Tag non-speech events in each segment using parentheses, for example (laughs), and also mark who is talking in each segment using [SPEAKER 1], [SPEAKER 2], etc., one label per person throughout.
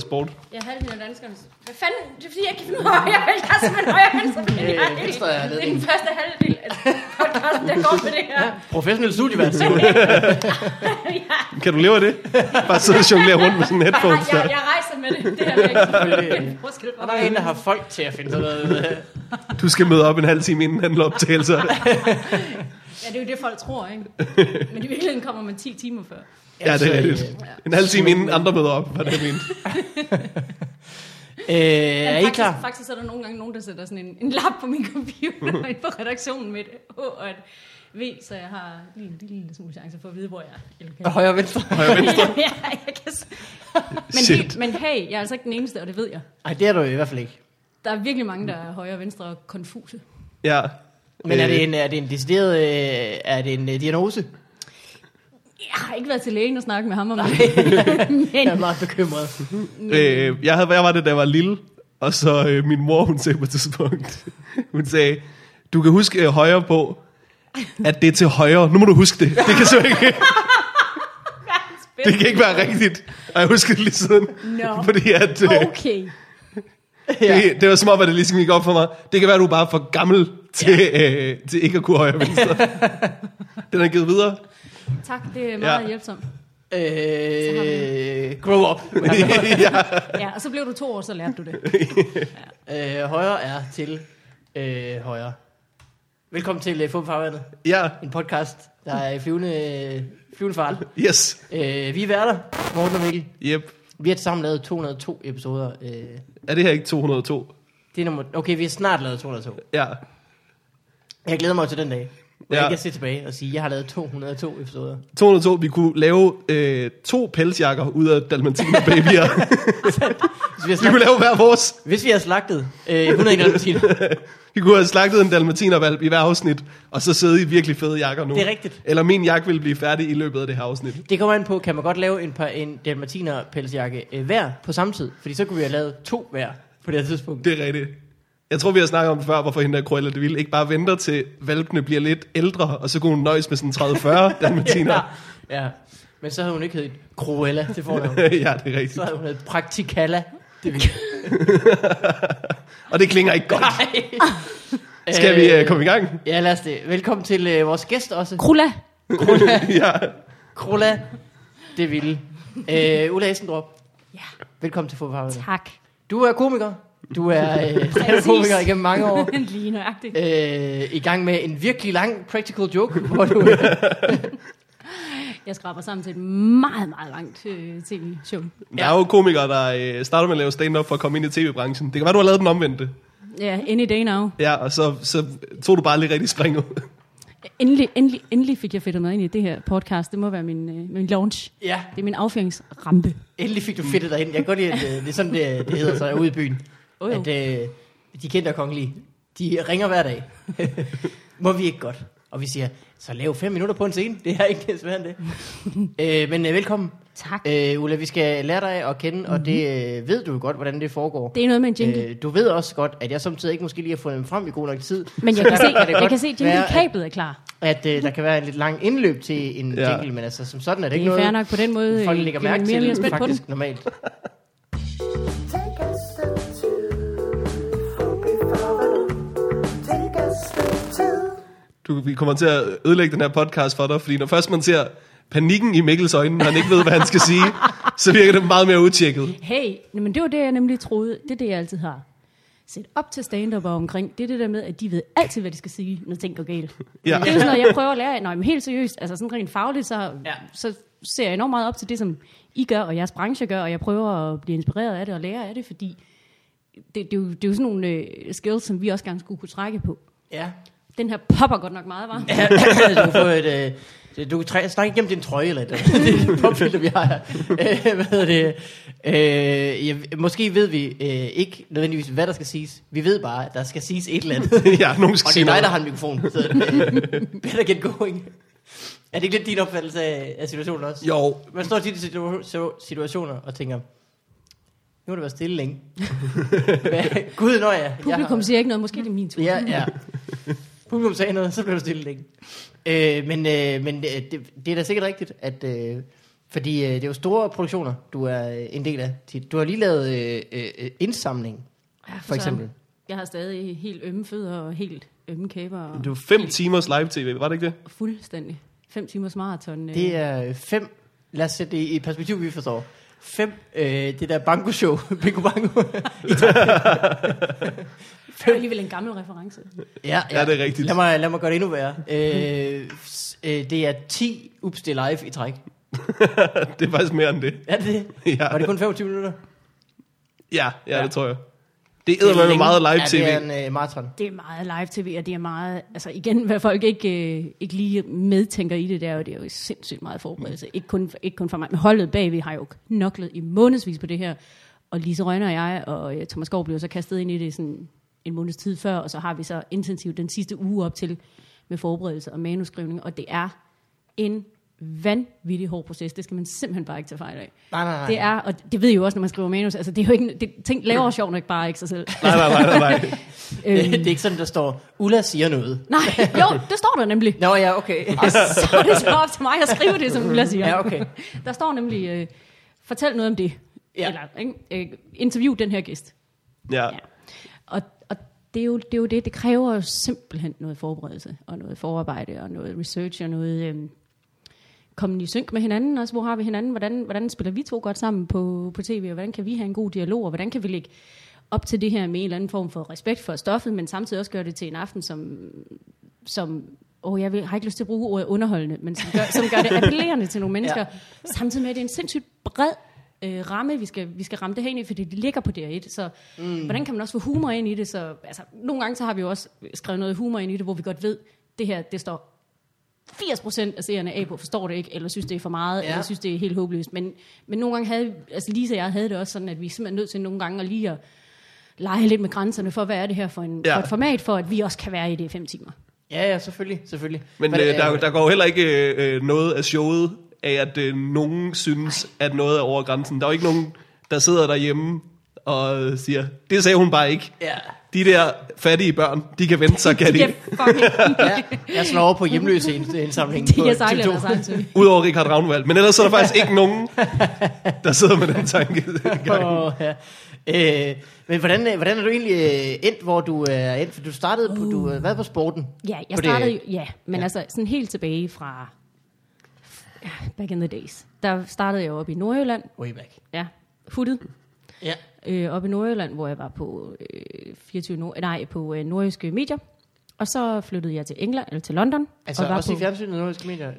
[SPEAKER 1] sport.
[SPEAKER 2] Jeg havde det af danskerne. Hvad fanden? Det er fordi, jeg kan finde ud af, jeg vælger jeg er simpelthen højre venstre. Men jeg er det.
[SPEAKER 3] Venstre er
[SPEAKER 2] det
[SPEAKER 3] nede.
[SPEAKER 2] er den første halvdel af podcasten, der går med det her.
[SPEAKER 3] Professionel studievært, siger du.
[SPEAKER 2] Jeg,
[SPEAKER 1] Kan du leve af det? Bare sidde og jonglere rundt med sådan en
[SPEAKER 2] jeg, (laughs)
[SPEAKER 1] headphones der.
[SPEAKER 2] jeg, jeg rejser med det. Det her er
[SPEAKER 3] (laughs)
[SPEAKER 2] en forskel på
[SPEAKER 3] Og der er en, der har folk til at finde sådan noget. øh, ud af.
[SPEAKER 1] Du skal møde op en halv time inden anden optagelse.
[SPEAKER 2] Ja, det er jo det, folk tror,
[SPEAKER 3] (laughs)
[SPEAKER 2] ikke? Men i virkeligheden kommer man 10 timer før.
[SPEAKER 1] Ja, det er
[SPEAKER 3] Altså,
[SPEAKER 1] rigtigt. En halv time inden andre møder op, var det jeg mente.
[SPEAKER 3] Øh, er I
[SPEAKER 2] faktisk,
[SPEAKER 3] klar?
[SPEAKER 2] Faktisk er der nogle gange nogen, der sætter sådan en, en lap på min
[SPEAKER 3] (laughs)
[SPEAKER 2] computer ind på redaktionen med et H og et V, så jeg har lige en lille, smule chance for at vide, hvor jeg er. lokalt.
[SPEAKER 3] Højre og venstre.
[SPEAKER 2] (laughs) ja, jeg kan... s- Men,
[SPEAKER 1] Shit.
[SPEAKER 2] he, men hey, jeg er altså ikke den eneste, og det ved jeg.
[SPEAKER 3] Nej, det er du i hvert fald ikke.
[SPEAKER 2] Der er virkelig mange, der er
[SPEAKER 3] Mm.
[SPEAKER 2] højre og venstre og konfuse.
[SPEAKER 1] Ja.
[SPEAKER 3] Men er
[SPEAKER 1] Øh,
[SPEAKER 3] det en, er det en decideret øh, er det en øh, diagnose?
[SPEAKER 2] Jeg har ikke været til lægen og snakket med ham om det. (laughs)
[SPEAKER 3] Jeg er
[SPEAKER 2] men,
[SPEAKER 3] meget
[SPEAKER 1] (laughs)
[SPEAKER 3] bekymret.
[SPEAKER 1] Øh, jeg, havde, jeg var det, da jeg var lille, og så øh, min mor, hun sagde på et tidspunkt, hun sagde, du kan huske øh, højre på, at det er til højre. Nu må du huske det. Det kan, så ikke, det kan ikke være rigtigt. Og jeg husker det lige siden.
[SPEAKER 2] Nå.
[SPEAKER 1] Fordi at, øh,
[SPEAKER 2] Okay.
[SPEAKER 3] Ja.
[SPEAKER 1] det, det var som om, at det ligesom gik op for mig. Det kan være, du er bare for gammel til, øh, til ikke at kunne højre og
[SPEAKER 3] (laughs)
[SPEAKER 1] venstre. Den er givet videre.
[SPEAKER 2] Tak, det er meget
[SPEAKER 1] Ja.
[SPEAKER 2] ja. hjælpsomt.
[SPEAKER 3] Øh, grow up.
[SPEAKER 1] (laughs) ja.
[SPEAKER 2] Ja, og så blev du to år, så lærte du
[SPEAKER 3] (laughs)
[SPEAKER 2] det.
[SPEAKER 3] Øh, højre er til øh, højre. Velkommen til øh, Fum Farvandet,
[SPEAKER 1] ja,
[SPEAKER 3] en podcast, der er i flyvende, øh, flyvende fart.
[SPEAKER 1] yes,
[SPEAKER 3] Øh, vi er værter, Morten og Mikkel.
[SPEAKER 1] yep.
[SPEAKER 3] Vi har sammen lavet 202 episoder. Øh,
[SPEAKER 1] Er det her ikke 202?
[SPEAKER 3] det er nummer... Okay, vi har snart lavet 202.
[SPEAKER 1] Ja,
[SPEAKER 3] Jeg glæder mig til den dag, hvor ja.
[SPEAKER 1] Ja.
[SPEAKER 3] jeg kan se tilbage og sige, at jeg har lavet 202 episoder.
[SPEAKER 1] 202. Vi kunne lave øh, to pelsjakker ud af Dalmatiner babyer.
[SPEAKER 3] (laughs) Hvis vi har
[SPEAKER 1] (laughs) vi kunne
[SPEAKER 3] slagtet,
[SPEAKER 1] lave hver vores.
[SPEAKER 3] hvis vi har slagtet øh, 101 dalmatiner.
[SPEAKER 1] (laughs) Vi kunne have slagtet en dalmatinervalp i hver afsnit, og så sidde i virkelig fede jakker nu.
[SPEAKER 3] Det er rigtigt.
[SPEAKER 1] Eller min jakke ville blive færdig i løbet af det her afsnit.
[SPEAKER 3] Det kommer an på, kan man godt lave en, par, en dalmatiner pelsjakke øh, hver på samme tid? Fordi så kunne vi have lavet to hver på det her tidspunkt.
[SPEAKER 1] Det er rigtigt. Jeg tror, vi har snakket om det før, hvorfor hende der Cruella de Vil ikke bare venter til valpene bliver lidt ældre, og så kunne hun nøjes med sådan
[SPEAKER 3] (laughs)
[SPEAKER 1] 30-40 dalmatiner.
[SPEAKER 3] Ja, ja. Men så havde hun ikke heddet Cruella til
[SPEAKER 1] (laughs)
[SPEAKER 3] fornavn.
[SPEAKER 1] (laughs) ja, det er rigtigt.
[SPEAKER 3] Så havde hun heddet Praktikalla. Det ville
[SPEAKER 1] Og det klinger ikke godt.
[SPEAKER 3] (laughs) Nej.
[SPEAKER 1] Skal vi øh, komme
[SPEAKER 3] (laughs)
[SPEAKER 1] i gang?
[SPEAKER 3] Ja, lad os det. Velkommen til øh, vores gæst også.
[SPEAKER 2] Krulla,
[SPEAKER 1] ja.
[SPEAKER 3] Krulla, det vilde. Øh, Ulla Essendrup.
[SPEAKER 2] Ja.
[SPEAKER 3] Velkommen til Fodfarvet.
[SPEAKER 2] tak. du
[SPEAKER 3] Du er komiker. Du er øh,
[SPEAKER 2] (laughs)
[SPEAKER 3] stand-up-komiker igennem mange år.
[SPEAKER 2] Lige nøjagtigt.
[SPEAKER 3] Øh, I gang med en virkelig lang practical joke, hvor du...
[SPEAKER 2] (laughs)
[SPEAKER 3] Øh,
[SPEAKER 2] Jeg skraber sammen til et meget, meget langt øh, tv-show.
[SPEAKER 1] Der er jo komikere, der øh, starter med at lave stand-up for at komme ind i tv-branchen. Det kan være, du har lavet den omvendte.
[SPEAKER 2] Ja, any day now.
[SPEAKER 1] Ja, og så, så tog du bare lige rigtig springet.
[SPEAKER 2] Endelig, endelig, endelig fik jeg fedtet mig ind i det her podcast. Det må være min, øh, min launch.
[SPEAKER 3] ja,
[SPEAKER 2] Det er min affyringsrampe.
[SPEAKER 3] endelig fik du fedtet dig ind. Jeg kan godt lide, at øh, det er sådan, det, det hedder sig ude i byen.
[SPEAKER 2] Oh, jo.
[SPEAKER 3] at øh, de kendte og kongelige, de ringer hver dag. Må vi ikke godt? Og vi siger, så lav fem minutter på en scene. Det er ikke svært end det.
[SPEAKER 2] (laughs)
[SPEAKER 3] øh, men øh, velkommen.
[SPEAKER 2] Tak. Mhm.
[SPEAKER 3] Øh, Ulla, vi skal lære dig at kende, og det øh, ved du jo godt, hvordan det foregår.
[SPEAKER 2] Det er noget med en jingle.
[SPEAKER 3] Øh, du ved også godt, at jeg samtidig ikke måske lige har fundet dem frem i god nok tid.
[SPEAKER 2] Men jeg
[SPEAKER 3] Så (laughs)
[SPEAKER 2] kan
[SPEAKER 3] derfor
[SPEAKER 2] se,
[SPEAKER 3] det
[SPEAKER 2] jeg
[SPEAKER 3] godt
[SPEAKER 2] kan se
[SPEAKER 3] være,
[SPEAKER 2] jingle-kablet er klar.
[SPEAKER 3] at, at øh, der kan være en lidt lang indløb til en
[SPEAKER 1] Ja.
[SPEAKER 3] ja. jingle, men altså som sådan er det
[SPEAKER 2] Det
[SPEAKER 3] ikke
[SPEAKER 2] er
[SPEAKER 3] noget,
[SPEAKER 2] fair nok på den måde. øh,
[SPEAKER 3] folk lægger
[SPEAKER 2] bliver man mere
[SPEAKER 3] mærke
[SPEAKER 2] og mere
[SPEAKER 3] til
[SPEAKER 2] spændt på den.
[SPEAKER 3] faktisk normalt.
[SPEAKER 4] Take us to Hopi Farvadu. Take us to
[SPEAKER 1] Du, vi kommer til at ødelægge den her podcast for dig, fordi når først man ser panikken i Mikkels øjne, når han ikke ved, hvad han skal sige, så virker det meget mere utjekket.
[SPEAKER 2] Hey, nå, men det var det, jeg nemlig troede. Det er det, jeg altid har. Sæt op til stand-up og omkring. Det er det der med, at de ved altid, hvad de skal sige, når ting går galt.
[SPEAKER 3] (laughs)
[SPEAKER 1] Ja.
[SPEAKER 2] Det er jo sådan noget, jeg prøver at lære af. Nå, men helt seriøst, altså sådan rent fagligt, så,
[SPEAKER 3] Ja.
[SPEAKER 2] ja. så ser jeg enormt meget op til det, som I gør, og jeres branche gør, og jeg prøver at blive inspireret af det og lære af det, fordi det, det, er, jo, det er jo sådan nogle øh, skills, som vi også gerne skulle kunne trække på.
[SPEAKER 3] Ja.
[SPEAKER 2] Den her popper godt nok meget, var.
[SPEAKER 3] (laughs) du kan få et... Øh, det- du kan træ- snakke igennem din trøje eller et eller andet. (laughs) Det er et popfilter, vi har her. (laughs) Øh, hvad hedder det? Øh, ja, måske ved vi øh, ikke nødvendigvis, hvad der skal siges. Vi ved bare, at der skal siges et eller andet. Og
[SPEAKER 1] (laughs) ja, nogen (laughs) skal
[SPEAKER 3] det er
[SPEAKER 1] sige
[SPEAKER 3] dig,
[SPEAKER 1] noget.
[SPEAKER 3] der har en mikrofon. Så, øh, better get going. Er det ikke lidt din opfattelse af, af situationen også?
[SPEAKER 1] Jo,
[SPEAKER 3] Man står tit i situa- situ- situationer og tænker, nu har det været stille længe. Hvad- Gud, når jeg...
[SPEAKER 2] Publikum siger ikke noget, måske det er min tur.
[SPEAKER 3] Ja, ja. Publikum sagde noget, så blev det stille længe. Øh, men øh, men øh, det, det er da sikkert rigtigt, at øh, Fordi øh, det er jo store produktioner, du er øh, en del af. tit. Du har lige lavet øh, øh, øh, indsamling,
[SPEAKER 2] Ja,
[SPEAKER 3] for eksempel.
[SPEAKER 2] Jeg har stadig helt ømme fødder og helt ømme kæber. Og
[SPEAKER 1] Det var fem timers live-tv, var det ikke det? (laughs)
[SPEAKER 2] Fuldstændig. Fem timers maraton. øh.
[SPEAKER 3] Det er øh, fem, lad os sætte det i perspektiv, vi forstår. Fem, øh, det der banko-show, (laughs) bingo banko.
[SPEAKER 2] det er alligevel en gammel reference.
[SPEAKER 3] ja,
[SPEAKER 1] Ja, det er rigtigt.
[SPEAKER 3] Lad mig, lad mig gøre det endnu
[SPEAKER 1] (laughs)
[SPEAKER 3] værre. Øh, s- øh, det er 10 ups, det er live i træk.
[SPEAKER 1] Det er faktisk mere end det. (laughs)
[SPEAKER 3] Er det det?
[SPEAKER 1] Ja.
[SPEAKER 3] Var det kun 25 minutter?
[SPEAKER 1] Ja, ja,
[SPEAKER 3] Ja.
[SPEAKER 1] det tror jeg. Det æder med
[SPEAKER 3] længe.
[SPEAKER 1] meget live-tv.
[SPEAKER 3] Ja, det er en øh, maraton.
[SPEAKER 2] Det er meget live-tv, og det er meget... Altså igen, hvad folk ikke, øh, ikke lige medtænker i det der, og det er jo sindssygt meget forberedelse. Ikke kun, ikke kun for mig, men holdet bagved har jo knoklet i månedsvis på det her. Og Lise Rønne og jeg og øh, Thomas Skov blev så kastet ind i det sådan en måneds tid før, og så har vi så intensivt den sidste uge op til med forberedelse og manuskrivning, og det er en vanvittig hård proces. Det skal man simpelthen bare ikke tage fejl af.
[SPEAKER 3] Nej, nej, nej.
[SPEAKER 2] Det er, og det ved I jo også, når man skriver manus, altså det er jo ikke, det, ting laver sjov nok bare ikke sig
[SPEAKER 3] (laughs)
[SPEAKER 2] selv.
[SPEAKER 1] Nej, nej, nej, nej, nej.
[SPEAKER 2] Øhm.
[SPEAKER 3] Det, (laughs) det er ikke sådan, der står, Ulla siger noget.
[SPEAKER 2] Nej, jo, det står der nemlig.
[SPEAKER 3] Nå ja, okay.
[SPEAKER 2] Og så er det så op til mig at skrive det, som Ulla siger.
[SPEAKER 3] Ja, okay.
[SPEAKER 2] Der står nemlig, øh, fortæl noget om det.
[SPEAKER 3] Ja.
[SPEAKER 2] Ja. Eller ikke? Øh, interview den her gæst.
[SPEAKER 1] Ja.
[SPEAKER 2] Ja. Og, og det, er jo, det er jo det, det kræver jo simpelthen noget forberedelse, og noget forarbejde, og noget research, og noget... Øh, komme i synk med hinanden også. Hvor har vi hinanden? Hvordan, hvordan spiller vi to godt sammen på, på tv? Og hvordan kan vi have en god dialog? Og hvordan kan vi lægge op til det her med en eller anden form for respekt for stoffet, men samtidig også gøre det til en aften, som, som åh, jeg vil, har ikke lyst til at bruge ordet underholdende, men som gør, som gør det appellerende til nogle mennesker.
[SPEAKER 3] Ja.
[SPEAKER 2] Ja. Samtidig med, at det er en sindssygt bred øh, ramme, vi skal, vi skal ramme det her ind i, fordi det ligger på DR1. Så mm. hvordan kan man også få humor ind i det? Så, altså, nogle gange så har vi jo også skrevet noget humor ind i det, hvor vi godt ved, det her, det står 80% af seerne af på forstår det ikke, eller synes, det er for meget,
[SPEAKER 3] Ja.
[SPEAKER 2] ja. eller synes, det er helt håbløst. Men, men nogle gange havde, altså Lisa og jeg havde det også sådan, at vi er simpelthen nødt til nogle gange at lige at lege lidt med grænserne for, hvad er det her for, en,
[SPEAKER 1] Ja.
[SPEAKER 2] ja. for et format, for at vi også kan være i det i fem timer.
[SPEAKER 3] ja, ja, selvfølgelig, selvfølgelig.
[SPEAKER 1] Men øh, der, der går jo heller ikke øh, øh, noget af showet af, at øh, nogen synes, at noget er over grænsen. Der er jo ikke nogen, der sidder derhjemme og øh, siger, det sagde hun bare ikke.
[SPEAKER 3] Ja.
[SPEAKER 1] De der fattige børn, de kan vente sig, kan
[SPEAKER 2] Det er
[SPEAKER 1] de.
[SPEAKER 2] fucking
[SPEAKER 3] (laughs) Ja, jeg slår over på hjemløse ind- indsamlingen
[SPEAKER 2] det
[SPEAKER 3] på
[SPEAKER 2] er altså. sejlet
[SPEAKER 3] TV2.
[SPEAKER 2] og samtidig.
[SPEAKER 1] Udover Richard Ravnvald. Men ellers er der
[SPEAKER 3] (laughs)
[SPEAKER 1] faktisk ikke nogen, der sidder med den tanke.
[SPEAKER 3] Åh, (laughs) ja. Øh, men hvordan, øh, hvordan er du egentlig øh, endt, hvor du er endt? For du startede på, du øh, var på sporten.
[SPEAKER 2] Ja, jeg
[SPEAKER 3] På det-
[SPEAKER 2] startede jo, ja, men
[SPEAKER 3] Ja.
[SPEAKER 2] ja. altså sådan helt tilbage fra ja, back in the days. Der startede jeg jo oppe i Nordjylland,
[SPEAKER 3] Way back.
[SPEAKER 2] ja, huttet,
[SPEAKER 3] Ja.
[SPEAKER 2] øh, oppe i Nordjylland, hvor jeg var på, øh, 24 nord- nej, på øh, nordjyske medier. Og så flyttede jeg til England, eller til London.
[SPEAKER 3] Altså
[SPEAKER 2] og var
[SPEAKER 3] også
[SPEAKER 2] på,
[SPEAKER 3] i fjernsynet og nordiske medier.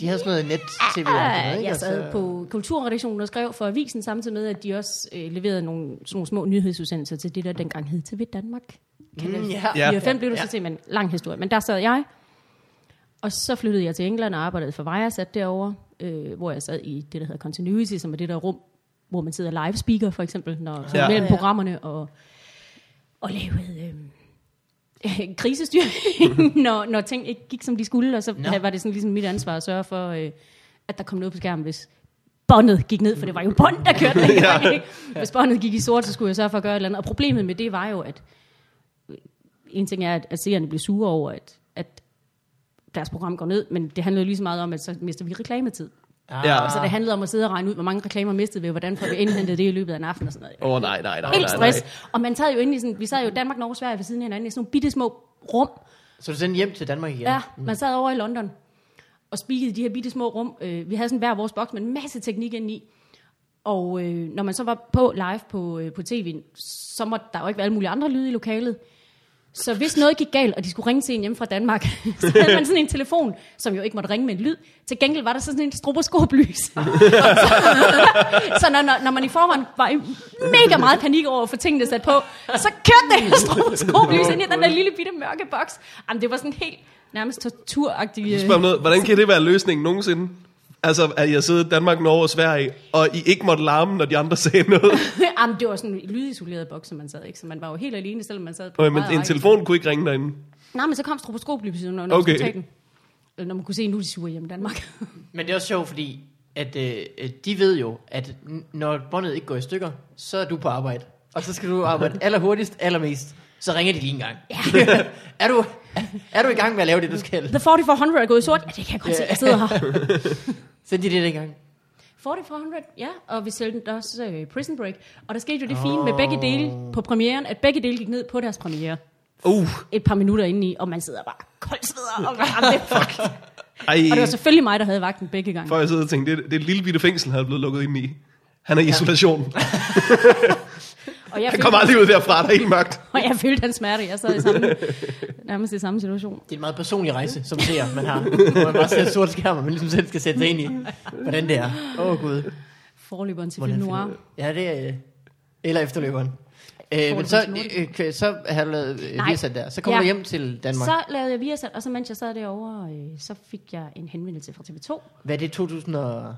[SPEAKER 3] De havde sådan noget net-tv.
[SPEAKER 2] Ah,
[SPEAKER 3] Altså-
[SPEAKER 2] jeg sad på kulturredaktionen og skrev for Avisen, samtidig med, at de også øh, leverede nogle, sådan nogle små nyhedsudsendelser til det, der dengang hed TV Danmark. Kanal
[SPEAKER 3] Mm, ja.
[SPEAKER 2] 4
[SPEAKER 1] Ja.
[SPEAKER 2] og 5 blev det så til, men lang historie. Men der sad jeg, og så flyttede jeg til England og arbejdede for Viasat derovre, øh, hvor jeg sad i det, der hedder Continuity, som er det der rum, hvor man sidder live speaker, for eksempel, når,
[SPEAKER 1] Ja.
[SPEAKER 2] ja. mellem
[SPEAKER 3] Ja, ja.
[SPEAKER 2] programmerne og, og lavede... (laughs) Øh, krisestyring, når, når ting ikke gik, som de skulle, og så
[SPEAKER 3] Nå.
[SPEAKER 2] no. var det sådan ligesom mit ansvar at sørge for, øh, at der kom noget på skærmen, hvis båndet gik ned, for det var jo bånd, der kørte den ja. ikke? Hvis båndet gik i sort, så skulle jeg sørge for at gøre et eller andet. Og problemet med det var jo, at øh, en ting er, at, at seerne blev sure over, at, at deres program går ned, men det handlede jo lige så meget om, at så mister vi reklametid.
[SPEAKER 3] Ah.
[SPEAKER 1] Ja.
[SPEAKER 2] Så det handlede om at sidde og regne ud, hvor mange reklamer mistede vi, og hvordan får vi indhentet det i løbet af en aften og sådan noget.
[SPEAKER 1] Åh oh, nej, nej, nej.
[SPEAKER 2] Helt
[SPEAKER 1] nej, nej.
[SPEAKER 2] stress. Og man sad jo inde i sådan, vi sad jo Danmark, Norge, Sverige ved siden af hinanden i sådan nogle bitte små rum.
[SPEAKER 3] Så du sendte hjem til Danmark igen?
[SPEAKER 2] Ja, man sad over i London og speakede i de her bitte små rum. Øh, Vi havde sådan hver vores boks med en masse teknik ind i. Og øh, når man så var på live på, øh, på tv, så måtte der jo ikke være alle mulige andre lyde i lokalet. Så hvis noget gik galt, og de skulle ringe til en hjemme fra Danmark, (laughs) så havde man sådan en telefon, som jo ikke måtte ringe med en lyd. Til gengæld var der så sådan en stroboskoplys. (laughs) så, så når, når, når man i forvejen var i mega meget panik over at få tingene sat på, så kørte det her stroboskoplys ind i den der lille bitte mørke boks. Jamen, det var sådan helt nærmest torturagtig... øh,
[SPEAKER 1] Spørg om noget. Hvordan kan det være løsningen nogensinde? Altså, at jeg sidder i Danmark, Norge og Sverige, og I ikke måtte larme, når de andre (laughs) sagde noget.
[SPEAKER 2] øh, (laughs) Jamen, det var sådan en lydisoleret boks, som man sad, ikke? Så man var jo helt alene, selvom man sad på...
[SPEAKER 1] Okay, men
[SPEAKER 2] meget
[SPEAKER 1] en
[SPEAKER 2] række.
[SPEAKER 1] telefon kunne ikke ringe derinde.
[SPEAKER 2] Nej, men så kom stroboskoplyset, når, når
[SPEAKER 1] Okay.
[SPEAKER 2] okay. man skulle tage den. Eller Når man kunne se, nu er de sure hjemme i Danmark.
[SPEAKER 3] Men det er også sjovt, fordi at, øh, øh, de ved jo, at n- når båndet ikke går i stykker, så er du på arbejde. Og så skal
[SPEAKER 2] (laughs)
[SPEAKER 3] du arbejde allerhurtigst, allermest. Så ringer de lige en gang. Ja. (laughs) er, du, er du i gang med at lave det, du skal?
[SPEAKER 2] The 4400 er gået i sort. Ja, det kan jeg godt se, jeg sidder her.
[SPEAKER 3] Send de det en gang.
[SPEAKER 2] 40 for 100, ja, og vi sælgte den også øh, Prison Break. Og der skete jo det fine med begge dele på premieren, at begge dele gik ned på deres premiere
[SPEAKER 1] Uh,
[SPEAKER 2] et par minutter indeni, og man sidder bare koldt sveder og bare
[SPEAKER 3] (laughs)
[SPEAKER 2] det fuck.
[SPEAKER 1] ej.
[SPEAKER 2] Og det var selvfølgelig mig, der havde vagten begge gange.
[SPEAKER 1] Før jeg sidder og tænkte, det, det er et lille bitte fængsel, han er blevet lukket ind i. Han er i isolation.
[SPEAKER 2] (laughs) Og jeg,
[SPEAKER 1] Han
[SPEAKER 2] følte,
[SPEAKER 1] kommer aldrig ud derfra, der er helt
[SPEAKER 2] (laughs)
[SPEAKER 1] mørkt.
[SPEAKER 2] og jeg følte hans smerte, jeg sad i
[SPEAKER 3] (laughs)
[SPEAKER 2] samme, nærmest i samme situation.
[SPEAKER 3] Det er en meget personlig rejse, som ser, man har. Hvor man bare ser et sort skærm, og man ligesom selv skal sætte sig ind i, hvordan det er. Åh, oh, Gud.
[SPEAKER 2] Forløberen til film
[SPEAKER 3] Hvordan
[SPEAKER 2] noir.
[SPEAKER 3] finder du- Ja, det er... øh, Eller efterløberen. Øh, men
[SPEAKER 2] det
[SPEAKER 3] så,
[SPEAKER 2] til Nordic.
[SPEAKER 3] øh, kan- så har du lavet øh,
[SPEAKER 2] Nej.
[SPEAKER 3] Viasat der. Så kommer
[SPEAKER 2] Ja.
[SPEAKER 3] du hjem til Danmark. Så...
[SPEAKER 2] Så lavede jeg Viasat, og så mens jeg sad derovre, øh, så fik jeg en henvendelse fra TV2.
[SPEAKER 3] Hvad er det, 2000 og...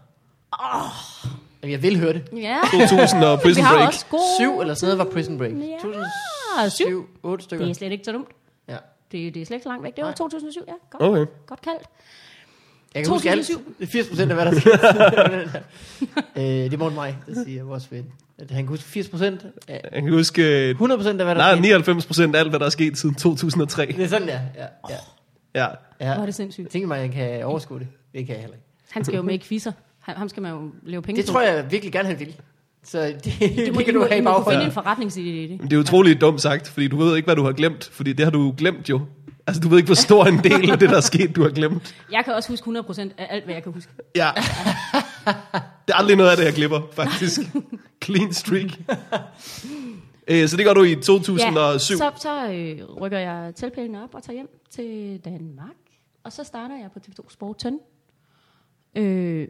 [SPEAKER 3] Oh. Jeg vil høre det.
[SPEAKER 2] Ja,
[SPEAKER 1] 2000 og
[SPEAKER 2] vi
[SPEAKER 1] Prison
[SPEAKER 2] har
[SPEAKER 1] Break.
[SPEAKER 2] også gode...
[SPEAKER 3] Syv eller sådan noget var Prison Break.
[SPEAKER 2] Ja,
[SPEAKER 3] 2007, otte stykker.
[SPEAKER 2] Det er slet ikke så dumt.
[SPEAKER 3] Ja.
[SPEAKER 2] Det, det er slet ikke så langt væk. Det var 2007, ja. Godt,
[SPEAKER 1] Okay.
[SPEAKER 2] godt kaldt.
[SPEAKER 3] Jeg kan huske alt.
[SPEAKER 2] 2007.
[SPEAKER 3] Det er 80 procent af, hvad
[SPEAKER 2] (laughs)
[SPEAKER 3] der sker. øh, det er Morten Maj, der siger vores ven. At han kan huske 80 procent.
[SPEAKER 1] Jeg kan huske, øh,
[SPEAKER 3] 100 procent af, hvad der
[SPEAKER 1] nej,
[SPEAKER 3] sker.
[SPEAKER 1] 99 procent af alt, hvad der er sket siden 2003.
[SPEAKER 3] Det er sådan, ja. ja, ja,
[SPEAKER 1] Ja.
[SPEAKER 3] ja.
[SPEAKER 2] Hvor er det sindssygt.
[SPEAKER 3] Jeg tænker mig, at jeg kan overskue det. Det kan jeg heller ikke.
[SPEAKER 2] Han skal jo med i quizzer. Han, ham skal man jo lave penge
[SPEAKER 3] Det
[SPEAKER 2] på.
[SPEAKER 3] tror jeg virkelig gerne, han vil. Så det, (laughs) det,
[SPEAKER 2] Det, må,
[SPEAKER 3] kan du
[SPEAKER 2] må,
[SPEAKER 3] have i
[SPEAKER 2] I må kunne finde
[SPEAKER 3] baghånden.
[SPEAKER 2] en forretningsidé i det.
[SPEAKER 1] Men Det er utroligt dumt sagt, fordi du ved ikke, hvad du har glemt. Fordi det har du glemt jo. Altså, du ved ikke, hvor stor en del af det, der er sket, du har glemt.
[SPEAKER 2] Jeg kan også huske 100% af alt, hvad jeg kan huske.
[SPEAKER 1] Ja. Der er aldrig noget af det, jeg glipper, faktisk. Clean streak. Øh, så det gør du i 2007.
[SPEAKER 2] så, så øh, rykker jeg teltpælen op og tager hjem til Danmark. Og så starter jeg på TV2 Sporten. Øh,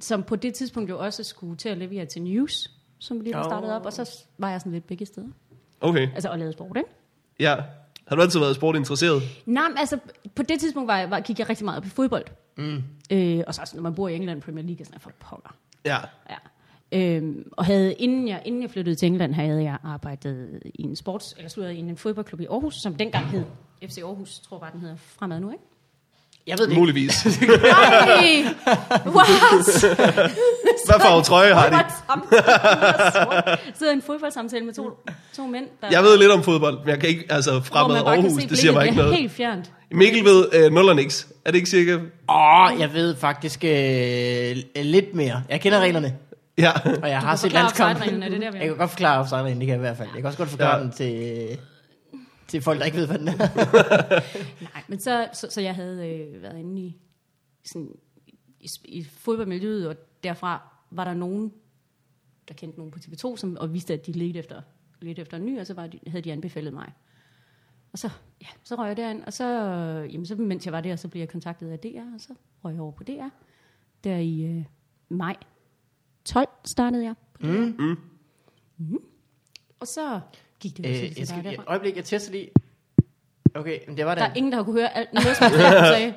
[SPEAKER 2] som på det tidspunkt jo også skulle til at levere til News, som lige var startet op. Og så var jeg sådan lidt begge steder.
[SPEAKER 1] Okay,
[SPEAKER 2] Altså og lavede sport, ikke?
[SPEAKER 1] ja. Har du altid været sportinteresseret?
[SPEAKER 2] Nej, men altså på det tidspunkt var jeg, var, gik jeg rigtig meget op i fodbold. Mm. Øh, og så også, når man bor i England, Premier League er sådan, for pokker.
[SPEAKER 1] Ja.
[SPEAKER 2] Ja. Øhm, og havde, inden, jeg, inden jeg flyttede til England, havde jeg arbejdet i en sports, eller sluttede i en fodboldklub i Aarhus, som dengang hed FC Aarhus, tror jeg bare, den hedder fremad nu, ikke?
[SPEAKER 3] Jeg ved (laughs) det ikke.
[SPEAKER 1] Muligvis.
[SPEAKER 2] Ej! What?
[SPEAKER 1] Hvad farve trøje har de?
[SPEAKER 2] Fodboldsamtale. Sidder i en fodboldsamtale med to, to mænd, der...
[SPEAKER 1] Jeg ved lidt om fodbold, men jeg kan ikke, altså fremad Aarhus, det siger mig ikke noget.
[SPEAKER 2] helt fjernt.
[SPEAKER 1] Mikkel ved øh, nul og niks. Er det ikke cirka?
[SPEAKER 3] Åh, jeg ved faktisk øh, lidt mere. Jeg kender reglerne,
[SPEAKER 1] Ja.
[SPEAKER 3] og jeg
[SPEAKER 2] Du
[SPEAKER 3] har
[SPEAKER 2] kan
[SPEAKER 3] set
[SPEAKER 2] forklare
[SPEAKER 3] landskamp.
[SPEAKER 2] offside-reglen, er det der, vi er?
[SPEAKER 3] jeg kan godt forklare offside-reglen, det kan jeg i hvert fald. Jeg kan også godt forklare
[SPEAKER 1] Ja.
[SPEAKER 3] den til, til folk, der ikke ved,
[SPEAKER 2] (laughs)
[SPEAKER 3] hvad den er. Øh,
[SPEAKER 2] Nej, men så, så, så jeg havde øh, været inde i, sådan, i, i fodboldmiljøet, og derfra var der nogen, der kendte nogen på TV2, som, og vidste, at de ledte efter, ledte efter en ny, og så var de, havde de anbefalet mig. Og så, ja, så røg jeg derind, og så, øh, jamen, så mens jeg var der, så blev jeg kontaktet af DR, og så røg jeg over på DR. Der i øh, maj 12 startede jeg. Mm. Mm. Mm. Mm-hmm. Og så gik det jo sådan,
[SPEAKER 3] øh,
[SPEAKER 2] så
[SPEAKER 3] jeg
[SPEAKER 2] der
[SPEAKER 3] skal,
[SPEAKER 2] er
[SPEAKER 3] jeg,
[SPEAKER 2] derfra.
[SPEAKER 3] øjeblik, jeg tester lige. Okay, men det var den.
[SPEAKER 2] Der er ingen, der har kunne høre alt, noget som jeg sagde.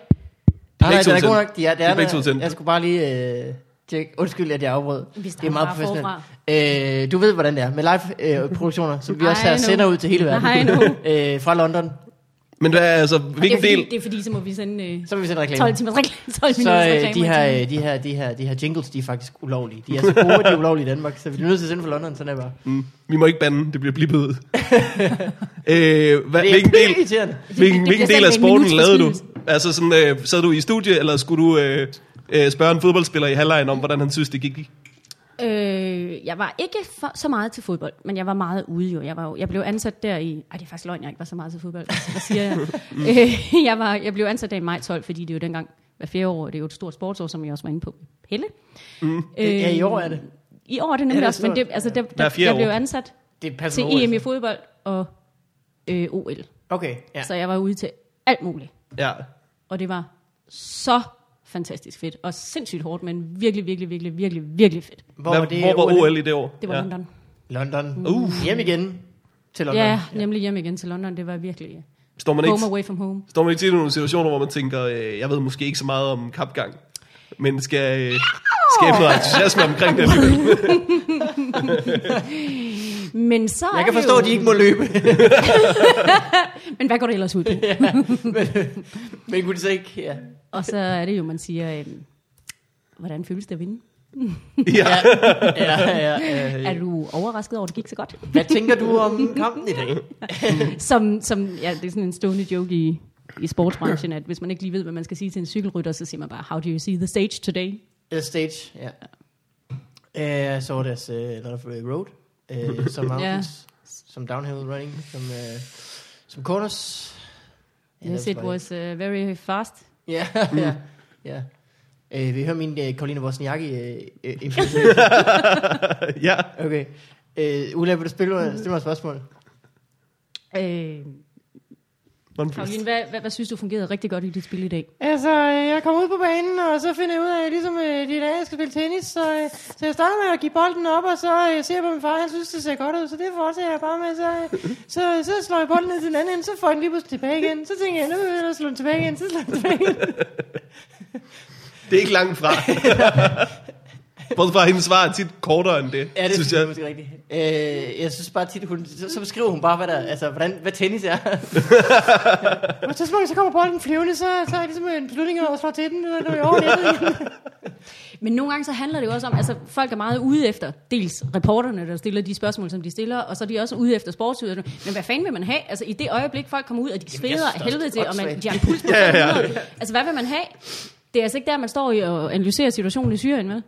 [SPEAKER 3] Nej, nej,
[SPEAKER 1] begge to
[SPEAKER 3] den er god
[SPEAKER 1] tændt.
[SPEAKER 3] nok. De er, det
[SPEAKER 1] er
[SPEAKER 3] er,
[SPEAKER 1] begge to
[SPEAKER 3] der-
[SPEAKER 1] tændt.
[SPEAKER 3] Jeg skulle bare lige øh, tjekke. Undskyld, at jeg afbrød.
[SPEAKER 2] Vi
[SPEAKER 3] det er
[SPEAKER 2] starter
[SPEAKER 3] meget
[SPEAKER 2] bare
[SPEAKER 3] professionelt. Øh, du ved, hvordan det er med live-produktioner, øh, som vi også
[SPEAKER 2] I
[SPEAKER 3] har
[SPEAKER 2] know.
[SPEAKER 3] sender ud til hele verden.
[SPEAKER 2] I know.
[SPEAKER 3] (laughs) øh, fra London.
[SPEAKER 1] Men hvad er altså, hvilken
[SPEAKER 2] det er, fordi,
[SPEAKER 1] del?
[SPEAKER 2] det er fordi, så må vi sende øh,
[SPEAKER 3] Så vil vi sende reklamer.
[SPEAKER 2] 12 timers reklame. 12
[SPEAKER 3] Så
[SPEAKER 2] minutters reklame.
[SPEAKER 3] øh, de, her, øh, de, her, de, her, de her jingles, de er faktisk ulovlige. De er så gode, at de er ulovlige i Danmark, så vi er nødt til at sende fra London, sådan er det bare.
[SPEAKER 1] Mm, vi må ikke bande, det bliver blippet
[SPEAKER 3] (laughs)
[SPEAKER 1] ud. øh, hvad,
[SPEAKER 3] Det er
[SPEAKER 1] hvilken del,
[SPEAKER 3] irriterende.
[SPEAKER 1] hvilken,
[SPEAKER 2] det
[SPEAKER 1] hvilken
[SPEAKER 2] bliver
[SPEAKER 1] del af
[SPEAKER 2] sendt med en
[SPEAKER 1] sporten
[SPEAKER 2] minuts
[SPEAKER 1] lavede du? Altså sådan, øh, sad du i studie, eller skulle du øh, øh, spørge en fodboldspiller i halvlejen om, hvordan han synes, det gik?
[SPEAKER 2] Øh, jeg var ikke for, så meget til fodbold, men jeg var meget ude jo. Jeg, var jo, jeg blev ansat der i... Ej, det er faktisk løgn, jeg ikke var så meget til fodbold. Altså, Hvad siger
[SPEAKER 3] (laughs)
[SPEAKER 2] jeg? øh, jeg, var, jeg blev ansat der i maj 12, fordi det er jo dengang hver fjerde år. Det er jo et stort sportsår, som jeg også var inde på. Helle? Mm. Øh,
[SPEAKER 3] Ja, i år er det.
[SPEAKER 2] I år er det
[SPEAKER 3] Ja,
[SPEAKER 2] nemlig
[SPEAKER 3] det er
[SPEAKER 2] også, men
[SPEAKER 3] stort.
[SPEAKER 2] det, altså, der,
[SPEAKER 1] Hver
[SPEAKER 2] der,
[SPEAKER 1] fjerde
[SPEAKER 2] jeg blev
[SPEAKER 1] år.
[SPEAKER 2] ansat
[SPEAKER 3] Det passer
[SPEAKER 2] til
[SPEAKER 3] med
[SPEAKER 2] EM i
[SPEAKER 3] OL.
[SPEAKER 2] fodbold og øh, OL.
[SPEAKER 3] Okay, altså. ja.
[SPEAKER 2] Ja. Så jeg var ude til alt muligt.
[SPEAKER 1] Ja.
[SPEAKER 2] Og det var så fantastisk fedt. Og sindssygt hårdt, men virkelig, virkelig, virkelig, virkelig, virkelig fedt.
[SPEAKER 3] Hvor,
[SPEAKER 1] Hvad,
[SPEAKER 3] var det
[SPEAKER 1] hvor var OL i det år?
[SPEAKER 2] Det var ja.
[SPEAKER 1] ja.
[SPEAKER 2] London.
[SPEAKER 3] London. Uh. Hjem igen til London.
[SPEAKER 2] Ja, nemlig hjem igen til London. Det var virkelig uh,
[SPEAKER 1] Står man ikke,
[SPEAKER 2] home away from home.
[SPEAKER 1] står man ikke til i nogle situationer, hvor man tænker, øh, jeg ved måske ikke så meget om kapgang, men skal øh, skabe noget entusiasme omkring det
[SPEAKER 2] (laughs)
[SPEAKER 1] alligevel?
[SPEAKER 2] Men så er
[SPEAKER 3] Jeg kan
[SPEAKER 2] det
[SPEAKER 3] forstå,
[SPEAKER 2] jo,
[SPEAKER 3] at de ikke må løbe, (laughs)
[SPEAKER 2] Men hvad går det ellers ud på?
[SPEAKER 3] men kunne de så ikke? Ja.
[SPEAKER 2] Og så er det jo, man siger, øhm, hvordan føles det at vinde?
[SPEAKER 1] Ja.
[SPEAKER 3] Ja, ja, ja, ja.
[SPEAKER 2] Er du overrasket over, at det gik så godt?
[SPEAKER 3] Hvad tænker du om kampen i dag?
[SPEAKER 2] (laughs) Som, som ja, det er sådan en stående joke i, i sportsbranchen, at hvis man ikke lige ved, hvad man skal sige til en cykelrytter, så siger man bare, how do you see the stage today?
[SPEAKER 3] Uh, stage, ja. Uh, så var deres uh, Lot of uh, Road, uh, (laughs) som mountains, som downhill running, som, uh, som corners. Ja,
[SPEAKER 2] Yes, it was uh, very fast.
[SPEAKER 3] Ja, (laughs) ja, ja. Øh, vi hører min øh, Karoline Wozniacki øh, øh, improvisation. (laughs)
[SPEAKER 1] ja.
[SPEAKER 3] Okay. Øh, Ulla, vil du spille, mig- stille mig et spørgsmål?
[SPEAKER 2] Øh,
[SPEAKER 1] One
[SPEAKER 2] Karoline, hvad, hvad, hvad synes du fungerede rigtig godt i dit spil i dag?
[SPEAKER 3] Altså, øh, jeg kommer ud på banen, og så finder jeg ud af, ligesom øh, de dage, jeg skal spille tennis, så, øh, så jeg starter med at give bolden op, og så øh, ser jeg på min far, han synes, det ser godt ud, så det fortsætter jeg bare med, så, øh, så, så slår jeg bolden ned til den anden ende, så får jeg den lige pludselig tilbage igen, så tænker jeg, nu vil jeg slå den tilbage igen, så slår jeg den tilbage igen.
[SPEAKER 1] Det er ikke langt
[SPEAKER 2] (laughs)
[SPEAKER 1] fra. Både fra hendes svar er tit kortere end det,
[SPEAKER 3] Ja, det
[SPEAKER 1] synes jeg.
[SPEAKER 3] måske rigtigt. Øh, jeg synes bare tit, hun, så, så beskriver hun bare, hvad, der, altså, hvordan, hvad tennis er.
[SPEAKER 5] På et tidspunkt, så kommer bolden flyvende, så tager jeg
[SPEAKER 3] øh,
[SPEAKER 5] ligesom en beslutning om at slå til den, eller når jeg over nettet.
[SPEAKER 2] Men nogle gange så handler det jo også om, altså folk er meget ude efter, dels reporterne, der stiller de spørgsmål, som de stiller, og så er de også ude efter sportsudøverne. Men hvad fanden vil man have? Altså i det øjeblik, folk kommer ud, og de sveder af
[SPEAKER 3] også,
[SPEAKER 2] helvede
[SPEAKER 3] det er
[SPEAKER 2] til, og man,
[SPEAKER 3] åndssvagt.
[SPEAKER 2] de har en
[SPEAKER 3] (laughs)
[SPEAKER 2] puls på
[SPEAKER 1] Ja, ja,
[SPEAKER 2] 500.
[SPEAKER 1] ja.
[SPEAKER 2] Altså hvad vil man have? Det er altså ikke der, man står i og analyserer situationen i Syrien, vel?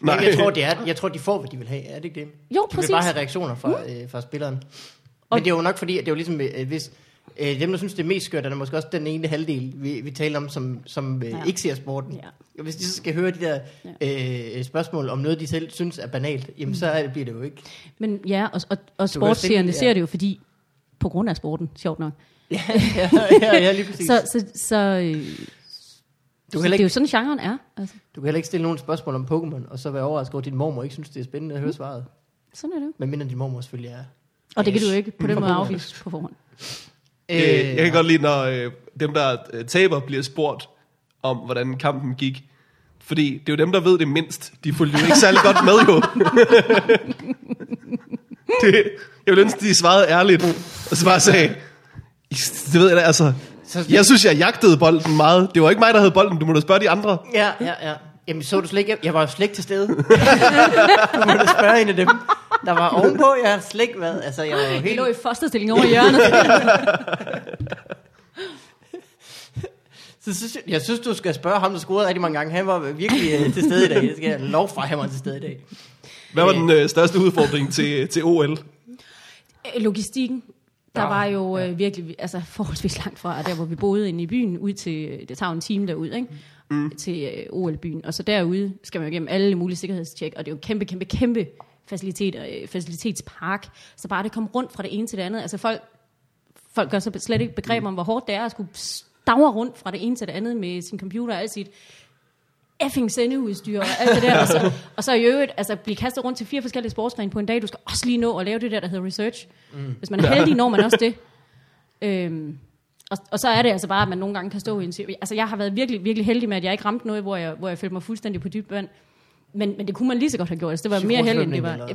[SPEAKER 1] Nej.
[SPEAKER 3] Jeg tror, det er, jeg tror, de får, hvad de vil have. Er det ikke det?
[SPEAKER 2] Jo,
[SPEAKER 3] De vil
[SPEAKER 2] præcis.
[SPEAKER 3] bare have reaktioner fra, mm. øh, fra spilleren. Men og det er jo nok fordi, at det er jo ligesom, øh, hvis øh, dem, der synes, det er mest skørt, er der måske også den ene halvdel, vi, vi taler om, som, som øh,
[SPEAKER 2] Ja.
[SPEAKER 3] ja. ikke ser sporten.
[SPEAKER 2] Ja.
[SPEAKER 3] Ja. Hvis de så skal høre de der øh, spørgsmål om noget, de selv synes er banalt, jamen så er det, bliver det jo ikke.
[SPEAKER 2] Men ja, og, og, og
[SPEAKER 3] Du kan også
[SPEAKER 2] sportsseerne
[SPEAKER 3] finde- ja.
[SPEAKER 2] ser det jo, fordi på grund af sporten, sjovt nok.
[SPEAKER 3] ja, ja, ja, lige præcis.
[SPEAKER 2] Så, så, så, øh,
[SPEAKER 3] du,
[SPEAKER 2] så
[SPEAKER 3] kan
[SPEAKER 2] det
[SPEAKER 3] heller
[SPEAKER 2] er jo
[SPEAKER 3] ikke,
[SPEAKER 2] sådan, genren er. Altså,
[SPEAKER 3] du kan heller ikke stille nogen spørgsmål om Pokémon, og så være overrasket over, at din mormor ikke synes, det er spændende at høre
[SPEAKER 2] Mm.
[SPEAKER 3] svaret.
[SPEAKER 2] sådan er det jo.
[SPEAKER 3] Men mindre din mormor selvfølgelig er.
[SPEAKER 2] Og det kan du jo ikke på den måde afvise på forhånd.
[SPEAKER 1] Øh, jeg kan godt lide, når øh, dem, der øh, taber, bliver spurgt om, hvordan kampen gik. Fordi det er jo dem, der ved det mindst. De fulgte jo ikke særlig godt med, jo. (laughs) det, jeg ville ønske, de svarede ærligt. Og så bare sagde, "I- det ved jeg da, altså... Jeg synes, jeg jagtede bolden meget. Det var ikke mig, der havde bolden. Du må da spørge de andre.
[SPEAKER 3] Ja, ja, ja. Jamen, så du slet ikke, jeg var jo slet ikke
[SPEAKER 2] (laughs)
[SPEAKER 3] til stede. du må da spørge en af dem, der var ovenpå. Jeg har slet ikke været, altså jeg var jo
[SPEAKER 2] Det
[SPEAKER 3] helt...
[SPEAKER 2] lå i fosterstilling over i hjørnet.
[SPEAKER 3] Så synes jeg, jeg synes, du skal spørge ham, der scorede rigtig mange gange. Han var virkelig øh, til stede i dag. Det skal jeg lov for, at han var til stede i dag.
[SPEAKER 1] Hvad var den øh, største udfordring til, til OL?
[SPEAKER 2] Øh, Logistikken. Der var jo øh, virkelig altså, forholdsvis langt fra der, hvor vi boede inde i byen, ud til, øh, det tager jo en time derud, ikke? Mm. til øh, OL-byen. Og så derude skal man jo igennem alle mulige sikkerhedstjek, og det er jo kæmpe, kæmpe, kæmpe faciliteter, øh, facilitetspark. Så bare det kom rundt fra det ene til det andet. Altså folk, folk gør sig slet ikke begreb om, hvor hårdt det er at skulle stavre rundt fra det ene til det andet med sin computer og alt sit effing sendeudstyr og alt det der. og, så, og så i øvrigt altså, blive kastet rundt til fire forskellige sportsgrene på en dag. Du skal også lige nå at lave det der, der hedder research. Mm. Hvis man er heldig, når man også det. Øhm, og, og så er det altså bare, at man nogle gange kan stå i en serie. Altså jeg har været virkelig, virkelig heldig med, at jeg ikke ramte noget, hvor jeg, hvor jeg følte mig fuldstændig på dybt vand. Men, men det kunne man lige så godt have gjort. Altså, det var mere heldig, end det var.
[SPEAKER 3] Eller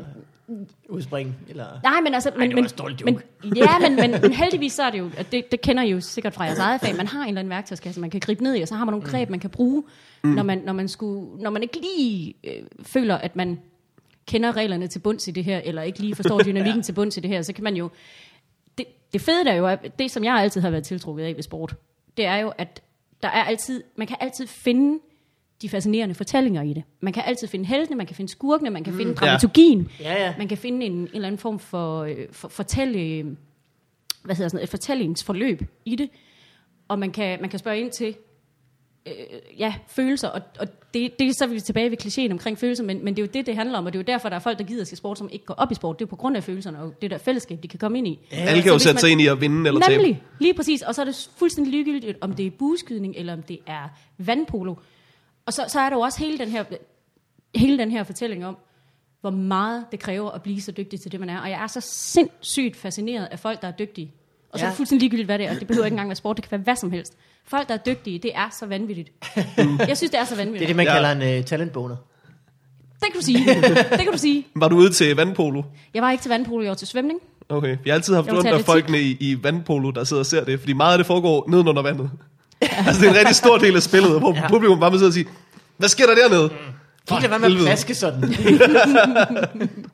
[SPEAKER 3] Udspring, eller...
[SPEAKER 2] Nej, men altså... Men, Ej,
[SPEAKER 3] det var også dårlig
[SPEAKER 2] men, (laughs)
[SPEAKER 3] joke.
[SPEAKER 2] Ja, men, men, men heldigvis så er det jo... At det, det kender I jo sikkert fra jeres eget fag. Man har en eller anden værktøjskasse, man kan gribe ned i, og så har man nogle greb, man kan bruge, mm. når, man, når, man skulle, når man ikke lige øh, føler, at man kender reglerne til bunds i det her, eller ikke lige (laughs) forstår dynamikken ja. til bunds i det her, så kan man jo... Det, det fede der jo er, det som jeg altid har været tiltrukket af ved sport, det er jo, at der er altid, man kan altid finde de fascinerende fortællinger i det. Man kan altid finde heltene, man kan finde skurkene, man kan finde dramaturgien.
[SPEAKER 3] Ja, ja.
[SPEAKER 2] Man kan finde en, en eller anden form for, øh, for fortælle, hvad hedder sådan noget, et fortællingsforløb i det. Og man kan, man kan spørge ind til øh, ja, følelser, og, og det, det, er så er vi tilbage ved klichéen omkring følelser, men, men det er jo det, det handler om, og det er jo derfor, der er folk, der gider til sport, som ikke går op i sport. Det er jo på grund af følelserne og det der fællesskab, de kan komme ind i.
[SPEAKER 1] Alle kan jo
[SPEAKER 2] hvis
[SPEAKER 1] sætte
[SPEAKER 2] man-
[SPEAKER 1] sig ind i at vinde eller tabe.
[SPEAKER 2] Nemlig, lige præcis. Og så er det fuldstændig ligegyldigt, om det er buskydning, eller om det er vandpolo. Og så, så er der jo også hele den, her, hele den her fortælling om, hvor meget det kræver at blive så dygtig til det, man er. Og jeg er så sindssygt fascineret af folk, der er dygtige. Og så er det
[SPEAKER 3] Ja.
[SPEAKER 2] fuldstændig ligegyldigt, hvad det er. Og det behøver ikke engang være sport, det kan være hvad som helst. Folk, der er dygtige, det er så vanvittigt. Jeg synes, det er så
[SPEAKER 3] Det er
[SPEAKER 2] vanvittigt.
[SPEAKER 3] det, man
[SPEAKER 1] Ja.
[SPEAKER 3] ja. kalder en uh, talentboner.
[SPEAKER 2] Det kan du sige. Det kan du sige.
[SPEAKER 1] Var du ude til vandpolo?
[SPEAKER 2] Jeg var ikke til vandpolo, jeg var til svømning.
[SPEAKER 1] Okay, jeg har altid haft
[SPEAKER 2] Jeg var
[SPEAKER 1] ondt
[SPEAKER 2] til
[SPEAKER 1] af
[SPEAKER 2] atletik.
[SPEAKER 1] folkene i, i vandpolo, der sidder og ser det, fordi meget af det foregår nedenunder vandet. (laughs) altså, det er en rigtig stor del af spillet, hvor ja. publikum bare må sidde og sige, hvad sker der dernede?
[SPEAKER 3] Helt lad være med at
[SPEAKER 1] helvede.
[SPEAKER 2] (laughs)
[SPEAKER 3] plaske sådan.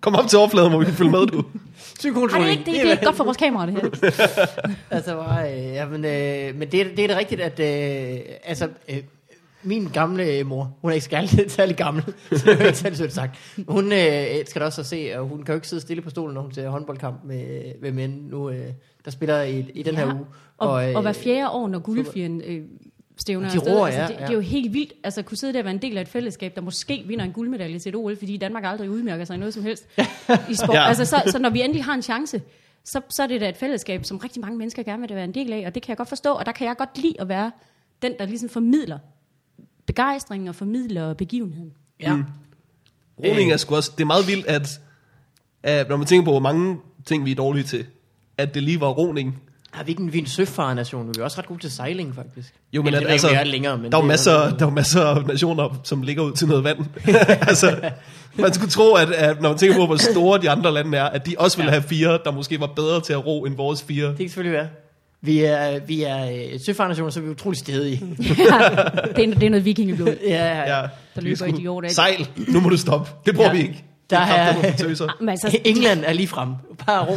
[SPEAKER 1] Kom op til overfladen, hvor vi kan følge med, du.
[SPEAKER 2] Ej, det er
[SPEAKER 3] Psykotrolling.
[SPEAKER 2] ikke, det, det er ikke godt for vores kamera, det her.
[SPEAKER 3] Altså, hvor, øh, ja, men, øh, men det, er- det er da rigtigt, at øh, altså, øh, Min gamle øh, mor, hun er ikke særlig, (laughs) særlig gammel, så det er jo ikke særlig sødt sagt. Hun øh, elsker det også at se, og hun kan jo ikke sidde stille på stolen, når hun ser håndboldkamp med, med mænd nu, øh, der spiller i, i den ja. her uge.
[SPEAKER 2] Og, og, øh, og hver fjerde år, når guldfjeren øh, stævner
[SPEAKER 3] De
[SPEAKER 2] afsted,
[SPEAKER 3] roer,
[SPEAKER 2] altså,
[SPEAKER 3] ja,
[SPEAKER 2] det,
[SPEAKER 3] ja.
[SPEAKER 2] det er jo helt vildt altså, at kunne sidde der og være en del af et fællesskab, der måske vinder en guldmedalje til et OL, fordi Danmark aldrig udmærker sig i noget som helst i sport.
[SPEAKER 1] Ja.
[SPEAKER 2] ja. altså, så, så når vi endelig har en chance, så, så er det da et fællesskab, som rigtig mange mennesker gerne vil være en del af, og det kan jeg godt forstå, og der kan jeg godt lide at være den, der ligesom formidler begejstringen og formidler begivenheden. (laughs)
[SPEAKER 3] ja. Mm.
[SPEAKER 1] Roning er sgu også, det er meget vildt, at, at når man tænker på, hvor mange ting vi er dårlige til, at det lige var roning.
[SPEAKER 3] Har vi ikke en, vi er en søfarernation? men Vi er også ret gode til sejling, faktisk.
[SPEAKER 1] Jo, men
[SPEAKER 3] Eller
[SPEAKER 1] at,
[SPEAKER 3] det ved
[SPEAKER 1] altså,
[SPEAKER 3] jeg ikke, om vi er længere, men
[SPEAKER 1] der er jo
[SPEAKER 3] det er-
[SPEAKER 1] masser, der er jo masser af nationer, som ligger ud til noget vand. (laughs) altså, man skulle tro, at, at når man tænker på, hvor store de andre lande er, at de også ville
[SPEAKER 3] Ja.
[SPEAKER 1] have fire, der måske var bedre til at ro end vores fire.
[SPEAKER 3] Det kan selvfølgelig være. Vi er, vi er øh, søfarnationer, så er vi er utrolig stedige.
[SPEAKER 2] det, er, det er noget vikingeblod. Ah,
[SPEAKER 3] ja, ja.
[SPEAKER 1] Ja,
[SPEAKER 2] Der
[SPEAKER 1] vi
[SPEAKER 2] løber
[SPEAKER 1] skulle-
[SPEAKER 2] idioter, ikke?
[SPEAKER 1] Sejl, nu må du stoppe. Det bruger
[SPEAKER 3] Ja.
[SPEAKER 1] ja. vi ikke.
[SPEAKER 3] Der
[SPEAKER 1] Det
[SPEAKER 3] er-
[SPEAKER 1] kræfter nogle tøser.
[SPEAKER 2] Men altså,
[SPEAKER 3] England er lige frem. Bare ro.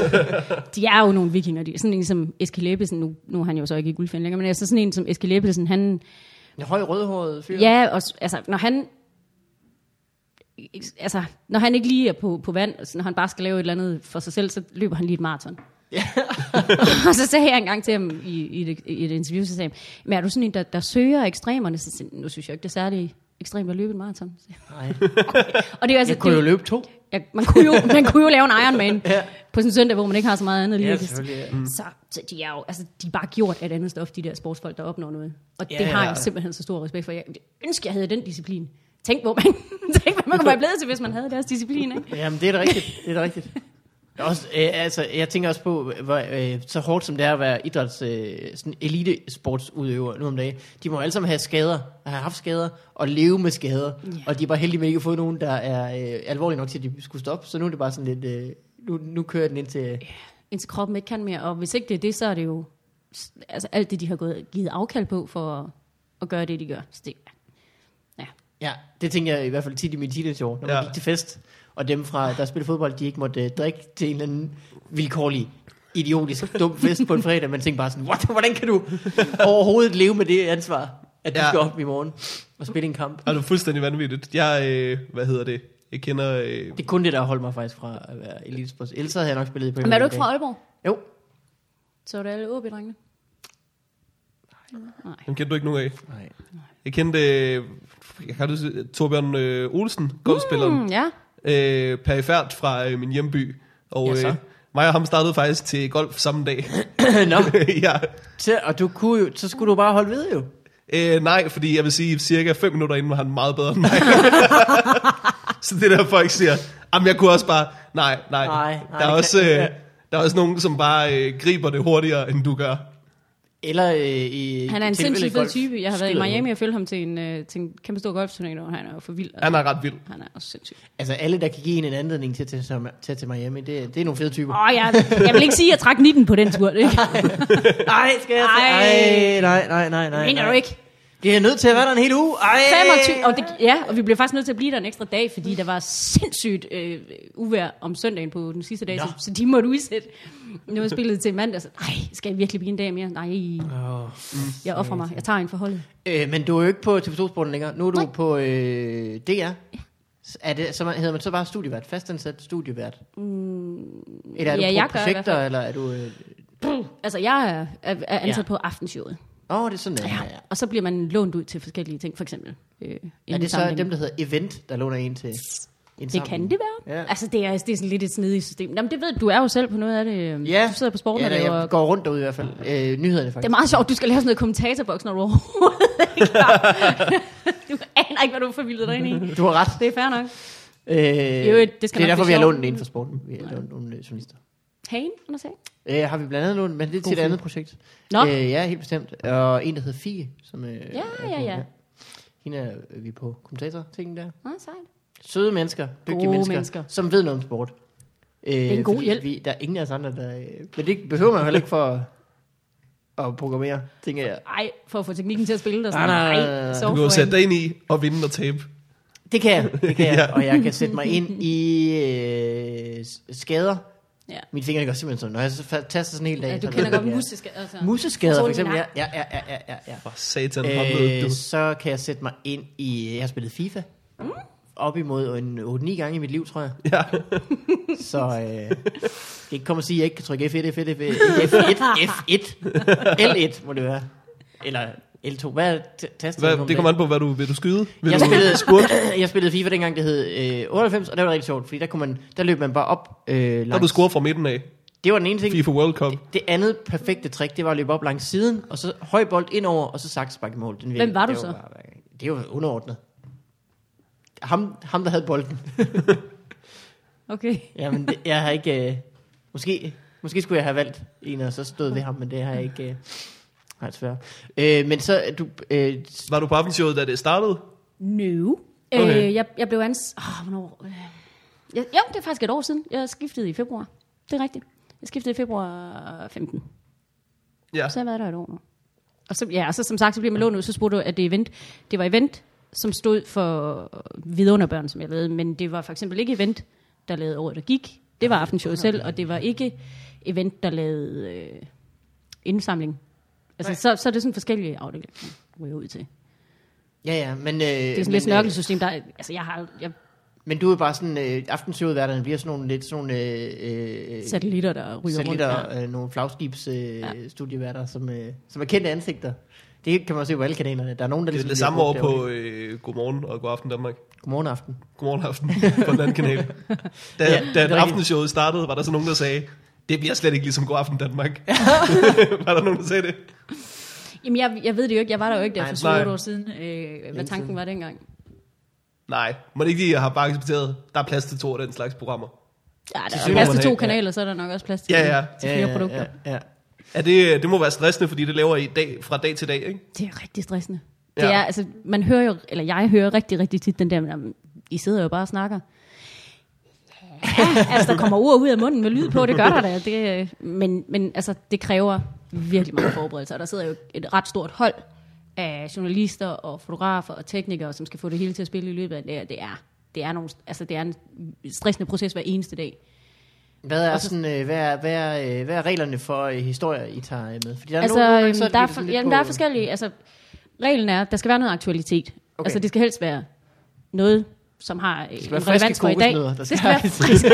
[SPEAKER 2] de er jo nogle vikinger. De, sådan en som Eskil Ebbesen, nu, nu er han jo så ikke i guldfjern længere, men altså sådan en som Eskil Ebbesen, han,
[SPEAKER 3] En høj rødhåret fyr.
[SPEAKER 2] Ja, og, s- altså, når han... Altså, når han ikke lige er på, på vand, altså, når han bare skal lave et eller andet for sig selv, så løber han lige et maraton. (laughs) og så sagde jeg engang til ham i, i, et, i et interview, så sagde han, men er du sådan en, der, der søger ekstremerne? Så sagde, jeg, nu synes jeg ikke, det er særlig ekstremt at løbe et maraton. Så sagde
[SPEAKER 3] Nej.
[SPEAKER 2] jeg, (laughs) Og det er jo altså,
[SPEAKER 3] Jeg kunne jo
[SPEAKER 2] det,
[SPEAKER 3] løbe to.
[SPEAKER 2] ja, man, kunne jo,
[SPEAKER 3] (laughs)
[SPEAKER 2] man kunne jo lave en Ironman
[SPEAKER 3] Ja.
[SPEAKER 2] ja. på sådan en søndag, hvor man ikke har så meget andet lige.
[SPEAKER 3] Ja,
[SPEAKER 2] at-
[SPEAKER 3] selvfølgelig, ja. Mm.
[SPEAKER 2] så, så de er jo altså, de er bare gjort af et andet stof, de der sportsfolk, der opnår noget. Og
[SPEAKER 3] Ja,
[SPEAKER 2] det har
[SPEAKER 3] ja.
[SPEAKER 2] jeg simpelthen så stor respekt for. Jeg ønsker, jeg havde den disciplin. Tænk, hvor man, (laughs) tænk, hvad man kunne være blevet til, hvis man havde deres disciplin. Ikke?
[SPEAKER 3] (laughs) Jamen, det er da rigtigt. Det er da (laughs) rigtigt. Også, øh, altså, jeg tænker også på, hvor, øh, så hårdt som det er at være idræts, øh, sådan elitesportsudøver nu om dagen. De må jo alle sammen have skader, have haft skader, og leve med skader. Yeah. Og de er bare heldige med ikke at få nogen, der er øh, alvorlige nok til, at de skulle stoppe. Så nu er det bare sådan lidt, øh, nu, nu kører den ind til... Øh,
[SPEAKER 2] Indtil kroppen ikke kan mere. Og hvis ikke det er det, så er det jo s- altså, alt det, de har gået, givet afkald på for at, at gøre det, de gør. Så det, ja.
[SPEAKER 3] Ja, det tænker jeg i hvert fald tit i mine teenageår, når man ja.
[SPEAKER 1] Ja.
[SPEAKER 3] gik til fest, og dem fra, der spillede fodbold, de ikke måtte øh, drikke til en eller anden vilkårlig, idiotisk, dum fest på en fredag. Man tænkte bare sådan, What? hvordan kan du overhovedet leve med det ansvar, at du ja.
[SPEAKER 1] Ja.
[SPEAKER 3] skal op i morgen og spille en kamp?
[SPEAKER 1] Og det er fuldstændig vanvittigt. Jeg, øh, hvad hedder det? Jeg kender... Øh,
[SPEAKER 3] Det er kun det, der holder mig faktisk fra at være elitesports. Ellers havde jeg nok spillet i Premier
[SPEAKER 2] Men er du
[SPEAKER 3] League
[SPEAKER 2] ikke fra Aalborg?
[SPEAKER 3] i dag. Jo.
[SPEAKER 2] Så er det alle åb drengene
[SPEAKER 1] dem kender du ikke nogen af.
[SPEAKER 3] Nej.
[SPEAKER 1] Jeg kendte... Øh, jeg kan huske, Torbjørn øh, Olsen, golfspilleren.
[SPEAKER 2] Mm, ja.
[SPEAKER 1] øh, perifært fra øh, min hjemby. Og
[SPEAKER 3] Ja, så.
[SPEAKER 1] øh, mig og ham startede faktisk til golf samme dag. (laughs)
[SPEAKER 3] (clears throat) Nå,
[SPEAKER 1] ja.
[SPEAKER 3] så, og du kunne jo, så skulle du bare holde ved jo.
[SPEAKER 1] øh, nej, fordi jeg vil sige, cirka 5 minutter inden var han meget bedre end mig. (laughs) så det der folk siger, jamen jeg kunne også bare, nej, nej.
[SPEAKER 3] Nej, nej,
[SPEAKER 1] der, er
[SPEAKER 3] det
[SPEAKER 1] også,
[SPEAKER 3] kan-
[SPEAKER 1] øh,
[SPEAKER 3] ja.
[SPEAKER 1] der er også nogen, som bare øh, griber det hurtigere, end du gør.
[SPEAKER 3] Eller øh, i
[SPEAKER 2] Han er en
[SPEAKER 3] tilfældet
[SPEAKER 2] sindssygt fed
[SPEAKER 3] golf.
[SPEAKER 2] type. Jeg har været i
[SPEAKER 3] Skyder jo.
[SPEAKER 2] Miami og følge ham til en, øh, til en kæmpe stor golfturnering, og han er jo for vild.
[SPEAKER 1] Han er ret vild.
[SPEAKER 2] Han er også sindssyg.
[SPEAKER 3] Altså alle, der kan give en en anledning til at tage, til- tage til Miami, det, det er nogle fede typer.
[SPEAKER 2] Åh, oh, jeg, jeg vil ikke sige, at jeg trak 19 på den tur. Det
[SPEAKER 3] Nej, skal jeg
[SPEAKER 2] Ej.
[SPEAKER 3] Ej, nej, nej, nej,
[SPEAKER 2] (laughs)
[SPEAKER 3] nej.
[SPEAKER 2] mener
[SPEAKER 3] nej.
[SPEAKER 2] du ikke.
[SPEAKER 3] Det er nødt til at være der en hel uge. Ej.
[SPEAKER 2] 25, og det, ja, og vi blev faktisk nødt til at blive der en ekstra dag, fordi der var sindssygt øh, uvær om søndagen på den sidste dag,
[SPEAKER 3] Nå.
[SPEAKER 2] så, så, de måtte udsætte. Nu var spillet til mandag, så nej, skal jeg virkelig blive en dag mere? Nej,
[SPEAKER 3] Åh. mm.
[SPEAKER 2] jeg offrer mig. Jeg tager en forholdet.
[SPEAKER 3] Øh, men du er jo ikke på TV2-sporten længere. Nu er du nej. på øh, DR. Er det, så man, hedder man så bare studievært? Fastansat studievært? Mm, eller
[SPEAKER 2] ja,
[SPEAKER 3] er du
[SPEAKER 2] jeg
[SPEAKER 3] på
[SPEAKER 2] gør i hvert
[SPEAKER 3] projekter,
[SPEAKER 2] fald.
[SPEAKER 3] eller er du... øh,
[SPEAKER 2] Altså, jeg er, er er ansat
[SPEAKER 3] Ja.
[SPEAKER 2] ja. på aftenshowet,
[SPEAKER 3] Åh, øh, oh, det er sådan, ja. ja.
[SPEAKER 2] og så bliver man lånt ud til forskellige ting, for eksempel. Øh,
[SPEAKER 3] Er det så
[SPEAKER 2] indsamling.
[SPEAKER 3] dem, der hedder Event, der låner en til en
[SPEAKER 2] Det kan det være.
[SPEAKER 3] Ja.
[SPEAKER 2] Ja. Altså, det er, det er sådan lidt et snedigt system. Jamen, det ved du er jo selv på noget af det. øhm,
[SPEAKER 3] Ja.
[SPEAKER 2] Du sidder på sporten
[SPEAKER 3] ja,
[SPEAKER 2] ja, og
[SPEAKER 3] da,
[SPEAKER 2] laver...
[SPEAKER 3] jeg går rundt derude i hvert fald. Øh, nyhederne faktisk.
[SPEAKER 2] Det er meget sjovt, du skal lave sådan noget kommentatorboks, når du overhovedet ikke har- (laughs) Du aner ikke, hvad du har forvildet dig ind i.
[SPEAKER 3] Du har ret.
[SPEAKER 2] Det er fair nok.
[SPEAKER 3] Øh, det,
[SPEAKER 2] Jo, det skal nok
[SPEAKER 3] det er
[SPEAKER 2] blive
[SPEAKER 3] derfor, vi har
[SPEAKER 2] sjovt.
[SPEAKER 3] lånt den inden for sporten. Vi har lånt nogle øh, journalister.
[SPEAKER 2] Hagen, Anders Hagen.
[SPEAKER 3] Øh, har vi blandt andet lånt, men det er til et andet projekt.
[SPEAKER 2] Nå.
[SPEAKER 3] Øh, ja, helt bestemt. Og en, der hedder Fie, som... Øh,
[SPEAKER 2] Ja,
[SPEAKER 3] er på-
[SPEAKER 2] ja, ja.
[SPEAKER 3] Hende er øh, vi er på kommentator-tingen der.
[SPEAKER 2] Nå, sejt.
[SPEAKER 3] Søde mennesker, dygtige
[SPEAKER 2] Gode
[SPEAKER 3] mennesker,
[SPEAKER 2] mennesker.
[SPEAKER 3] som ved noget om sport. Øh, det
[SPEAKER 2] er en god hjælp.
[SPEAKER 3] Vi, der er ingen af os andre, der... Øh, men det behøver man jo heller ikke for at, at programmere, tænker jeg.
[SPEAKER 2] Ej, for at få teknikken til at spille dig sådan.
[SPEAKER 3] Nej, nej,
[SPEAKER 2] Nej,
[SPEAKER 3] nej, nej.
[SPEAKER 2] så
[SPEAKER 1] Du kan jo sætte dig ind i og vinde og tabe.
[SPEAKER 3] Det kan jeg, det kan jeg.
[SPEAKER 1] Ja.
[SPEAKER 3] Og jeg kan sætte mig ind i øh, s- skader,
[SPEAKER 2] Ja.
[SPEAKER 3] Mine fingre går simpelthen sådan. Når jeg så fa- taster sådan en hel dag...
[SPEAKER 2] ja du
[SPEAKER 3] så-
[SPEAKER 2] kender godt musiske. Altså.
[SPEAKER 3] Museskader for
[SPEAKER 2] Tålen
[SPEAKER 3] eksempel,
[SPEAKER 2] i
[SPEAKER 3] ja,
[SPEAKER 2] nakken.
[SPEAKER 3] ja, ja, ja, ja, ja, ja.
[SPEAKER 1] For satan, øh,
[SPEAKER 3] Øh,
[SPEAKER 1] du.
[SPEAKER 3] så kan jeg sætte mig ind i... Jeg har spillet FIFA. Mm. Op imod en 8-9 gange i mit liv, tror jeg.
[SPEAKER 1] Ja.
[SPEAKER 3] (laughs) Så øh, skal ikke komme og sige, at jeg ikke kan trykke F1, F1, F1, F1, F1, L1 må det være. Eller L2. Hvad er t- tasten?
[SPEAKER 1] Hvad, det kommer an på, hvad du vil du skyde. Vil
[SPEAKER 3] jeg
[SPEAKER 1] du
[SPEAKER 3] spillede,
[SPEAKER 1] spurgt? (laughs)
[SPEAKER 3] jeg spillede FIFA dengang, det hed øh, 98, og det var rigtig sjovt, fordi der, kunne man, der løb man bare op øh,
[SPEAKER 1] Der du
[SPEAKER 3] langs.
[SPEAKER 1] scoret fra midten af.
[SPEAKER 3] Det var den ene ting.
[SPEAKER 1] FIFA World Cup.
[SPEAKER 3] Det andet perfekte trick, det var at løbe op langs siden, og så høj bold indover, og så sagt sparke i mål. Den virkelig-
[SPEAKER 2] var du
[SPEAKER 3] det
[SPEAKER 2] så?
[SPEAKER 3] bare- det var underordnet. Ham, ham der havde bolden.
[SPEAKER 2] Okay.
[SPEAKER 3] (laughs) Jamen, det, jeg har ikke... Øh, måske, måske skulle jeg have valgt en, og så stod ved ham, men det har jeg ikke... Øh, nej, desværre. Øh, men så, øh, du... Øh, s-
[SPEAKER 1] Var du på aftenshowet, da det startede?
[SPEAKER 2] No.
[SPEAKER 1] Okay.
[SPEAKER 2] Okay. Øh, jeg, jeg blev ans... Oh, hvornår? Øh, jeg, jo, det er faktisk et år siden. Jeg skiftede i februar. Det er rigtigt. Jeg skiftede i februar 15.
[SPEAKER 1] Ja.
[SPEAKER 2] Så har jeg været der et år nu. Og så, ja, og så som sagt, så bliver man lånt ud, så spurgte du, at det er event. Det var event, som stod for vidunderbørn, som jeg lavede, men det var for eksempel ikke event, der lavede året, der gik. Det var aftenshowet selv, og det var ikke event, der lavede øh, indsamling. Altså, så, så er det sådan forskellige afdelinger, man ryger ud til.
[SPEAKER 3] ja, ja, men... Øh,
[SPEAKER 2] Det er sådan
[SPEAKER 3] men,
[SPEAKER 2] lidt snørkelsystem, der... er- Altså, jeg har... Jeg,
[SPEAKER 3] men du er bare sådan... Øh, aftenshowet bliver sådan nogle lidt sådan nogle... Øh, øh,
[SPEAKER 2] satellitter, der ryger rundt.
[SPEAKER 3] satellitter,
[SPEAKER 2] Ja.
[SPEAKER 3] øh, nogle flagskibs øh, ja. studieværter, som, øh, som er kendte ansigter. Det kan man jo se på alle kanalerne. Der er nogen, der
[SPEAKER 1] Det er
[SPEAKER 3] ligesom
[SPEAKER 1] det samme
[SPEAKER 3] bliver
[SPEAKER 1] år
[SPEAKER 3] brugt
[SPEAKER 1] på
[SPEAKER 3] derovre.
[SPEAKER 1] øh, Godmorgen og Godaften Danmark.
[SPEAKER 3] Godmorgen aften.
[SPEAKER 1] Godmorgen
[SPEAKER 3] (laughs)
[SPEAKER 1] aften på den anden kanal. Da,
[SPEAKER 3] Ja,
[SPEAKER 1] ja,
[SPEAKER 3] det er
[SPEAKER 1] da
[SPEAKER 3] rigtigt.
[SPEAKER 1] aftenshowet startede, var der så nogen, der sagde, det bliver slet ikke ligesom Godaften Danmark. (laughs) var der nogen, der sagde det?
[SPEAKER 2] Jamen, jeg, jeg ved det jo ikke. Jeg var der jo ikke der
[SPEAKER 3] Nej,
[SPEAKER 2] for
[SPEAKER 1] nej.
[SPEAKER 2] 7 år siden. Øh, hvad tanken var dengang.
[SPEAKER 1] Nej, men ikke de, jeg har bare accepteret, der er plads til to af den slags programmer.
[SPEAKER 2] Ja, der er
[SPEAKER 1] synes
[SPEAKER 2] jo plads
[SPEAKER 1] man,
[SPEAKER 2] til to
[SPEAKER 1] ja.
[SPEAKER 2] kanaler, så er der nok også plads til,
[SPEAKER 1] Ja, ja.
[SPEAKER 2] til flere produkter.
[SPEAKER 3] Ja, ja, ja.
[SPEAKER 1] Er det, det må være stressende, fordi det laver I dag, fra dag til dag, ikke?
[SPEAKER 2] Det er rigtig stressende.
[SPEAKER 1] Ja.
[SPEAKER 2] Ja. Det er, altså, man hører jo, eller jeg hører rigtig, rigtig tit den der, "Jamen, I sidder jo bare og snakker. Ja, altså, der kommer ord ud af munden med lyd på, det gør der da. Det, øh, men, men altså, det kræver virkelig mange forberedelser, og der sidder jo et ret stort hold af journalister og fotografer og teknikere, som skal få det hele til at spille i løbet af det. her. Det er, det er, nogle, altså, det er en stressende proces hver eneste dag.
[SPEAKER 3] Hvad er, sådan, øh, hvad, er, hvad, er, øh, hvad er reglerne for øh, historier, I tager øh, med? Fordi der er
[SPEAKER 2] Altså,
[SPEAKER 3] nogle gange,
[SPEAKER 2] øhm,
[SPEAKER 3] så det
[SPEAKER 2] der, er,
[SPEAKER 3] lidt
[SPEAKER 2] for,
[SPEAKER 3] sådan lidt
[SPEAKER 2] jamen, der er
[SPEAKER 3] på-
[SPEAKER 2] forskellige... Altså, reglen er, at der skal være noget aktualitet.
[SPEAKER 3] Okay.
[SPEAKER 2] Okay. Altså, det skal helst være noget, som har det
[SPEAKER 3] være
[SPEAKER 2] en
[SPEAKER 3] friske
[SPEAKER 2] relevans for i dag.
[SPEAKER 3] kokosnødder, der
[SPEAKER 2] det
[SPEAKER 3] skal
[SPEAKER 2] skal være (laughs) frisk.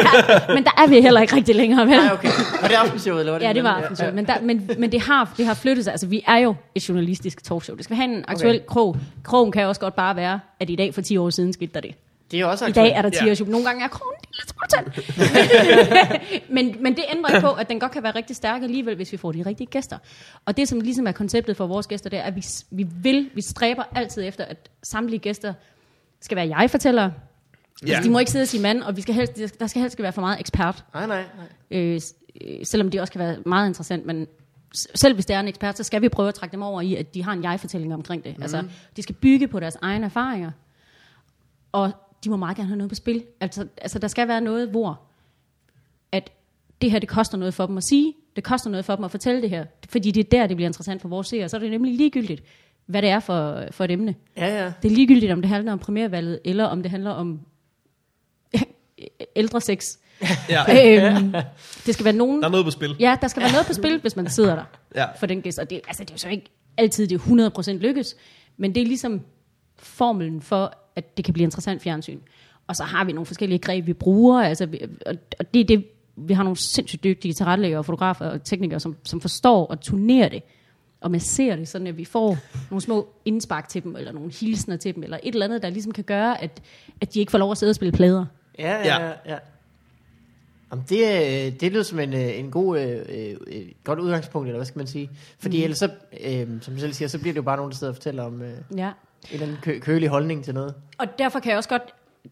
[SPEAKER 2] Ja, men der er vi heller ikke rigtig længere, vel?
[SPEAKER 3] Nej, okay. Var det aftenshowet, eller var det
[SPEAKER 2] Ja, det var
[SPEAKER 3] den anden?
[SPEAKER 2] aftenshowet. Men, der, men, men det, har, det har flyttet sig. Altså, vi er jo et journalistisk talkshow. Det skal have en aktuel
[SPEAKER 3] Okay.
[SPEAKER 2] okay. krog. Krogen kan også godt bare være, at i dag for 10 år siden skete der det.
[SPEAKER 3] Det er jo også
[SPEAKER 2] I dag er der
[SPEAKER 1] Ja.
[SPEAKER 2] 10 års jul. Nogle gange er kronen en lille smule tynd. Men, men, men det ændrer ikke på, at den godt kan være rigtig stærk alligevel, hvis vi får de rigtige gæster. Og det, som ligesom er konceptet for vores gæster, det er, at vi, s- vi vil, vi stræber altid efter, at samtlige gæster skal være jeg-fortællere. Ja. Altså, de må ikke sidde og sige mand, og vi skal helst, der skal helst ikke være for meget ekspert.
[SPEAKER 3] Nej, nej, nej.
[SPEAKER 2] Øh, s- øh, selvom det også kan være meget interessant, men s- selv hvis det er en ekspert, så skal vi prøve at trække dem over i, at de har en jeg-fortælling omkring det. Mm. Altså, de skal bygge på deres egne erfaringer, og de må meget gerne have noget på spil. Altså, altså der skal være noget, hvor at det her, det koster noget for dem at sige, det koster noget for dem at fortælle det her, fordi det er der, det bliver interessant for vores seere. Så er det nemlig ligegyldigt, hvad det er for, for et emne.
[SPEAKER 3] Ja, ja.
[SPEAKER 2] Det er ligegyldigt, om det handler om primærvalget, eller om det handler om (laughs) ældre sex.
[SPEAKER 1] Ja.
[SPEAKER 2] Øhm, det skal være nogen...
[SPEAKER 1] Der er noget på spil.
[SPEAKER 2] Ja, der skal være noget på spil, hvis man sidder der
[SPEAKER 1] Ja.
[SPEAKER 2] for den gæst. Og det, altså, det er jo så ikke altid, det er 100% lykkes, men det er ligesom formelen for, at det kan blive interessant fjernsyn. Og så har vi nogle forskellige greb, vi bruger, altså, vi- og, og det er det, vi har nogle sindssygt dygtige tilrettelæggere, fotografer og teknikere, som, som forstår og turnerer det, og masserer det, sådan at vi får nogle små indspark til dem, eller nogle hilsner til dem, eller et eller andet, der ligesom kan gøre, at, at de ikke får lov at sidde og spille plader.
[SPEAKER 3] Ja, ja, ja. ja. Jamen, det, øh, det lyder som en, øh, en god, øh, øh, øh, godt udgangspunkt, eller hvad skal man sige? Fordi mm. ellers så, øh, som du selv siger, så bliver det jo bare nogen, der sidder og fortæller om øh, en
[SPEAKER 2] Ja.
[SPEAKER 3] eller anden kø- kølig holdning til noget.
[SPEAKER 2] Og derfor kan jeg også godt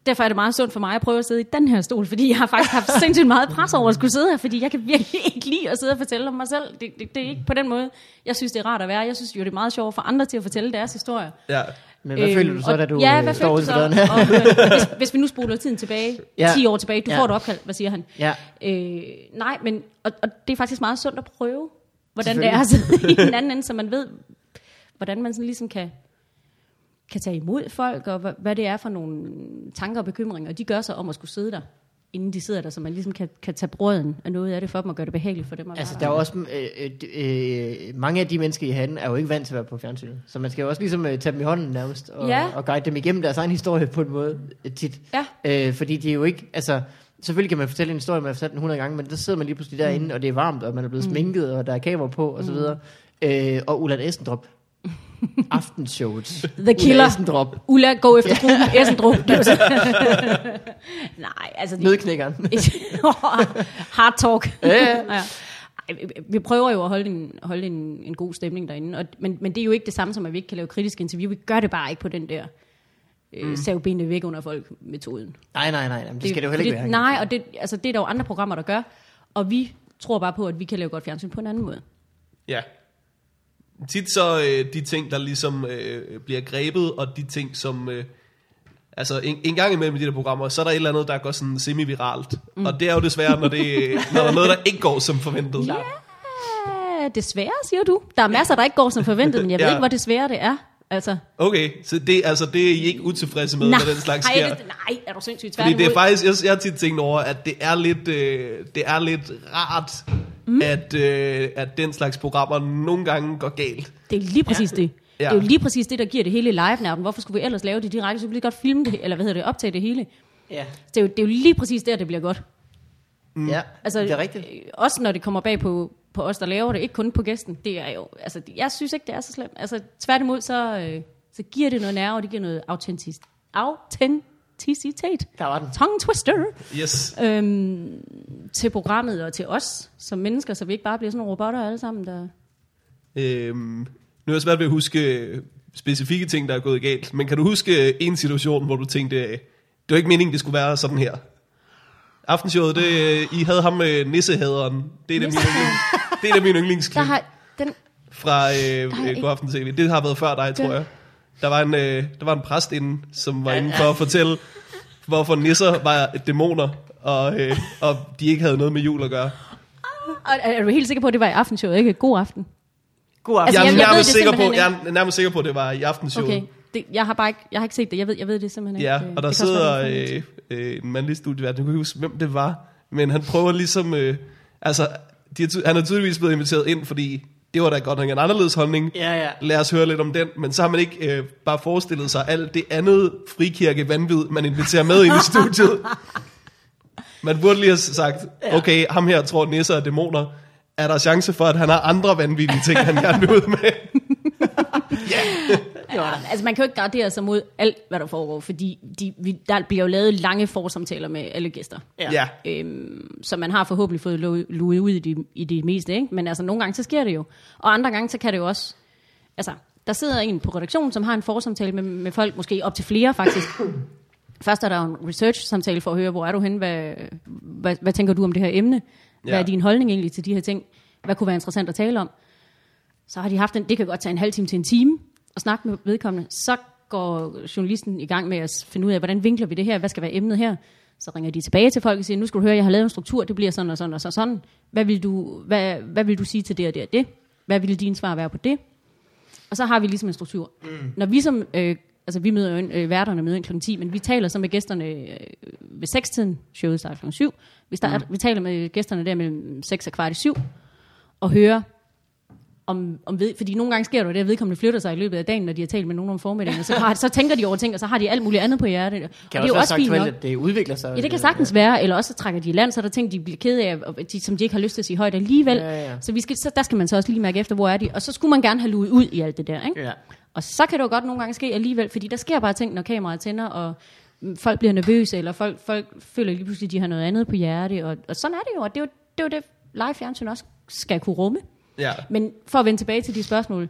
[SPEAKER 2] Derfor er det meget sundt for mig at prøve at sidde i den her stol, fordi jeg har faktisk haft sindssygt meget pres over at skulle sidde her, fordi jeg kan virkelig ikke lide at sidde og fortælle om mig selv. Det, det, det er ikke på den måde, jeg synes, det er rart at være. Jeg synes jo, det er meget sjovt for andre til at fortælle deres historier.
[SPEAKER 1] Ja.
[SPEAKER 3] Men hvad øh, føler du så,
[SPEAKER 2] Øhm, og-
[SPEAKER 3] da du
[SPEAKER 2] ja,
[SPEAKER 3] øh,
[SPEAKER 2] hvad
[SPEAKER 3] står
[SPEAKER 2] følte
[SPEAKER 3] ude
[SPEAKER 2] du
[SPEAKER 3] for
[SPEAKER 2] så?
[SPEAKER 3] døren her?
[SPEAKER 2] Og, øh, hvis, hvis vi nu spoler tiden tilbage,
[SPEAKER 3] Ja.
[SPEAKER 2] ja. 10 år tilbage, du
[SPEAKER 3] Ja.
[SPEAKER 2] ja. får et opkald, hvad siger han?
[SPEAKER 3] (laughs) Ja.
[SPEAKER 2] Øh, nej, men og, og det er faktisk meget sundt at prøve, hvordan det er at sidde i den anden ende, så man ved, hvordan man sådan ligesom kan, kan tage imod folk, og hvad, hvad det er for nogle tanker og bekymringer, de gør sig om at skulle sidde der. inden de sidder der, så man ligesom kan, kan tage brøden af noget af det for dem og gøre det behageligt for dem. at
[SPEAKER 3] Altså,
[SPEAKER 2] være
[SPEAKER 3] der er jo også, øh, øh, d- øh, mange af de mennesker i handen er jo ikke vant til at være på fjernsynet. Så man skal jo også ligesom øh, tage dem i hånden nærmest, og,
[SPEAKER 2] Ja.
[SPEAKER 3] og guide dem igennem deres egen historie på en måde øh, tit.
[SPEAKER 2] Ja.
[SPEAKER 3] Øh, fordi det er jo ikke, altså, selvfølgelig kan man fortælle en historie, man har fortalt den 100 gange, men der sidder man lige pludselig derinde, og det er varmt, og man er blevet mm. sminket, og der er kamera på, og så
[SPEAKER 2] Mm.
[SPEAKER 3] videre. Øh, og Ulan Essendrop,
[SPEAKER 2] (laughs)
[SPEAKER 3] aftenshowet.
[SPEAKER 2] The Killer.
[SPEAKER 3] Ulla Essendrop,
[SPEAKER 2] Ulla, gå efter gruppen. Essendrup.
[SPEAKER 3] (laughs)
[SPEAKER 2] Nej, altså... de-
[SPEAKER 3] nødknækkeren.
[SPEAKER 2] (laughs) Hard talk.
[SPEAKER 3] Ja, ja.
[SPEAKER 2] (laughs) ja. Ej, vi- vi prøver jo at holde en, holde en, en god stemning derinde, og, men, men det er jo ikke det samme som, at vi ikke kan lave kritiske interview. Vi gør det bare ikke på den der øh, mm. sav benene væk under folk-metoden.
[SPEAKER 3] (laughs) nej, nej, nej, nej, men det skal det jo heller ikke
[SPEAKER 2] fordi-
[SPEAKER 3] være.
[SPEAKER 2] Nej, og det, altså, det er der jo andre programmer, der gør, og vi tror bare på, at vi kan lave godt fjernsyn på en anden måde.
[SPEAKER 1] Ja. Tit så øh, de ting, der ligesom øh, bliver grebet, og de ting, som... Øh, altså, en, en gang imellem i de der programmer, så er der et eller andet, der går sådan semi-viralt. Mm. Og det er jo desværre, når, det, øh, når der er noget, der ikke går som forventet. Ja.
[SPEAKER 2] Ja, desværre, siger du. Der er masser, der ikke går som forventet, men jeg ved
[SPEAKER 1] Ja.
[SPEAKER 2] ikke, hvor desværre det er. Altså,
[SPEAKER 1] Okay, så det, altså, det er I ikke utilfredse med,
[SPEAKER 2] nej,
[SPEAKER 1] når den slags sker?
[SPEAKER 2] ej, det, nej, er du sindssygt
[SPEAKER 1] Fordi det er
[SPEAKER 2] tværtimod.
[SPEAKER 1] faktisk, jeg, jeg har tit tænkt over, at det er lidt, øh, det er lidt rart, mm. at, øh, at den slags programmer nogle gange går galt.
[SPEAKER 2] Det er lige præcis ja. det.
[SPEAKER 1] Ja.
[SPEAKER 2] Ja. Det er jo lige præcis det, der giver det hele live nerven. Hvorfor skulle vi ellers lave det direkte? Så kunne vi lige godt filme det, eller hvad hedder det, optage det hele.
[SPEAKER 3] Ja,
[SPEAKER 2] Det er jo, det er jo lige præcis der, det bliver godt.
[SPEAKER 3] ja.
[SPEAKER 2] Altså,
[SPEAKER 3] det er rigtigt.
[SPEAKER 2] øh, Også når det kommer bag på, på os, der laver det, ikke kun på gæsten. Det er jo, altså, det- jeg synes ikke, det er så slemt. Altså, tværtimod, så, øh, så giver det noget nerve, og det giver noget autentisk. Autenticitet.
[SPEAKER 3] Der var den.
[SPEAKER 2] Tongue twister.
[SPEAKER 1] Yes.
[SPEAKER 2] Øhm, til programmet og til os som mennesker, så vi ikke bare bliver sådan nogle robotter alle sammen, der...
[SPEAKER 1] Øhm, nu er jeg svært ved at huske øh, specifikke ting, der er gået galt, men kan du huske øh, en situation, hvor du tænkte, øh, det var ikke meningen, det skulle være sådan her? Aftenshowet, det, øh, I havde ham med nissehaderen. Det er da min, yndlings, det er da min
[SPEAKER 2] Der
[SPEAKER 1] yndlingsklip
[SPEAKER 2] har, den,
[SPEAKER 1] fra øh, øh,
[SPEAKER 2] ikke-
[SPEAKER 1] God Aften TV. Det har været før dig, tror
[SPEAKER 2] Det-
[SPEAKER 1] jeg. Der var en, øh, der var en præst inde, som var inde for at fortælle, hvorfor nisser var dæmoner, og, øh, og de ikke havde noget med jul at gøre.
[SPEAKER 2] Og er, er du helt sikker på, at det var i aftenshowet, ikke? God aften.
[SPEAKER 3] God aften.
[SPEAKER 2] Altså,
[SPEAKER 1] Jeg er
[SPEAKER 2] jeg ved det
[SPEAKER 1] nærmest sikker på,
[SPEAKER 2] simpelthen
[SPEAKER 1] jeg er nærmest sikker på, at det var i aftenshowet.
[SPEAKER 2] Okay. Det, jeg har bare ikke, jeg har ikke set det. Jeg ved, jeg ved det simpelthen
[SPEAKER 1] Ja,
[SPEAKER 2] ikke. Øh,
[SPEAKER 1] og der
[SPEAKER 2] det kan også
[SPEAKER 1] sidder
[SPEAKER 2] være, det er for
[SPEAKER 1] øh, øh, en mandlig studievært, jeg kan ikke huske, hvem det var, men han prøver ligesom, øh, altså, de er, ty- han er tydeligvis blevet inviteret ind, fordi det var da godt nok en anderledes holdning.
[SPEAKER 3] Ja, ja.
[SPEAKER 1] Lad os høre lidt om den, men så har man ikke øh, bare forestillet sig alt det andet frikirke vanvid, man inviterer med ind i
[SPEAKER 2] (laughs)
[SPEAKER 1] studiet. Man burde lige have sagt, okay, ham her tror nisser er dæmoner. Er der chance for, at han har andre vanvittige ting, han gerne vil ud med?
[SPEAKER 2] noget. Ja, altså, man kan jo ikke gardere sig mod alt, hvad der foregår, fordi de, vi, der bliver jo lavet lange forsamtaler med alle gæster.
[SPEAKER 3] Ja.
[SPEAKER 1] ja.
[SPEAKER 2] Øhm, så man har forhåbentlig fået lu- luet ud i det, i det meste, ikke? Men altså, nogle gange, så sker det jo. Og andre gange, så kan det jo også... Altså, der sidder en på redaktionen, som har en forsamtale med, med folk, måske op til flere faktisk. Først er der jo en research-samtale for at høre, hvor er du henne, hvad, hvad, hvad tænker du om det her emne? Hvad
[SPEAKER 1] Ja.
[SPEAKER 2] er din holdning egentlig til de her ting? Hvad kunne være interessant at tale om? Så har de haft en, det kan godt tage en halv time til en time at snakke med vedkommende. Så går journalisten i gang med at s- finde ud af, hvordan vinkler vi det her? Hvad skal være emnet her? Så ringer de tilbage til folk og siger, nu skal du høre, jeg har lavet en struktur, det bliver sådan og sådan og så- sådan. Hvad vil du, hvad, hvad vil du sige til det og det og det? Hvad ville dine svar være på det? Og så har vi ligesom en struktur. Mm. Når vi som, øh, altså vi møder jo ind, øh, værterne møder ind kl. 10, men vi taler så med gæsterne øh, ved 6-tiden, showet starter kl. 7. Vi, starter, mm. vi taler med gæsterne der mellem 6 og kvart i 7, og hører om, om ved, fordi nogle gange sker der jo det, at vedkommende flytter sig i løbet af dagen, når de har talt med nogen om formiddagen, og så, har, så tænker de over ting, og så har de alt muligt andet på hjertet. og
[SPEAKER 3] Kan
[SPEAKER 2] det er jo
[SPEAKER 3] også være
[SPEAKER 2] også
[SPEAKER 3] sagt,
[SPEAKER 2] fint
[SPEAKER 3] vel,
[SPEAKER 2] nok.
[SPEAKER 3] at det udvikler sig.
[SPEAKER 2] Ja, det kan sagtens være, eller også så trækker de i land, så er der ting, de bliver ked af, og de, som de ikke har lyst til at sige højt alligevel.
[SPEAKER 3] Ja, ja.
[SPEAKER 2] Så, vi skal, så der skal man så også lige mærke efter, hvor er de. Og så skulle man gerne have luet ud i alt det der. Ikke?
[SPEAKER 3] Ja.
[SPEAKER 2] Og så kan det jo godt nogle gange ske alligevel, fordi der sker bare ting, når kameraet tænder, og mm, folk bliver nervøse, eller folk, folk føler lige pludselig, at de har noget andet på hjerte. Og, og sådan er det jo, og det er jo det, er jo det live fjernsyn også skal kunne rumme.
[SPEAKER 1] ja.
[SPEAKER 2] Men for at vende tilbage til de spørgsmål,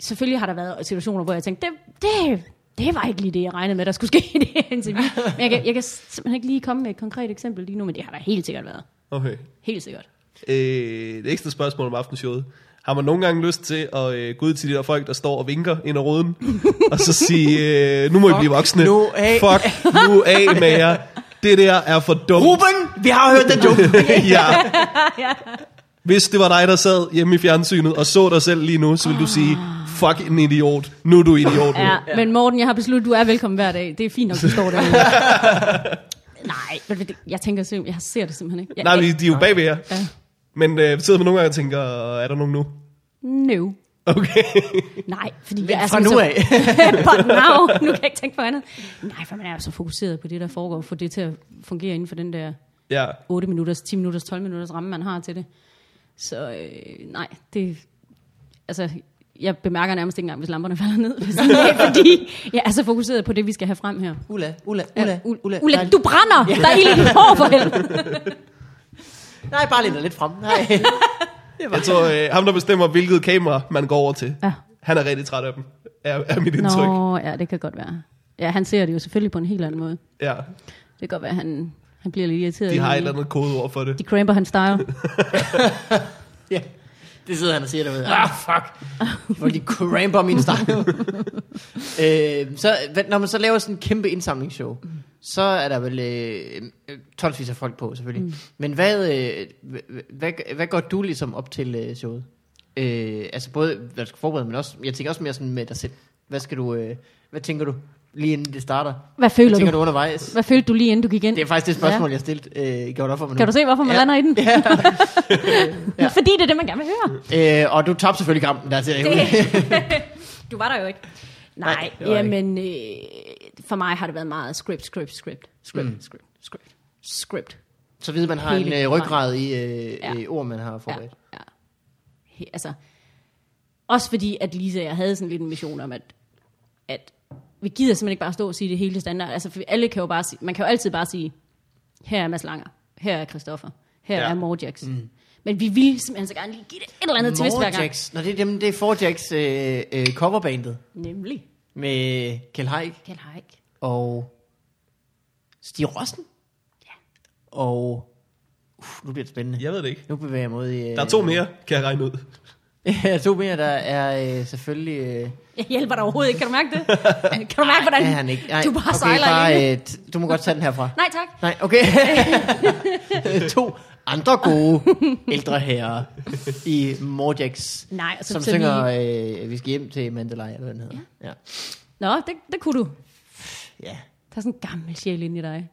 [SPEAKER 2] selvfølgelig har der været situationer, hvor jeg tænkte, det, det, det var ikke lige det, jeg regnede med, der skulle ske i det her interview. Men jeg kan, jeg kan simpelthen ikke lige komme med et konkret eksempel lige nu, men det har der helt sikkert været.
[SPEAKER 1] Okay.
[SPEAKER 2] Helt sikkert.
[SPEAKER 1] Øh, et ekstra spørgsmål om aftenshowet. Har man nogle gange lyst til at øh, gå ud til de der folk, der står og vinker ind ad råden, og så sige, øh, nu må I blive voksne.
[SPEAKER 3] nu af."
[SPEAKER 1] Fuck nu af med jer. Det der er for dumt.
[SPEAKER 3] Ruben, vi har hørt den joke.
[SPEAKER 1] (laughs) ja. Hvis det var dig, der sad hjemme i fjernsynet og så dig selv lige nu, så ville du sige, fuck en idiot. Nu er du idiot. nu."
[SPEAKER 3] (laughs)
[SPEAKER 2] Ja, ja. Men Morten, jeg har besluttet, du er velkommen hver dag. Det er fint nok, du står der. Nej, ved du hvad, det- jeg tænker simpelthen, jeg ser det simpelthen ikke. Jeg,
[SPEAKER 1] Nej, de, de er jo bagved jer.
[SPEAKER 2] Ja.
[SPEAKER 1] Men øh, sidder man nogle gange og tænker, er der nogen nu?
[SPEAKER 2] No.
[SPEAKER 1] Okay. (laughs)
[SPEAKER 2] Nej, fordi
[SPEAKER 3] Men
[SPEAKER 2] jeg er
[SPEAKER 3] fra
[SPEAKER 2] sådan
[SPEAKER 3] nu
[SPEAKER 2] altså, så- (laughs)
[SPEAKER 3] af.
[SPEAKER 2] But now, nu kan jeg ikke tænke på andet. Nej, for man er jo så fokuseret på det, der foregår, for det til at fungere inden for den der
[SPEAKER 1] ja.
[SPEAKER 2] 8 minutters, 10 minutters, 12 minutters ramme, man har til det. Så øh, nej, det... Altså, jeg bemærker nærmest ikke engang, hvis lamperne (laughs) falder ned,
[SPEAKER 3] (laughs)
[SPEAKER 2] hvis det er, fordi jeg er så fokuseret på det, vi skal have frem her.
[SPEAKER 3] Ulla, Ulla, Ulla,
[SPEAKER 2] Ulla,
[SPEAKER 3] Ulla.
[SPEAKER 2] Ulla,
[SPEAKER 3] Nej,
[SPEAKER 2] du brænder! Der er ild i dit hår, for helvede!
[SPEAKER 3] Nej, bare lidt lidt frem. Nej.
[SPEAKER 2] (laughs)
[SPEAKER 1] Jeg tror, øh, ham der bestemmer, hvilket kamera man går over til,
[SPEAKER 2] Ja.
[SPEAKER 1] han er rigtig træt af dem, er, er mit indtryk.
[SPEAKER 2] Nå, ja, det kan godt være. Ja, han ser det jo selvfølgelig på en helt anden måde.
[SPEAKER 1] Ja.
[SPEAKER 2] Det kan godt være, han, han bliver lidt irriteret.
[SPEAKER 1] De har et
[SPEAKER 2] indeni.
[SPEAKER 1] eller andet kodeord for det.
[SPEAKER 2] De cramper hans style.
[SPEAKER 3] ja. Det sidder han og siger derude. Ah, fuck. Hvor de cramper min (laughs) stang. øh, så, hvad- når man så laver sådan en kæmpe indsamlingsshow, så er der vel øh, øh, tonsvis af folk på, selvfølgelig. Mm. Men hvad, øh, hvad, hvad, hvad går du ligesom op til øh, showet? Øh, altså både, hvad du skal forberede, men også, jeg tænker også mere sådan med dig selv. Hvad skal du, øh, hvad tænker du lige inden det starter?
[SPEAKER 2] Hvad
[SPEAKER 3] Hvad
[SPEAKER 2] føler
[SPEAKER 3] tænker du,
[SPEAKER 2] du?
[SPEAKER 3] undervejs?
[SPEAKER 2] Hvad følte du lige, inden du gik ind?
[SPEAKER 3] Det er faktisk det spørgsmål, ja. jeg stillede. Øh, gjorde op for mig nu.
[SPEAKER 2] Kan du se, hvorfor man
[SPEAKER 3] Ja.
[SPEAKER 2] ja. lander i den? (laughs)
[SPEAKER 3] Ja. Ja.
[SPEAKER 2] Ja. Fordi det er det, man gerne vil høre.
[SPEAKER 3] Øh, og du tabte selvfølgelig kampen der til det.
[SPEAKER 2] (laughs) du var der jo ikke. Nej,
[SPEAKER 3] det var jeg
[SPEAKER 2] jamen, øh, for mig har det været meget script, script, script, script, mm. script, script, script.
[SPEAKER 3] Så ved man har en
[SPEAKER 2] Hele
[SPEAKER 3] øh,
[SPEAKER 2] vejen.
[SPEAKER 3] ryggrad i øh,
[SPEAKER 2] Ja.
[SPEAKER 3] ja. ord, man har
[SPEAKER 2] Ja,
[SPEAKER 3] forberedt.
[SPEAKER 2] ja. He, altså, også fordi, at Lisa og jeg havde sådan lidt en mission om, at, at vi gider simpelthen ikke bare stå og sige det hele standard. Altså, for alle kan jo bare sige, man kan jo altid bare sige, her er Mads Langer, her er Christoffer, her
[SPEAKER 1] Ja.
[SPEAKER 2] ja. er Morjax. Mm. Men vi ville simpelthen så gerne lige give det et eller andet twist hver gang.
[SPEAKER 3] Nå, det er, dem, det er Forjax øh, øh, coverbandet
[SPEAKER 2] Nemlig.
[SPEAKER 3] med Kjell Haik
[SPEAKER 2] Kjeld Haik.
[SPEAKER 3] og Stig Rossen.
[SPEAKER 2] Ja.
[SPEAKER 3] Og uh, nu bliver det spændende.
[SPEAKER 1] Jeg ved det ikke.
[SPEAKER 3] Nu bevæger jeg mig ud i... Øh,
[SPEAKER 1] Der er to mere, kan jeg regne ud.
[SPEAKER 3] (laughs) ja, to mere, der er øh, selvfølgelig... Øh,
[SPEAKER 2] Jeg hjælper dig overhovedet ikke, kan du mærke
[SPEAKER 3] (laughs)
[SPEAKER 2] det? kan du mærke, hvordan
[SPEAKER 3] er han ikke. Nej,
[SPEAKER 2] du bare
[SPEAKER 3] okay,
[SPEAKER 2] sejler
[SPEAKER 3] bare,
[SPEAKER 2] alene?
[SPEAKER 3] øh, t- Du må godt tage den herfra.
[SPEAKER 2] Nej tak.
[SPEAKER 3] Nej, okay. (laughs) to andre gode ældre herrer i Morjax,
[SPEAKER 2] Nej, og så-
[SPEAKER 3] som
[SPEAKER 2] så
[SPEAKER 3] synger, øh, vi skal hjem til Mandalay, eller hvad den hedder. Ja.
[SPEAKER 2] Nå, det, det kunne du.
[SPEAKER 3] ja.
[SPEAKER 2] Der er sådan en gammel sjæl inde i dig.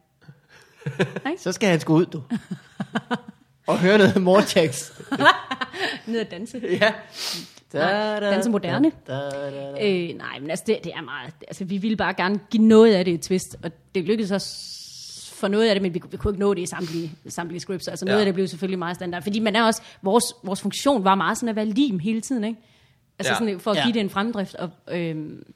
[SPEAKER 3] Så skal han sgu ud, du. Og høre noget Morjax.
[SPEAKER 2] Ned at danse.
[SPEAKER 3] ja.
[SPEAKER 2] Nej, danse moderne.
[SPEAKER 3] Da, da, da.
[SPEAKER 2] Øh, nej, men altså, det, det er meget... Altså, vi ville bare gerne give noget af det et twist, og det lykkedes os for noget af det, men vi, vi kunne ikke nå det i samtlige, samtlige scripts. Altså, noget
[SPEAKER 1] Ja.
[SPEAKER 2] af det blev selvfølgelig meget standard, fordi man er også... Vores, vores funktion var meget sådan at være lim hele tiden, ikke? Altså,
[SPEAKER 1] Ja.
[SPEAKER 2] ja. sådan, for at
[SPEAKER 3] Ja.
[SPEAKER 2] give det en fremdrift, og... Øhm,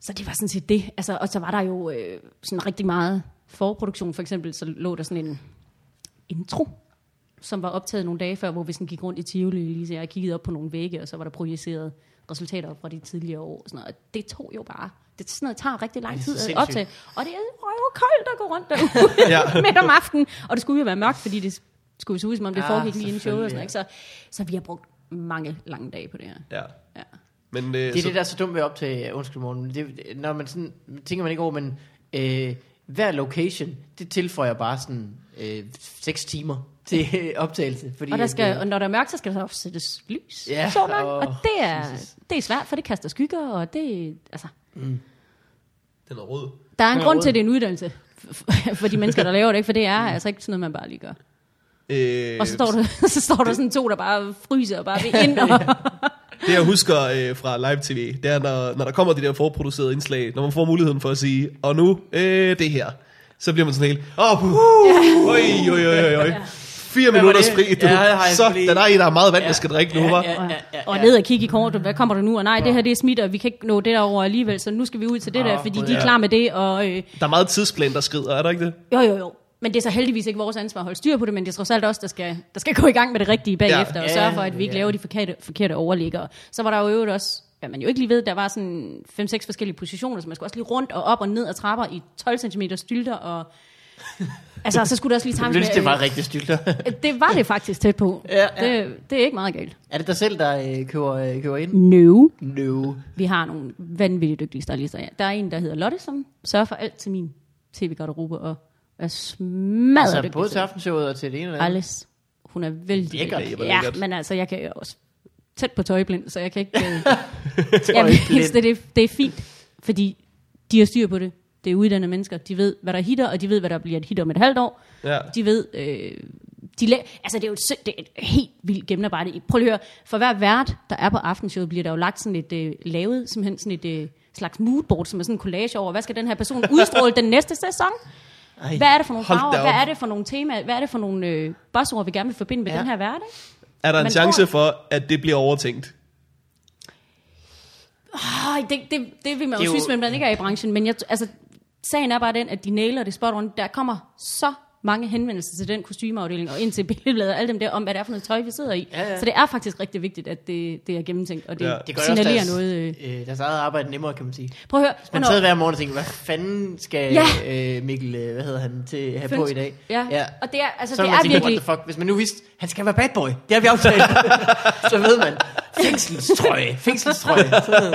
[SPEAKER 2] så det var sådan set det. Altså, og så var der jo øh, sådan rigtig meget forproduktion. For eksempel så lå der sådan en intro, som var optaget nogle dage før, hvor vi sådan gik rundt i Tivoli, lige jeg kiggede op på nogle vægge, og så var der projiceret resultater op fra de tidligere år. Og sådan noget. Og det tog jo bare. Det er sådan noget, der tager rigtig lang
[SPEAKER 3] Det er
[SPEAKER 2] tid
[SPEAKER 3] så
[SPEAKER 2] at optage. Og det er røvkoldt at gå rundt derude
[SPEAKER 3] (laughs)
[SPEAKER 1] Ja.
[SPEAKER 2] ja. (laughs) midt om aftenen. Og det skulle jo være mørkt, fordi det skulle jo se ud, som om det
[SPEAKER 3] Ah,
[SPEAKER 2] foregik lige inden showet. Og sådan,
[SPEAKER 3] selvfølgelig,
[SPEAKER 2] noget, ikke? så, så vi har brugt mange lange dage på det her.
[SPEAKER 1] Ja.
[SPEAKER 2] Ja.
[SPEAKER 1] Men, øh, det
[SPEAKER 3] Det er det, der er så dumt ved op til Undskyld Morgen. men Det, når man sådan, tænker man ikke over, men øh, hver location, det tilføjer bare sådan øh, 6 timer til øh, optagelse. Fordi,
[SPEAKER 2] Og, der skal,
[SPEAKER 3] øh,
[SPEAKER 2] og når der er mørkt, så skal der også sættes lys.
[SPEAKER 3] Ja,
[SPEAKER 2] Ja, sjovt nok.
[SPEAKER 3] åh,
[SPEAKER 2] Og det er,
[SPEAKER 3] Jesus.
[SPEAKER 2] det er svært, for det kaster skygger, og det, altså,
[SPEAKER 1] Den er rød.
[SPEAKER 2] der er en
[SPEAKER 3] Ja,
[SPEAKER 2] grund
[SPEAKER 3] overhovedet.
[SPEAKER 2] til, at det er en uddannelse (laughs) for- for de mennesker, der laver det, ikke? for det er altså ikke sådan noget, man bare lige gør.
[SPEAKER 1] Øh,
[SPEAKER 2] Og så står der, (laughs) så står der sådan to, der bare fryser og bare vil
[SPEAKER 3] (laughs)
[SPEAKER 2] ind. Og,
[SPEAKER 1] Det jeg husker øh, fra live tv, det er, når, når der kommer de der forproducerede indslag, når man får muligheden for at sige, og nu øh, det her, så bliver man sådan helt, åh, oh, uh, øj, øj, øj, øj. Fire
[SPEAKER 3] Hvad var
[SPEAKER 1] minutters
[SPEAKER 3] det?
[SPEAKER 1] fri, du.
[SPEAKER 3] Ja, jeg har
[SPEAKER 1] så
[SPEAKER 3] lige-
[SPEAKER 1] der er en, der er meget vand, jeg skal drikke nu, var.
[SPEAKER 3] ja, ja, ja.
[SPEAKER 2] og ned og kigge i kortet, hvad kommer der nu? Og nej, det her det er smidt, og vi kan ikke nå det der over alligevel, så nu skal vi ud til det
[SPEAKER 3] Nå,
[SPEAKER 2] der, fordi de
[SPEAKER 3] ja.
[SPEAKER 2] er klar med det. Og, øh,
[SPEAKER 1] Der er meget tidsplan, der skrider, er der ikke det?
[SPEAKER 2] jo, jo, jo. Men det er så heldigvis ikke vores ansvar at holde styr på det, men det er trods alt os, der skal, der skal gå i gang med det rigtige bagefter,
[SPEAKER 1] Ja.
[SPEAKER 2] og
[SPEAKER 3] Ja,
[SPEAKER 2] sørge for, at vi ikke
[SPEAKER 3] ja.
[SPEAKER 2] laver de forkerte, forkerte overligger. Så var der jo i øvrigt også, hvad man jo ikke lige ved, der var sådan 5-6 forskellige positioner, så man skulle også lige rundt og op og ned og trapper i 12 cm stylter,
[SPEAKER 3] (laughs)
[SPEAKER 2] og altså, så skulle der også lige
[SPEAKER 3] Jeg
[SPEAKER 2] times
[SPEAKER 3] synes, det var
[SPEAKER 2] med,
[SPEAKER 3] rigtig stylter.
[SPEAKER 2] øh, det var det faktisk tæt på.
[SPEAKER 3] Ja, ja.
[SPEAKER 2] Det, det er ikke meget galt.
[SPEAKER 3] er det dig selv, der øh, køber, øh, køber ind?
[SPEAKER 2] No.
[SPEAKER 3] No.
[SPEAKER 2] Vi har nogle vanvittigt dygtige stylister. Ja. Der er en, der hedder Lotte, som sørger for alt til min tv-garderobe, og er smadret
[SPEAKER 3] Altså,
[SPEAKER 2] dygtig
[SPEAKER 3] både
[SPEAKER 2] til
[SPEAKER 3] til
[SPEAKER 2] det.
[SPEAKER 3] aftenshowet og til det ene eller andet.
[SPEAKER 2] Alice, hun er vældig
[SPEAKER 3] Lækkert,
[SPEAKER 2] lækker.
[SPEAKER 1] Ebber,
[SPEAKER 2] Ja,
[SPEAKER 1] lækkert.
[SPEAKER 2] men altså, jeg kan jo også tæt på tøjblind, så jeg kan ikke... Øh, jeg
[SPEAKER 3] Tøjblind.
[SPEAKER 2] det, det, det er fint, fordi de har styr på det. Det er uddannede mennesker. De ved, hvad der er hitter, og de ved, hvad der bliver et hit om et halvt år.
[SPEAKER 1] Ja.
[SPEAKER 2] De ved... Øh, de la- altså, det er jo et, sy- det er et helt vildt gennemarbejdet. Prøv lige at høre. For hver vært, der er på aftenshowet, bliver der jo lagt sådan et... Øh, lavet simpelthen sådan et øh, slags moodboard, som er sådan en collage over, hvad skal den her
[SPEAKER 1] (laughs)
[SPEAKER 2] person udstråle den næste sæson?
[SPEAKER 3] Ej.
[SPEAKER 2] Hvad er det for nogle
[SPEAKER 1] hold da
[SPEAKER 2] farver?
[SPEAKER 1] op.
[SPEAKER 2] Hvad er det for nogle temaer? Hvad er det for nogle øh, buzzord, vi gerne vil forbinde med
[SPEAKER 3] Ja.
[SPEAKER 2] den her hverdag?
[SPEAKER 1] Er der en
[SPEAKER 2] Man
[SPEAKER 1] chance
[SPEAKER 2] tror-
[SPEAKER 1] for, at det bliver overtænkt?
[SPEAKER 2] Ej, det, det, det vil man jo
[SPEAKER 3] Det er jo-
[SPEAKER 2] synes, men man ikke er i branchen. Men jeg, altså, sagen er bare den, at de nailer det spot on. Der kommer så mange henvendelser til den kostymeafdeling og ind til (laughs) billedbladet og alle dem der om, hvad det er for noget tøj, vi sidder i.
[SPEAKER 3] Ja, ja.
[SPEAKER 2] Så det er faktisk rigtig vigtigt, at det, det er gennemtænkt, og det,
[SPEAKER 1] Ja.
[SPEAKER 2] ja.
[SPEAKER 3] Det
[SPEAKER 2] det
[SPEAKER 3] gør jo også
[SPEAKER 2] signalerer
[SPEAKER 3] deres,
[SPEAKER 2] noget. Øh.
[SPEAKER 3] øh, deres eget arbejde nemmere, kan man sige.
[SPEAKER 2] Prøv at høre.
[SPEAKER 3] Man
[SPEAKER 2] hvornår-
[SPEAKER 3] sidder hver morgen og tænker, hvad fanden skal
[SPEAKER 2] Ja.
[SPEAKER 3] ja. øh, Mikkel, øh, hvad hedder han, til have på i dag?
[SPEAKER 2] Ja. ja, og det er,
[SPEAKER 3] Så,
[SPEAKER 2] altså,
[SPEAKER 3] så
[SPEAKER 2] det
[SPEAKER 3] man
[SPEAKER 2] er
[SPEAKER 3] tænker,
[SPEAKER 2] virkelig...
[SPEAKER 3] what the fuck, hvis man nu vidste, han skal være bad boy, det har vi aftalt, (laughs) så ved man, fængselstrøje, fængselstrøje, sådan noget.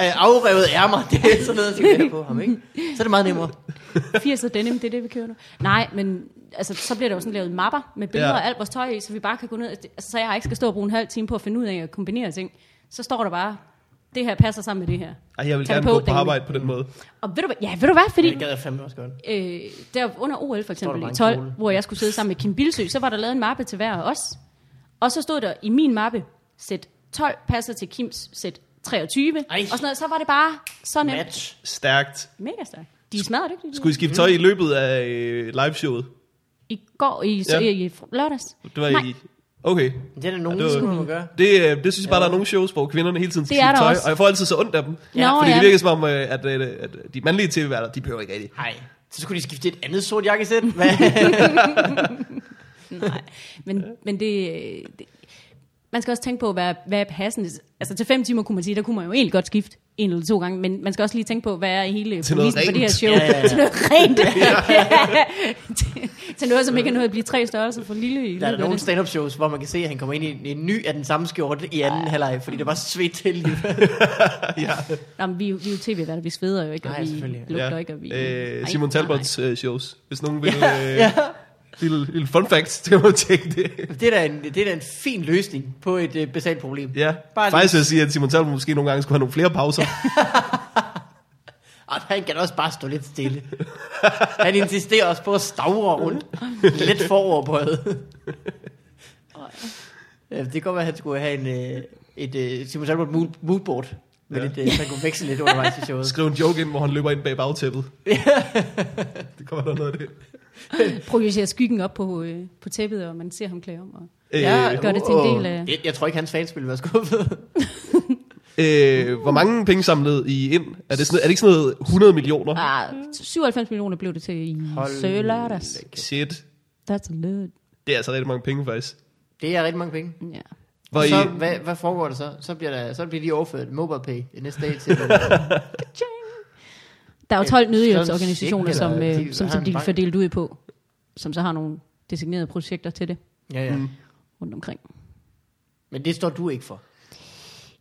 [SPEAKER 3] Øh, afrevet ærmer, det er sådan noget, jeg skal have på ham, ikke? Så er det meget nemmere.
[SPEAKER 2] 80'er denim, det er det, vi kører nu. Nej, men altså, så bliver der jo sådan lavet mapper med billeder
[SPEAKER 1] Ja.
[SPEAKER 2] ja. og alt vores tøj i, så vi bare kan gå ned, altså, så jeg ikke skal stå og bruge en halv time på at finde ud af at kombinere ting. Så står der bare, det her passer sammen med det her.
[SPEAKER 1] Ej, jeg vil
[SPEAKER 2] Tag det
[SPEAKER 1] gerne gå på
[SPEAKER 2] Daniel.
[SPEAKER 1] arbejde på den måde.
[SPEAKER 2] Og ved du hvad, ja, ved du hvad, fordi
[SPEAKER 3] Det gad jeg fandme også godt.
[SPEAKER 2] øh, der under OL for
[SPEAKER 3] der bare
[SPEAKER 2] eksempel
[SPEAKER 3] en
[SPEAKER 2] i 12,
[SPEAKER 3] kjole.
[SPEAKER 2] hvor jeg skulle sidde sammen med Kim Bilsø, så var der lavet en mappe til hver af os. Og så stod der i min mappe, sæt 12 passer til Kims sæt 23.
[SPEAKER 3] Ej.
[SPEAKER 2] Og sådan noget, så var det bare så nemt.
[SPEAKER 3] Match.
[SPEAKER 1] Stærkt.
[SPEAKER 2] Mega stærkt. De er smadret, ikke?
[SPEAKER 1] Skulle I skifte tøj i løbet af øh, liveshowet?
[SPEAKER 2] I går, i,
[SPEAKER 1] Ja.
[SPEAKER 2] ja. i, i lørdags.
[SPEAKER 1] Det var
[SPEAKER 2] Nej.
[SPEAKER 1] i... Okay.
[SPEAKER 3] Det er der nogen,
[SPEAKER 1] Ja, det
[SPEAKER 3] der
[SPEAKER 1] var-
[SPEAKER 3] skulle man gøre.
[SPEAKER 1] Det, øh, det synes jeg bare, der er nogle shows, hvor kvinderne hele tiden skal
[SPEAKER 2] Det er
[SPEAKER 1] skifte
[SPEAKER 2] der
[SPEAKER 1] tøj,
[SPEAKER 2] også.
[SPEAKER 1] og jeg får altid så ondt af dem.
[SPEAKER 2] Ja. Nå,
[SPEAKER 1] fordi det
[SPEAKER 2] ja.
[SPEAKER 1] virker som om, øh, at, øh, at de mandlige tv-værter, de behøver ikke rigtig.
[SPEAKER 3] Nej, så skulle de skifte et andet sort jakkesæt. Hvad?
[SPEAKER 2] Nej, men, men det, det... Man skal også tænke på, hvad, hvad er passende. Altså til fem timer kunne man sige, der kunne man jo egentlig godt skifte en eller to gange, men man skal også lige tænke på, hvad er hele
[SPEAKER 1] Til noget
[SPEAKER 2] præmissen for det her
[SPEAKER 1] rent.
[SPEAKER 2] show.
[SPEAKER 3] Ja, ja, ja.
[SPEAKER 2] Til noget
[SPEAKER 1] (laughs)
[SPEAKER 2] rent. ja. til, til noget, som ikke er noget at blive tre størrelser for lille i
[SPEAKER 3] (laughs) Der er der
[SPEAKER 2] løbet af
[SPEAKER 3] nogle
[SPEAKER 2] det.
[SPEAKER 3] stand-up shows, hvor man kan se, at han kommer ind i en ny af den samme skjorte i anden halvleg, fordi der var svedt til lige
[SPEAKER 2] Nå, men vi, er jo- vi er jo tv-værter, vi sveder jo ikke, og
[SPEAKER 3] Nej,
[SPEAKER 2] vi
[SPEAKER 3] selvfølgelig.
[SPEAKER 2] lugter ikke, og vi...
[SPEAKER 1] Øh,
[SPEAKER 2] Nej,
[SPEAKER 1] Simon
[SPEAKER 2] nej, nej.
[SPEAKER 1] Talbots øh, shows. Hvis nogen vil...
[SPEAKER 3] Ja,
[SPEAKER 1] Øh,
[SPEAKER 3] ja.
[SPEAKER 1] Lille, lille fun fact, så kan man tjekke det.
[SPEAKER 3] (laughs) Det er da en, det er da en fin løsning på et øh, basalt problem.
[SPEAKER 1] Ja,
[SPEAKER 3] Bare
[SPEAKER 1] Bare faktisk vil jeg sige, at Simon Talbot måske nogle gange skulle have nogle flere pauser.
[SPEAKER 3] Og han kan også bare stå lidt (laughs) stille. Han insisterer også på at stavre rundt. Lidt foroverbøjet. Ja, det kan godt være, at han skulle have en, øh, et øh, Simon Talbot mood- moodboard. Med
[SPEAKER 1] Ja.
[SPEAKER 3] ja. lidt, øh, så han kunne veksle lidt undervejs i showet.
[SPEAKER 1] Skriv en joke ind, hvor han løber ind bag bagtæppet. det kommer der noget af det.
[SPEAKER 2] Projicerer skyggen op på, øh, på tæppet, og man ser ham klæde om. Og...
[SPEAKER 1] Øh,
[SPEAKER 2] gør det til en del af-
[SPEAKER 3] Jeg, jeg tror ikke, hans fans ville være skuffet.
[SPEAKER 1] øh, hvor mange penge samlede I ind? Er det, sådan, er det ikke sådan noget 100 millioner?
[SPEAKER 2] Ah, 97 millioner blev det til i
[SPEAKER 3] Hold
[SPEAKER 2] lørdags.
[SPEAKER 1] Shit.
[SPEAKER 2] That's a lot.
[SPEAKER 1] Det er altså rigtig mange penge, faktisk.
[SPEAKER 3] Det er rigtig mange penge.
[SPEAKER 2] Ja.
[SPEAKER 1] Hvor I,
[SPEAKER 3] så, hvad, hvad foregår der så? Så bliver, der, så bliver de overført mobile pay næste dag
[SPEAKER 2] (laughs)
[SPEAKER 3] til...
[SPEAKER 2] Der er jo 12
[SPEAKER 3] Ja, sådan
[SPEAKER 2] nødhjælpsorganisationer,
[SPEAKER 3] cirka,
[SPEAKER 2] som,
[SPEAKER 3] eller
[SPEAKER 2] øh,
[SPEAKER 3] de
[SPEAKER 2] som,
[SPEAKER 3] har
[SPEAKER 2] som
[SPEAKER 3] en
[SPEAKER 2] de kan
[SPEAKER 3] bank.
[SPEAKER 2] fordele ud på, som så har nogle designerede projekter til det
[SPEAKER 3] ja, ja.
[SPEAKER 2] rundt omkring.
[SPEAKER 3] Mm. Men det står du ikke for.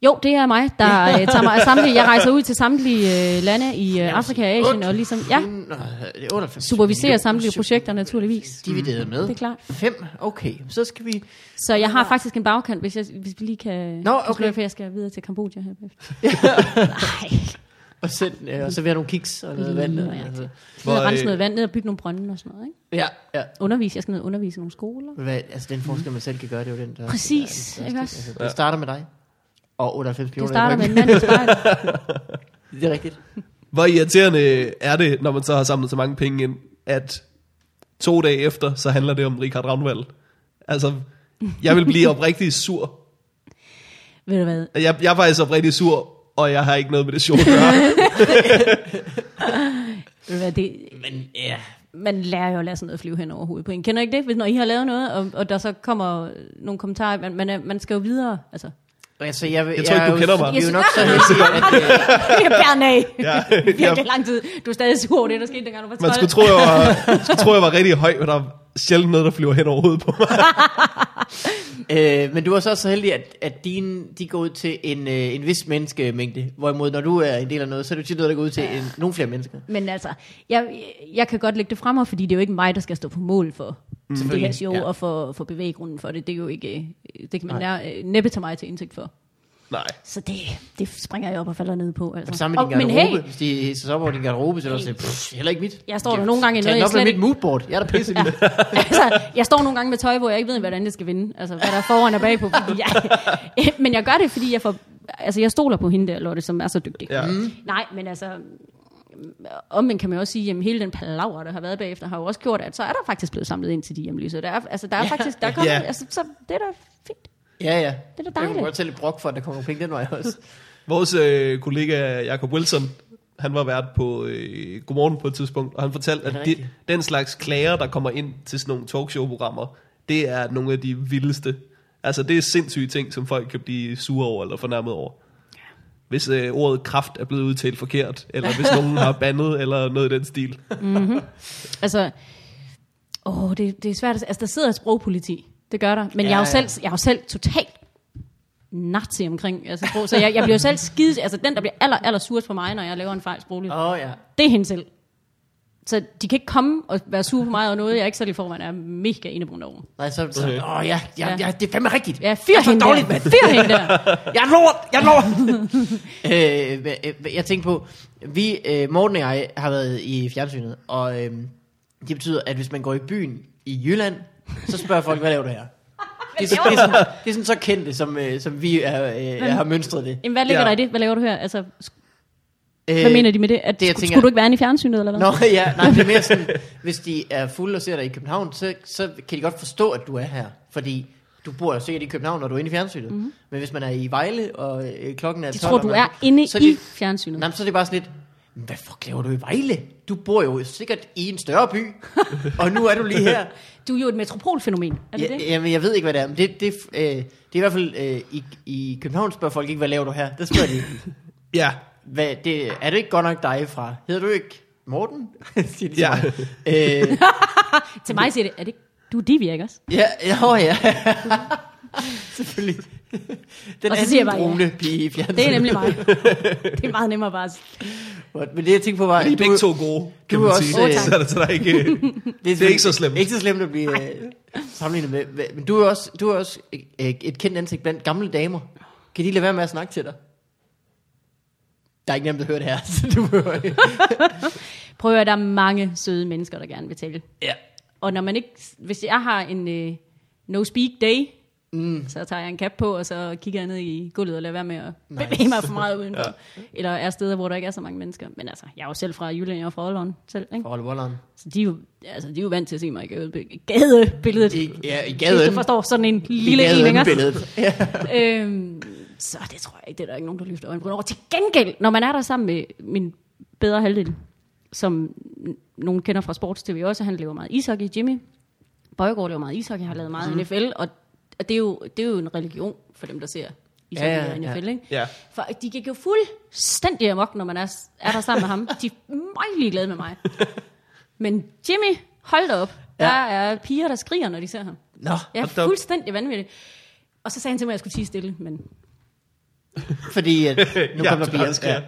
[SPEAKER 2] Jo, det er mig, der øh, tager mig af samtlige. Jeg rejser ud til samtlige øh, lande i øh, Afrika og Asien, og ligesom, ja,
[SPEAKER 3] Nå, øh, det er 98
[SPEAKER 2] superviserer
[SPEAKER 3] millioner.
[SPEAKER 2] samtlige projekter naturligvis. Mm.
[SPEAKER 3] Divideret med.
[SPEAKER 2] Det er klart.
[SPEAKER 3] Fem? Okay, så skal vi...
[SPEAKER 2] Så jeg har faktisk en bagkant, hvis, jeg, hvis vi lige kan,
[SPEAKER 3] Nå,
[SPEAKER 2] kan sløre,
[SPEAKER 3] okay.
[SPEAKER 2] for jeg skal videre til Kambodja her. bagefter. Nej,
[SPEAKER 3] Og, send, øh, og servere nogle kiks og noget vand. Og,
[SPEAKER 2] Ja.
[SPEAKER 3] altså.
[SPEAKER 2] ned
[SPEAKER 1] Hvor,
[SPEAKER 2] og rense
[SPEAKER 1] øh,
[SPEAKER 2] noget vand, ned og bygge nogle brønde og sådan noget. Ikke?
[SPEAKER 3] Ja, ja.
[SPEAKER 2] Undervise, jeg skal ned og undervise i nogle skoler.
[SPEAKER 3] Hvad, altså den forskel, man selv kan gøre, det er jo den, der...
[SPEAKER 2] Præcis,
[SPEAKER 3] der er den
[SPEAKER 2] ikke
[SPEAKER 3] største.
[SPEAKER 2] også?
[SPEAKER 3] Altså, det starter med dig. Og 98
[SPEAKER 2] Det
[SPEAKER 3] millioner. i
[SPEAKER 2] starter med
[SPEAKER 3] ryggen.
[SPEAKER 2] en mand i spejlet.
[SPEAKER 3] Det er rigtigt.
[SPEAKER 1] hvor irriterende er det, når man så har samlet så mange penge ind, at to dage efter, så handler det om Richard Ravnvald. Altså, jeg vil blive oprigtig sur.
[SPEAKER 2] Ved du hvad?
[SPEAKER 1] Jeg, jeg er faktisk oprigtig sur, og jeg har ikke noget med det
[SPEAKER 2] (laughs)
[SPEAKER 1] sjovt at gøre.
[SPEAKER 2] Ved du hvad? Det,
[SPEAKER 3] Men ja,
[SPEAKER 2] man lærer jo at lade sådan noget flyve hen over hovedet på en. Kender I ikke det? Hvis, når I har lavet noget, og, og der så kommer nogle kommentarer, man, man, er, man skal jo videre.
[SPEAKER 6] (laughs)
[SPEAKER 2] Altså.
[SPEAKER 3] altså jeg, jeg,
[SPEAKER 1] Jeg tror ikke, du
[SPEAKER 3] er jo-
[SPEAKER 1] kender mig.
[SPEAKER 3] Vi er jo nok så heldige,
[SPEAKER 2] (laughs)
[SPEAKER 3] at... øh,
[SPEAKER 2] Jeg bærer af. (laughs)
[SPEAKER 1] Ja,
[SPEAKER 2] Det er
[SPEAKER 1] jeg,
[SPEAKER 2] virkelig lang tid. Du er stadig sur over det, der skete, dengang du var 12.
[SPEAKER 1] man skulle tro, jeg var, skulle tro, jeg var rigtig høj, men der er sjældent noget, der flyver hen over hovedet på mig.
[SPEAKER 3] Øh, men du er så også så heldig, at, at dine de går ud til en, øh, en vis menneskemængde. Hvorimod, når du er en del af noget, så er det tit noget, der går ud til en, nogle flere mennesker.
[SPEAKER 2] Men altså, jeg, jeg kan godt lægge det frem mig, fordi det er jo ikke mig, der skal stå på mål for mm. det her
[SPEAKER 3] Selvfølgelig,
[SPEAKER 2] show
[SPEAKER 3] ja.
[SPEAKER 2] ja. og for, for bevæggrunden for det. Det, er jo ikke, øh, det kan man lære, øh, næppe tage mig til indtægt for.
[SPEAKER 1] Nej.
[SPEAKER 6] Så det, det springer jeg op og falder ned på. Altså.
[SPEAKER 3] Det samme med
[SPEAKER 2] Og-
[SPEAKER 3] din
[SPEAKER 2] men
[SPEAKER 3] garderobe.
[SPEAKER 2] hey.
[SPEAKER 3] Hvis de hæser sig op over din garderobe, så er det også, pff, heller ikke mit.
[SPEAKER 2] Jeg står der nogle gange i
[SPEAKER 3] Tag
[SPEAKER 2] noget,
[SPEAKER 3] den
[SPEAKER 2] jeg
[SPEAKER 3] op med
[SPEAKER 2] slet
[SPEAKER 3] mit
[SPEAKER 2] ikke...
[SPEAKER 3] moodboard. Jeg er da pisse vild.
[SPEAKER 1] (laughs)
[SPEAKER 2] altså, jeg står nogle gange med tøj, hvor jeg ikke ved, hvordan det skal vinde. Altså, hvad der er foran og bagpå. Fordi jeg, (laughs) men jeg gør det, fordi jeg får... Altså, jeg stoler på hende der, Lotte, som er så dygtig.
[SPEAKER 1] Ja. Mm.
[SPEAKER 2] Nej, men altså... Omvendt kan man jo også sige, at hele den palaver, der har været bagefter, har jo også gjort, at så er der faktisk blevet samlet ind til de hjemløse. Der er, altså, der er faktisk... Der kommer,
[SPEAKER 1] Ja.
[SPEAKER 2] altså, så det er da fint.
[SPEAKER 3] Ja,
[SPEAKER 2] da
[SPEAKER 3] ja. Jeg
[SPEAKER 2] dejligt.
[SPEAKER 3] kan godt tage lidt brok for, at der kommer penge den vej også.
[SPEAKER 1] Vores øh, kollega Jacob Wilson, han var vært på øh, Godmorgen på et tidspunkt, og han fortalte,
[SPEAKER 3] det
[SPEAKER 1] at
[SPEAKER 3] rigtigt?
[SPEAKER 1] de, den slags klager, der kommer ind til sådan nogle talkshow-programmer, det er nogle af de vildeste. Altså, det er sindssyge ting, som folk kan blive sure over eller fornærmet over. Hvis øh, ordet kraft er blevet udtalt forkert, eller
[SPEAKER 2] (laughs)
[SPEAKER 1] hvis nogen har bandet, eller noget i den stil.
[SPEAKER 2] Altså, åh, det, det er svært. at- Altså, der sidder et sprogpoliti. Det gør der. Men ja, jeg, er
[SPEAKER 3] Ja,
[SPEAKER 2] jo
[SPEAKER 3] ja.
[SPEAKER 2] selv, jeg er jo selv totalt nazi omkring altså, sprog. Så jeg, jeg bliver jo selv skide... Altså, den, der bliver aller, aller surest på mig, når jeg laver en fejl sproglig,
[SPEAKER 3] Åh, oh, ja.
[SPEAKER 2] det er hende selv. Så de kan ikke komme og være sure på mig over noget, jeg ikke selv i forvejen er mega enebrugende over.
[SPEAKER 3] Nej, så, så
[SPEAKER 1] Okay.
[SPEAKER 3] åh, oh, ja, ja, ja, det er fandme rigtigt.
[SPEAKER 2] Ja, fyr
[SPEAKER 3] så
[SPEAKER 2] hende
[SPEAKER 3] dårligt,
[SPEAKER 2] der.
[SPEAKER 3] mand.
[SPEAKER 2] Fyr hende der.
[SPEAKER 3] Jeg er lort, jeg er
[SPEAKER 2] (laughs)
[SPEAKER 3] lort. øh, øh, jeg tænkte på, vi, øh, Morten og jeg har været i fjernsynet, og øh, det betyder, at hvis man går i byen i Jylland, så spørger folk, hvad laver
[SPEAKER 2] (laughs)
[SPEAKER 3] du her? Det er, sådan- det, er sådan, det er sådan så kendte, som, øh, som vi er, øh, har mønstret det. (laughs)
[SPEAKER 2] Jamen, hvad ligger
[SPEAKER 1] Ja.
[SPEAKER 2] ja. der i det? Hvad laver du her? Altså, sk-
[SPEAKER 3] Øh,
[SPEAKER 2] hvad mener de med det? At,
[SPEAKER 3] det,
[SPEAKER 2] det
[SPEAKER 3] jeg
[SPEAKER 2] skulle,
[SPEAKER 3] tænker-
[SPEAKER 2] skulle du ikke være inde i fjernsynet, eller hvad?
[SPEAKER 3] Nå ja, nej, det er mere sådan, hvis de er fulde og ser dig i København, så, så kan de godt forstå, at du er her. Fordi du bor jo sikkert i København, når du er inde i fjernsynet. Mm-hmm. Men hvis man er i Vejle, og øh, klokken er
[SPEAKER 2] Mhm. De
[SPEAKER 3] 12,
[SPEAKER 2] tror,
[SPEAKER 3] og
[SPEAKER 2] du
[SPEAKER 3] man-
[SPEAKER 2] er inde
[SPEAKER 3] så er
[SPEAKER 2] i
[SPEAKER 3] de-
[SPEAKER 2] fjernsynet.
[SPEAKER 3] Nej, men så er det bare sådan lidt, hvad fuck laver du i Vejle? Du bor jo sikkert i en større by, og nu er du lige her.
[SPEAKER 2] Du er jo et metropolfænomen, (laughs) er det
[SPEAKER 3] Ja,
[SPEAKER 2] det?
[SPEAKER 3] jamen, jeg ved ikke, hvad det er, men det, det, øh, det er i hvert fald, øh, i, i København spørger folk ikke, hvad laver du her? Der spørger de,
[SPEAKER 2] (laughs)
[SPEAKER 1] Ja,
[SPEAKER 3] hvad, det, er det ikke godt nok dig fra? Hedder du ikke Morten? (laughs) Siger de til
[SPEAKER 1] Ja.
[SPEAKER 3] mig. Øh,
[SPEAKER 2] Til mig siger det, er det ikke- du er Divi, ikke også?
[SPEAKER 3] ja, ja, åh, ja. Selvfølgelig. Den
[SPEAKER 2] Og så siger jeg
[SPEAKER 3] anden
[SPEAKER 2] bare, ja.
[SPEAKER 3] brune pige i fjernsynet.
[SPEAKER 2] Det er nemlig mig. det er meget nemmere bare at sige.
[SPEAKER 3] Men det, jeg tænkte på, var...
[SPEAKER 1] de er
[SPEAKER 3] at
[SPEAKER 1] begge to gode, kan
[SPEAKER 3] du
[SPEAKER 1] man
[SPEAKER 3] er også,
[SPEAKER 1] sige.
[SPEAKER 3] øh,
[SPEAKER 1] så er det, så der er ikke... Det er ikke så slemt.
[SPEAKER 3] Ikke så slemt at blive øh, sammenlignet med. Hva- Men du er også, du er også øh, et kendt ansigt blandt gamle damer. Kan de lade være med at snakke til dig? Der er ikke nemt at høre det her, (laughs) så du behøver ikke.
[SPEAKER 2] Prøv at høre, der er mange søde mennesker, der gerne vil tale.
[SPEAKER 3] Ja.
[SPEAKER 2] Og når man ikke, hvis jeg har en øh, no speak day, mm. så tager jeg en cap på, og så kigger jeg ned i gulvet og lader være med at nice. bevæge mig for
[SPEAKER 3] (laughs)
[SPEAKER 2] meget udenfor. ja. Eller er steder, hvor der ikke er så mange mennesker. Men altså, jeg er jo selv fra Jylland, jeg er fra Aalborg selv, ikke?
[SPEAKER 3] Hold volderen.
[SPEAKER 2] Så de er, jo, altså, de er jo vant til at se mig i gadebe- gadebilledet.
[SPEAKER 3] I, ja, i
[SPEAKER 2] Hvis du
[SPEAKER 3] gaden.
[SPEAKER 2] forstår sådan en
[SPEAKER 3] I
[SPEAKER 2] lille altså. en,
[SPEAKER 3] gaden
[SPEAKER 2] ikke? også?
[SPEAKER 3] billedet. Ja.
[SPEAKER 2] øhm, så det tror jeg ikke, det er der ikke nogen, der løfter øjenbryn over. Til gengæld, når man er der sammen med min bedre halvdel, som n- nogen kender fra sports-tv også, han laver meget ishockey, Jimmy. Bøjgaard laver meget ishockey, har lavet meget mm. NFL, og, og det, er jo, det er jo en religion for dem, der ser ishockey
[SPEAKER 3] Ja, ja,
[SPEAKER 2] ja, ja, og NFL, ikke?
[SPEAKER 1] Ja.
[SPEAKER 2] For de gik jo fuldstændig amok, når man er, er der sammen med ham. De er meget ligeglade med mig. Men Jimmy, hold da op. Der
[SPEAKER 3] Ja.
[SPEAKER 2] er piger, der skriger, når de ser ham.
[SPEAKER 3] Nå.
[SPEAKER 2] Jeg
[SPEAKER 1] Hold da
[SPEAKER 2] er
[SPEAKER 1] op.
[SPEAKER 2] fuldstændig vanvittig. Og så sagde han til mig, at jeg skulle tige stille, men
[SPEAKER 3] Fordi at,
[SPEAKER 1] (laughs)
[SPEAKER 3] nu
[SPEAKER 1] Ja,
[SPEAKER 3] kommer
[SPEAKER 1] tak,
[SPEAKER 3] der bier.
[SPEAKER 1] ja.
[SPEAKER 3] Ja.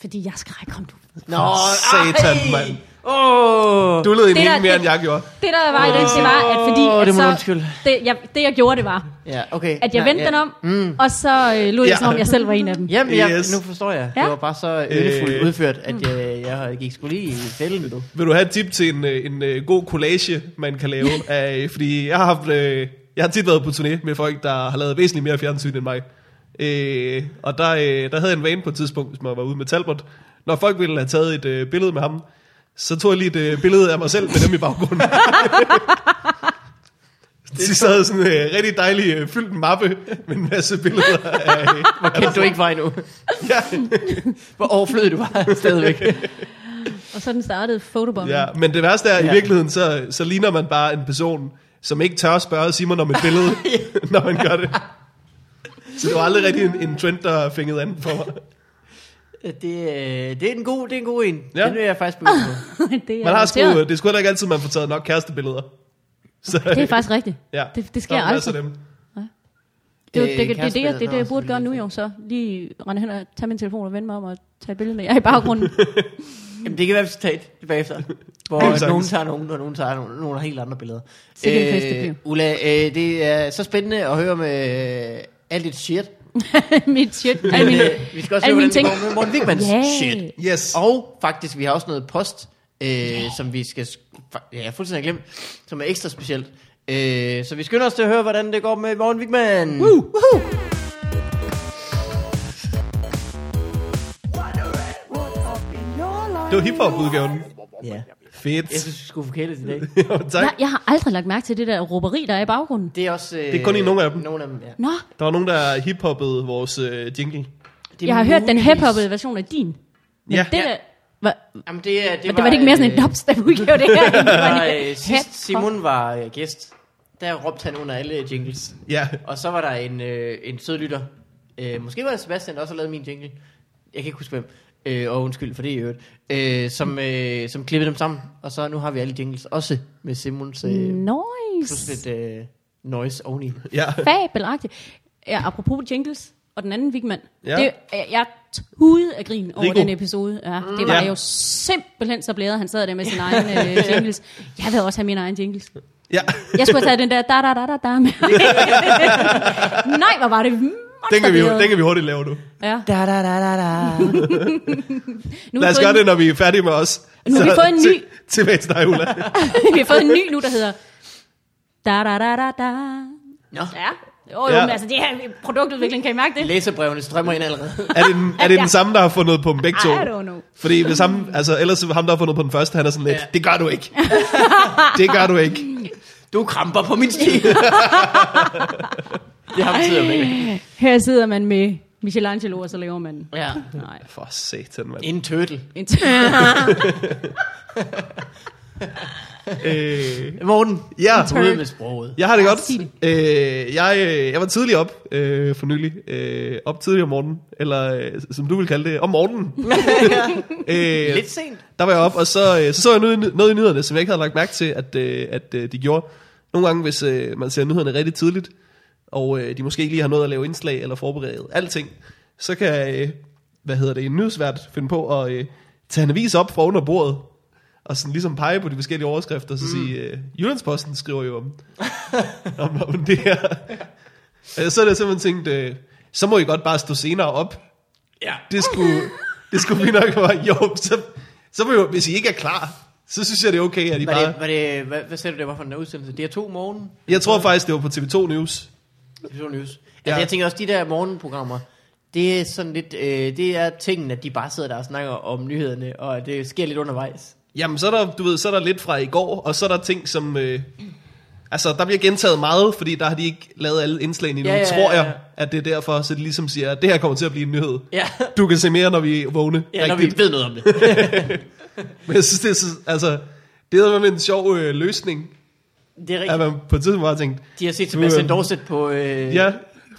[SPEAKER 2] fordi jeg skreg, kom du.
[SPEAKER 3] Nå,
[SPEAKER 1] Satan,
[SPEAKER 3] ej!
[SPEAKER 1] mand.
[SPEAKER 3] Åh!
[SPEAKER 1] Du lød en
[SPEAKER 2] Det der-
[SPEAKER 1] hel mere,
[SPEAKER 2] det-
[SPEAKER 1] end jeg gjorde.
[SPEAKER 2] Det der var i det, det var, at fordi...
[SPEAKER 3] Åh,
[SPEAKER 2] at
[SPEAKER 3] det må
[SPEAKER 2] så-
[SPEAKER 3] du undskylde.
[SPEAKER 2] Det, jeg, det jeg gjorde, det var,
[SPEAKER 3] Ja, okay.
[SPEAKER 2] at jeg
[SPEAKER 3] Nej,
[SPEAKER 2] vendte
[SPEAKER 3] ja. Mm.
[SPEAKER 2] den om, og så øh, lod jeg
[SPEAKER 1] Ja.
[SPEAKER 2] som om, jeg selv var en af dem.
[SPEAKER 3] Jamen, jeg,
[SPEAKER 1] Yes.
[SPEAKER 3] nu forstår jeg.
[SPEAKER 2] Ja.
[SPEAKER 3] Det var bare så ødefuldt
[SPEAKER 1] Øh.
[SPEAKER 3] udført, at jeg, jeg gik sgu lige i fælden, du.
[SPEAKER 1] Vil du have et tip til en, øh, en, en god collage, man kan lave? af, fordi jeg har, haft, øh, jeg har tit været på turné med folk, der har lavet væsentligt mere fjernsyn end mig. Øh, og der, øh, der havde jeg en vane på et tidspunkt, hvis man var ude med Talbot. Når folk ville have taget et øh, billede med ham, så tog jeg lige et øh, billede af mig selv med dem i baggrunden. De sad sådan en øh, rigtig dejlig øh, fyldt mappe med en masse billeder. Af, øh,
[SPEAKER 3] Hvor kendt du ikke var endnu.
[SPEAKER 1] ja,
[SPEAKER 3] Hvor overflødig du var (laughs) stadigvæk.
[SPEAKER 2] Og sådan startede fotobombing.
[SPEAKER 1] ja. Men det værste er, at
[SPEAKER 3] Ja.
[SPEAKER 1] i virkeligheden, så, så ligner man bare en person, som ikke tør spørge Simon om et
[SPEAKER 2] (laughs)
[SPEAKER 1] billede, (laughs) når man gør det. Så det var aldrig rigtig en, en trend, der fingede an for mig.
[SPEAKER 3] Det, øh, det, er en god, det er en god en.
[SPEAKER 1] Ja.
[SPEAKER 3] Den vil jeg faktisk begynde
[SPEAKER 2] (laughs)
[SPEAKER 3] på.
[SPEAKER 2] (laughs) det er
[SPEAKER 1] Man har sgu,
[SPEAKER 2] irriteret.
[SPEAKER 1] det er sgu heller ikke altid, man får taget nok kærestebilleder. Så,
[SPEAKER 2] Det er faktisk rigtigt.
[SPEAKER 1] ja,
[SPEAKER 2] det, det
[SPEAKER 1] der
[SPEAKER 2] sker
[SPEAKER 1] er en masse
[SPEAKER 2] aldrig.
[SPEAKER 1] af dem.
[SPEAKER 2] Det, er jo- det, det, det,
[SPEAKER 3] Øh,
[SPEAKER 2] det, det,
[SPEAKER 3] kærestebilleder,
[SPEAKER 2] det, det,
[SPEAKER 3] der
[SPEAKER 2] det,
[SPEAKER 3] er
[SPEAKER 2] jeg
[SPEAKER 3] også
[SPEAKER 2] burde gøre nu jo så. Lige rende hen og tage min telefon og vende mig om og tage et billede med jer i
[SPEAKER 3] (laughs)
[SPEAKER 2] baggrunden.
[SPEAKER 3] Jamen, det kan være, vi skal tage det bagefter. Hvor
[SPEAKER 1] Helt
[SPEAKER 3] øh, nogen
[SPEAKER 1] sagtens.
[SPEAKER 3] tager nogen, og nogen tager nogen, nogen har helt andre billeder.
[SPEAKER 2] Sikke en fest, det bliver.
[SPEAKER 3] Ulla, øh, det er så spændende at høre med øh, alt dit shit.
[SPEAKER 2] mit shit. Al min,
[SPEAKER 3] Øh, vi skal også
[SPEAKER 2] alle
[SPEAKER 3] høre,
[SPEAKER 2] mine
[SPEAKER 3] hvordan det
[SPEAKER 2] ting.
[SPEAKER 3] går med Morten Wigmans
[SPEAKER 2] Ja.
[SPEAKER 3] shit.
[SPEAKER 1] Yes.
[SPEAKER 3] Og faktisk, vi har også noget post, øh, som vi skal... sk- fa- Ja, jeg har fuldstændig glemt, som er ekstra specielt. Øh, så vi skynder os til at høre, hvordan det går med Morten Wigman. Woo! Woohoo!
[SPEAKER 1] Det var hiphop-udgaven.
[SPEAKER 3] Ja.
[SPEAKER 1] Fedt.
[SPEAKER 3] Jeg synes, vi skulle forkæle i dag.
[SPEAKER 1] Jo, (laughs) tak.
[SPEAKER 2] Jeg, jeg har aldrig lagt mærke til det der råberi, der er i baggrunden.
[SPEAKER 3] Det er også... Øh,
[SPEAKER 1] Det er kun i nogle af dem.
[SPEAKER 3] Nogle af dem, ja.
[SPEAKER 2] Nå,
[SPEAKER 1] Der var nogen, der hiphoppede vores øh, jingle.
[SPEAKER 3] Det er
[SPEAKER 2] jeg har hørt den
[SPEAKER 3] muligvis-
[SPEAKER 2] hiphoppede version af din. Men
[SPEAKER 1] Ja.
[SPEAKER 2] det, der, var,
[SPEAKER 3] Jamen, det, er- det,
[SPEAKER 2] det, var, det ikke mere sådan en
[SPEAKER 3] øh,
[SPEAKER 2] dubstep udgave, (laughs) det her? end det var en
[SPEAKER 3] var, øh,
[SPEAKER 2] hip-hop?
[SPEAKER 3] sidst Simon var øh, gæst, der råbte han under alle jingles.
[SPEAKER 1] Ja,
[SPEAKER 3] Og så var der en, øh, en sød lytter. Øh, måske var det Sebastian, der også har lavet min jingle. Jeg kan ikke huske hvem. Øh, og undskyld for det i øvrigt. Øh, som, øh, som klippede dem sammen. Og så nu har vi alle jingles. Også med Simons øh, plus
[SPEAKER 2] Nice.
[SPEAKER 3] lidt øh, noise oveni.
[SPEAKER 1] ja.
[SPEAKER 2] Fabelagtigt. Ja, apropos jingles og den anden vigmand.
[SPEAKER 1] Ja.
[SPEAKER 2] Ja. Det, jeg, jeg tude af grin over
[SPEAKER 1] Rico.
[SPEAKER 2] den episode. Ja, det var
[SPEAKER 1] Ja.
[SPEAKER 2] Mm. ja. jo simpelthen så blæret, han sad der med (laughs) sin egen øh, jingles. Jeg vil også have min egen jingles.
[SPEAKER 1] ja.
[SPEAKER 2] Jeg skulle have taget den der da da da da da (laughs) med. Nej, hvor var det
[SPEAKER 1] Den kan, vi,
[SPEAKER 2] monsterblæret.
[SPEAKER 1] den kan vi hurtigt lave nu.
[SPEAKER 2] Ja.
[SPEAKER 3] Da, da, da, da, da.
[SPEAKER 2] Nu
[SPEAKER 1] Lad
[SPEAKER 2] har
[SPEAKER 1] os gøre
[SPEAKER 2] vi fået
[SPEAKER 1] det, når vi er færdige med os.
[SPEAKER 2] Nu har vi fået en ny-
[SPEAKER 1] Til, tilbage til dig,
[SPEAKER 2] (laughs)
[SPEAKER 1] Ulla.
[SPEAKER 2] en, vi har fået en ny nu, der hedder da da da da da.
[SPEAKER 3] Nå,
[SPEAKER 2] Ja. Jo, jo,
[SPEAKER 1] Ja.
[SPEAKER 2] ja. men altså det her produktudvikling, kan I mærke det?
[SPEAKER 3] læserbrevene strømmer ind allerede.
[SPEAKER 1] Er det, den, er det den samme, der har fundet på dem begge to?
[SPEAKER 2] I don't know.
[SPEAKER 1] Fordi hvis ham, altså, ellers ham, der har fundet på den første, han er sådan lidt,
[SPEAKER 3] Ja.
[SPEAKER 1] det gør du
[SPEAKER 2] (laughs)
[SPEAKER 1] ikke. det gør du ikke.
[SPEAKER 3] Du kramper på min
[SPEAKER 2] (laughs)
[SPEAKER 3] stil. det har betyder ikke.
[SPEAKER 2] (laughs) Her sidder man med Michelangelo, og så laver man...
[SPEAKER 3] Ja.
[SPEAKER 2] Nej. (laughs)
[SPEAKER 1] For satan, mand.
[SPEAKER 3] En turtle.
[SPEAKER 2] En
[SPEAKER 1] Øh,
[SPEAKER 3] Morten,
[SPEAKER 1] ja,
[SPEAKER 3] ud med sproget.
[SPEAKER 1] jeg har det godt.
[SPEAKER 2] sig det.
[SPEAKER 1] Øh, jeg, øh, jeg var tidlig op øh, for nylig. Øh, op tidlig om morgenen. Eller øh, som du vil kalde det, om
[SPEAKER 2] (laughs)
[SPEAKER 1] morgenen. øh,
[SPEAKER 3] Lidt sent.
[SPEAKER 1] Der var jeg op, og så øh, så, så jeg noget, noget i nyhederne, som jeg ikke havde lagt mærke til, at, øh, at øh, de gjorde. Nogle gange, hvis øh, man ser nyhederne rigtig tidligt, og øh, de måske ikke lige har noget at lave indslag eller forberede alting, så kan, øh, hvad hedder det, en nyhedsvært finde på at øh, tage en avis op fra under bordet, og sådan ligesom pege på de forskellige overskrifter, og så mm. sige, øh, Jyllandsposten skriver jo om, (laughs) om, om det her. Og så er det simpelthen tænkt, øh, så må I godt bare stå senere op,
[SPEAKER 3] Ja.
[SPEAKER 1] det skulle, det skulle vi nok være. Jo, så, så må jo, hvis I ikke er klar, så synes jeg, det er okay, at I
[SPEAKER 3] Var
[SPEAKER 1] bare...
[SPEAKER 3] det, var det, hvad, hvad sagde du, det var for en udsendelse? DR2 morgen?
[SPEAKER 1] Jeg tror faktisk, det var på TV2 News.
[SPEAKER 3] TV2 News. Altså,
[SPEAKER 1] Ja.
[SPEAKER 3] ja. jeg tænker også, de der morgenprogrammer, det er sådan lidt, øh, det er tingen, at de bare sidder der og snakker om nyhederne, og det sker lidt
[SPEAKER 1] (laughs)
[SPEAKER 3] undervejs.
[SPEAKER 1] Jamen, så er der, du ved, så er der lidt fra i går, og så er der ting, som... Øh, altså, der bliver gentaget meget, fordi der har de ikke lavet alle indslagene endnu, ja, ja, ja, ja. tror jeg, at det er derfor, så de ligesom siger, at det her kommer til at blive en nyhed.
[SPEAKER 3] Ja,
[SPEAKER 1] Du kan se mere, når vi er vågne.
[SPEAKER 3] ja når
[SPEAKER 1] Rigtigt.
[SPEAKER 3] vi ved noget om det.
[SPEAKER 1] Men jeg synes, det er, så- altså, det er med en sjov øh, løsning,
[SPEAKER 3] Det er
[SPEAKER 1] at
[SPEAKER 3] rigtigt.
[SPEAKER 1] man på et tidspunkt bare har tænkt,
[SPEAKER 3] De har set
[SPEAKER 1] Du, øh,
[SPEAKER 3] Sebastian Dorset på... Øh,
[SPEAKER 1] ja,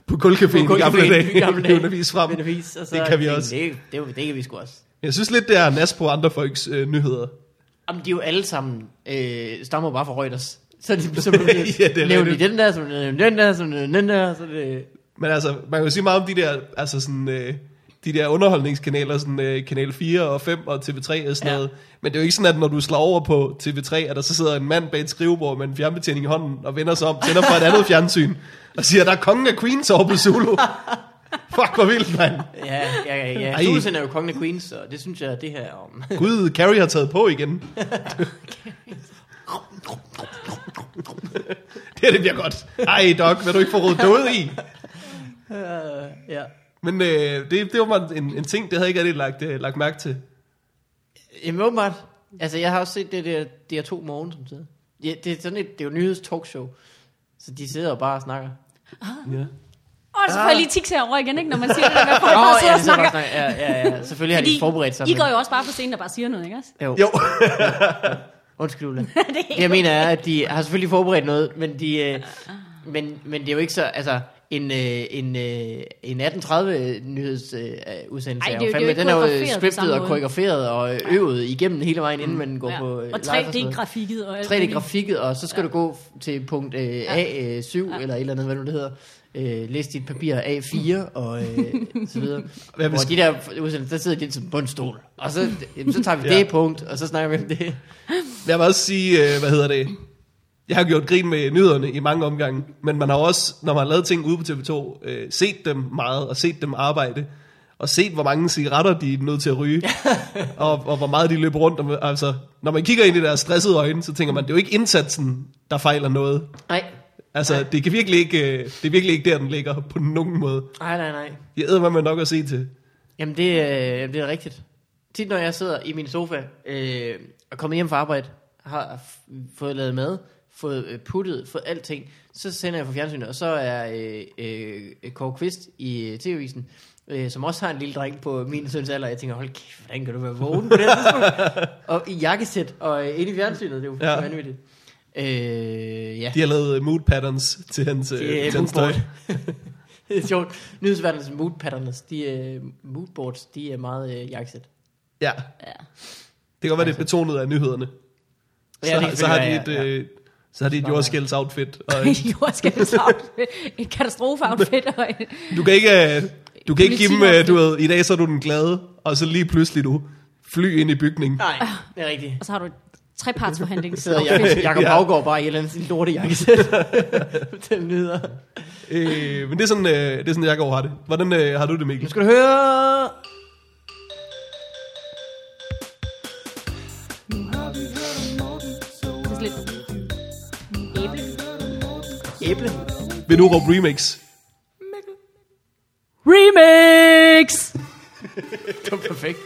[SPEAKER 1] på kulcaféen i gamle dage, (laughs)
[SPEAKER 3] (laughs) i gamle dage.
[SPEAKER 1] undervis frem.
[SPEAKER 3] Undervis, og så
[SPEAKER 1] Det kan vi
[SPEAKER 3] tænkte,
[SPEAKER 1] også.
[SPEAKER 3] Det, det, det, kan vi sgu også.
[SPEAKER 1] Jeg synes lidt, det er nas på andre folks øh, nyheder.
[SPEAKER 3] Jamen, de er jo alle sammen øh, stammer bare fra Reuters. Så de, så bliver,
[SPEAKER 1] (laughs) Ja, det er
[SPEAKER 3] laver de
[SPEAKER 1] rigtigt.
[SPEAKER 3] den der, så laver de den der, så laver de den der, så det...
[SPEAKER 1] Men altså, man kan jo sige meget om de der, altså sådan, øh, de der underholdningskanaler, sådan øh, kanal 4 og 5 og TV3 og sådan ja.
[SPEAKER 3] Ja.
[SPEAKER 1] noget. Men det er jo ikke sådan, at når du slår over på TV3, at der så sidder en mand bag et skrivebord med en fjernbetjening i hånden og vender sig om, tænder fra et andet fjernsyn og siger, der er kongen af Queens over på Zulu. Fuck, hvor vildt, mand.
[SPEAKER 3] Ja, ja, ja.
[SPEAKER 1] Ej.
[SPEAKER 3] ja. Solsen er jo kongen af Queens, og det synes jeg, det her er om.
[SPEAKER 1] Gud, Carrie har taget på igen. det her, det bliver godt. Ej, Doc, vil du ikke få rodet død i?
[SPEAKER 3] ja.
[SPEAKER 1] Men øh, det, det var bare en, en ting, det havde jeg ikke rigtig lagt, øh, lagt mærke til.
[SPEAKER 3] Jamen åbenbart. Altså, jeg har også set det der DR2 Morgen, som sidder. Ja, det er sådan et, det er jo nyheds talkshow. Så de sidder og bare snakker.
[SPEAKER 1] Ja.
[SPEAKER 2] Og så får jeg lige tiks herovre igen, ikke, når man siger det der med folk,
[SPEAKER 3] Åh,
[SPEAKER 2] der sidder og
[SPEAKER 3] de sidder bare
[SPEAKER 2] snakker.
[SPEAKER 3] og snakker. Ja, ja, ja. Selvfølgelig har
[SPEAKER 2] Fordi
[SPEAKER 3] de forberedt sig.
[SPEAKER 2] I
[SPEAKER 3] men-
[SPEAKER 2] går jo også bare på scenen og bare siger noget, ikke også?
[SPEAKER 3] Jo.
[SPEAKER 1] Jo,
[SPEAKER 3] Undskyld,
[SPEAKER 2] (laughs)
[SPEAKER 3] Ulla.
[SPEAKER 2] Det er
[SPEAKER 3] Det jeg mener er, at de har selvfølgelig forberedt noget, men de... Øh, men, men det er jo ikke så... Altså, en, øh, en, øh, en 1830 nyheds øh, udsendelse
[SPEAKER 2] Ej,
[SPEAKER 3] er
[SPEAKER 2] det er jo- det er jo
[SPEAKER 3] jo fandme,
[SPEAKER 2] ikke
[SPEAKER 3] den er jo
[SPEAKER 2] koreograferet på samme
[SPEAKER 3] scriptet og
[SPEAKER 2] måde.
[SPEAKER 3] koreograferet og øvet igennem hele vejen, inden man går
[SPEAKER 2] Ja.
[SPEAKER 3] på øh, live
[SPEAKER 2] Og
[SPEAKER 3] sådan noget.
[SPEAKER 2] 3D-grafikket og alt (laughs)
[SPEAKER 3] 3D-grafikket, og så skal ja. du gå f- til punkt øh, A7, ja. eller et eller andet, hvad nu det hedder. Øh, læs dit papir A4, og
[SPEAKER 2] (laughs)
[SPEAKER 3] øh, så videre.
[SPEAKER 1] Hvad
[SPEAKER 3] Hvor
[SPEAKER 1] hvis-
[SPEAKER 3] de der udsendelser, der sidder de sådan på en stol. Og så, jamen, så tager vi
[SPEAKER 1] Ja.
[SPEAKER 3] ja. det punkt, og så snakker vi om det.
[SPEAKER 1] jeg vil også sige, øh, hvad hedder det? Jeg har gjort grin med nyhederne i mange omgange, men man har også, når man har lavet ting ude på TV2, øh, set dem meget og set dem arbejde, og set, hvor mange cigaretter de er nødt til at
[SPEAKER 3] (laughs)
[SPEAKER 1] ryge, og, og hvor meget de løber rundt. om- Altså, når man kigger ind i deres stressede øjne, så tænker man, det er jo ikke indsatsen, der fejler noget.
[SPEAKER 3] Nej.
[SPEAKER 1] Altså, det, kan virkelig ikke, øh, det er virkelig ikke der, den ligger på nogen måde.
[SPEAKER 3] Nej, nej, nej.
[SPEAKER 1] Jeg æder, hvad man nok at se til.
[SPEAKER 3] Jamen, det, øh, det er rigtigt. Tit, når jeg sidder i min sofa øh, og kommer hjem fra arbejde, har f- fået lavet mad, fået øh, puttet, fået alting, så sender jeg for fjernsynet, og så er øh, øh, Kåre Kvist i TV-visen, øh, som også har en lille dreng på min søns alder, og jeg tænker, hold kæft, hvordan kan du være vågen på det her tidspunkt? og i jakkesæt, og øh, inde i fjernsynet, det er jo
[SPEAKER 1] Ja.
[SPEAKER 3] ja. vanvittigt. Øh, ja.
[SPEAKER 1] De har lavet øh, mood patterns til hans, øh,
[SPEAKER 3] Det er
[SPEAKER 1] til hans tøj.
[SPEAKER 3] moodboard. (laughs) det er sjovt. Nyhedsverdenens mood patterns, de uh, moodboards, de er meget uh, jakkesæt.
[SPEAKER 1] Ja. Det kan godt være, det er betonet af nyhederne.
[SPEAKER 3] Altså. Ja, det
[SPEAKER 1] Så,
[SPEAKER 3] kan
[SPEAKER 1] så, har de
[SPEAKER 3] selvfølgelig
[SPEAKER 1] et,
[SPEAKER 3] være, ja,
[SPEAKER 1] øh, så har de et
[SPEAKER 3] Smart.
[SPEAKER 1] jordskælds
[SPEAKER 3] (laughs)
[SPEAKER 1] outfit. Og, øh,
[SPEAKER 2] Et jordskælvsoutfit, et katastrofeoutfit. Og en,
[SPEAKER 1] du kan ikke, øh, du kan ikke give dem,
[SPEAKER 2] Politioutfit.
[SPEAKER 1] øh, du ved, i dag så er du den glade, og så lige pludselig du fly ind i bygningen.
[SPEAKER 3] Nej, Ah, det er rigtigt.
[SPEAKER 2] og så har du et trepartsforhandlings.
[SPEAKER 3] Så Jacob, Jacob
[SPEAKER 1] Ja.
[SPEAKER 3] ja. Havgaard bare i et eller andet sin lorte (laughs) jakkesæt. Fortæl nyheder.
[SPEAKER 1] Øh, men det er, sådan, øh, det er sådan, jeg går og har det. Hvordan øh, har du det,
[SPEAKER 3] Nu
[SPEAKER 1] Mikkel?
[SPEAKER 3] skal du høre...
[SPEAKER 2] Det er sådan lidt æble.
[SPEAKER 3] Æble.
[SPEAKER 1] Vil du råbe remix?
[SPEAKER 2] Remix!
[SPEAKER 3] Det var perfekt.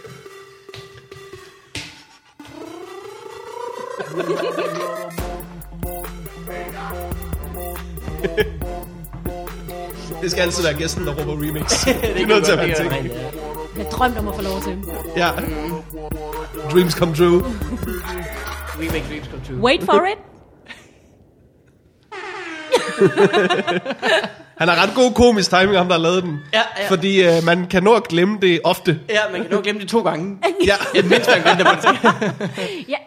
[SPEAKER 1] Det skal altid være gæsten, der råber remix.
[SPEAKER 3] (laughs)
[SPEAKER 1] det er
[SPEAKER 3] kan
[SPEAKER 1] nødt til at
[SPEAKER 3] godt,
[SPEAKER 1] være en
[SPEAKER 3] det
[SPEAKER 1] ting.
[SPEAKER 3] kan godt.
[SPEAKER 2] Jeg drømte om at få lov til.
[SPEAKER 1] Ja. Dreams come true.
[SPEAKER 3] We make dreams come true.
[SPEAKER 2] Wait for it.
[SPEAKER 1] Han har ret god komisk timing, ham der har lavet den.
[SPEAKER 3] Ja, ja.
[SPEAKER 1] Fordi øh, man kan nå at glemme det
[SPEAKER 3] (laughs)
[SPEAKER 1] ofte.
[SPEAKER 3] Ja, man kan nu glemme det to gange.
[SPEAKER 1] Ja.
[SPEAKER 3] Mens man venter på det.
[SPEAKER 2] Jeg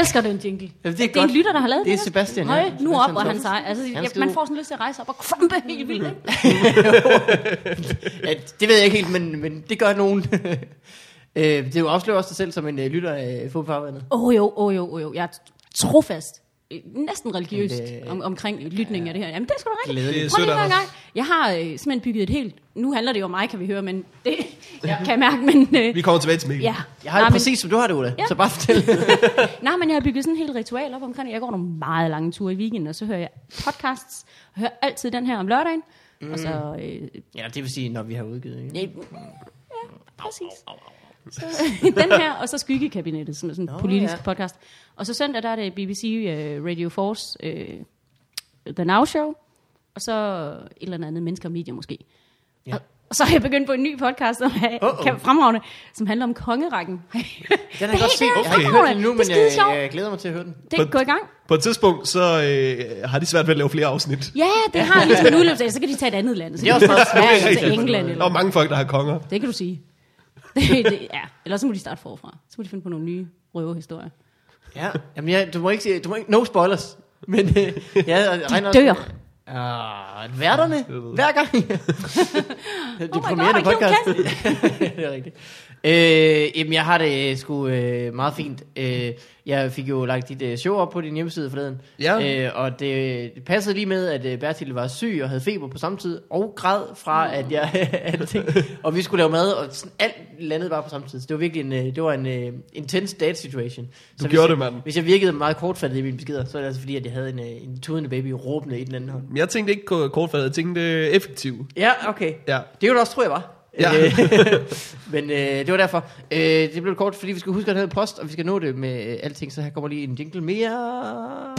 [SPEAKER 2] elsker den jingle.
[SPEAKER 3] det er
[SPEAKER 2] det er
[SPEAKER 3] godt.
[SPEAKER 2] en lytter, der har lavet
[SPEAKER 3] Det er
[SPEAKER 2] her.
[SPEAKER 3] Sebastian, ja.
[SPEAKER 2] Høj, nu op,
[SPEAKER 3] Sebastian
[SPEAKER 2] og han
[SPEAKER 3] Thomsen.
[SPEAKER 2] sej. Altså, jeg,
[SPEAKER 3] skal
[SPEAKER 2] man
[SPEAKER 3] ud. Mm.
[SPEAKER 2] får sådan lyst til at rejse op og krumpe helt vildt. ikke?
[SPEAKER 3] Ja, det ved jeg ikke helt, men, men det gør nogen. (laughs) øh, det er jo afslører også dig selv som en øh, lytter af Fodboldfarvandet.
[SPEAKER 2] Åh oh, jo, åh oh, jo, åh oh, jo. Jeg er trofast. øh, Næsten religiøst
[SPEAKER 3] Men det-
[SPEAKER 2] om, omkring lytning af det her. Jamen, det er sgu da rigtigt.
[SPEAKER 1] Det er
[SPEAKER 2] Prøv
[SPEAKER 1] sødt
[SPEAKER 2] lige
[SPEAKER 1] af
[SPEAKER 2] at høre en
[SPEAKER 1] dig.
[SPEAKER 2] gang. Jeg har øh, simpelthen bygget et helt... Nu handler det jo om mig, kan vi høre, men det (laughs) ja. kan jeg mærke, men... Øh,
[SPEAKER 1] Vi kommer tilbage til Mikkel.
[SPEAKER 2] ja.
[SPEAKER 3] Jeg har
[SPEAKER 2] nej,
[SPEAKER 3] det
[SPEAKER 2] men,
[SPEAKER 3] præcis, som du har det, Ulla.
[SPEAKER 2] Ja.
[SPEAKER 3] Ja. Så bare (laughs) fortæl.
[SPEAKER 2] nej, men jeg har bygget sådan et helt ritual op omkring det. Jeg går nogle meget lange ture i weekenden, og så hører jeg podcasts. Og hører altid den her om lørdagen. Mm. Og så... Øh,
[SPEAKER 3] ja, det vil sige, når vi har udgivet. Ikke?
[SPEAKER 2] ja, præcis. Så, (laughs) den her, og så Skyggekabinettet, som er sådan en
[SPEAKER 3] Nå,
[SPEAKER 2] politisk
[SPEAKER 3] ja.
[SPEAKER 2] ja. podcast. Og så søndag, der er det BBC uh, Radio 4's uh, The Now Show, og så et eller andet mennesker og medier måske. Ja.
[SPEAKER 3] Ja.
[SPEAKER 2] Og, og så har jeg begyndt på en ny podcast, som er
[SPEAKER 3] Uh-oh.
[SPEAKER 2] uh-oh. fremragende, som handler om kongerækken. den
[SPEAKER 3] Den har jeg godt set. Jeg har ikke hørt
[SPEAKER 2] fremragende.
[SPEAKER 3] den endnu,
[SPEAKER 2] Det er
[SPEAKER 3] men øh,
[SPEAKER 2] skide
[SPEAKER 3] jeg,
[SPEAKER 2] sjovt.
[SPEAKER 3] jeg glæder mig til at høre den.
[SPEAKER 2] Det går i gang.
[SPEAKER 1] På et tidspunkt, så øh, har de svært ved at lave flere afsnit.
[SPEAKER 2] Ja, det har jeg ligesom en udløbsdag, så kan de tage et andet land. Så
[SPEAKER 3] Det er
[SPEAKER 2] kan
[SPEAKER 3] også
[SPEAKER 2] de tage
[SPEAKER 3] meget
[SPEAKER 2] til Sverige,
[SPEAKER 1] (laughs)
[SPEAKER 2] eller
[SPEAKER 3] smart.
[SPEAKER 2] til England.
[SPEAKER 1] Der er
[SPEAKER 2] Eller,
[SPEAKER 1] mange folk, der har konger.
[SPEAKER 2] det kan du sige. (laughs) Det, det, ja. Eller så må de starte forfra. Så må de finde på nogle nye røverhistorier.
[SPEAKER 3] Ja, jamen jeg, du må ikke sige, du må ikke, no spoilers. Men øh, ja, jeg regner
[SPEAKER 2] dør.
[SPEAKER 3] Ah, værterne,
[SPEAKER 1] ved.
[SPEAKER 3] hver gang.
[SPEAKER 1] (laughs)
[SPEAKER 2] Oh
[SPEAKER 3] det
[SPEAKER 2] my god, I killed Cassidy.
[SPEAKER 3] (laughs) det er rigtigt. Øh, jamen, jeg har det sgu øh, meget fint. Øh, jeg fik jo lagt dit øh, show op på din hjemmeside forleden.
[SPEAKER 1] Ja.
[SPEAKER 3] Øh, og det, det passede lige med, at øh, Bertil var syg og havde feber på samme tid, og græd fra, at jeg... (laughs) at det, og vi skulle lave mad, og sådan, alt landede bare på samme tid. Så det var virkelig en, øh, det var en øh, intense date situation. så hvis
[SPEAKER 1] gjorde
[SPEAKER 3] jeg-
[SPEAKER 1] det, mand.
[SPEAKER 3] Hvis jeg virkede meget kortfattet i mine beskeder, så er det altså fordi, at jeg havde en, øh, en tudende baby råbende i den anden hånd.
[SPEAKER 1] Men Jeg tænkte ikke ko- kortfattet, jeg tænkte øh, effektiv.
[SPEAKER 3] Ja, okay.
[SPEAKER 1] Ja.
[SPEAKER 3] Det kunne du også tro, jeg var.
[SPEAKER 1] Ja.
[SPEAKER 3] Øh, (laughs) men øh, det var derfor. Øh, det blev kort, fordi vi skal huske at have post, og vi skal nå det med øh, alting, så her kommer lige en jingle mere.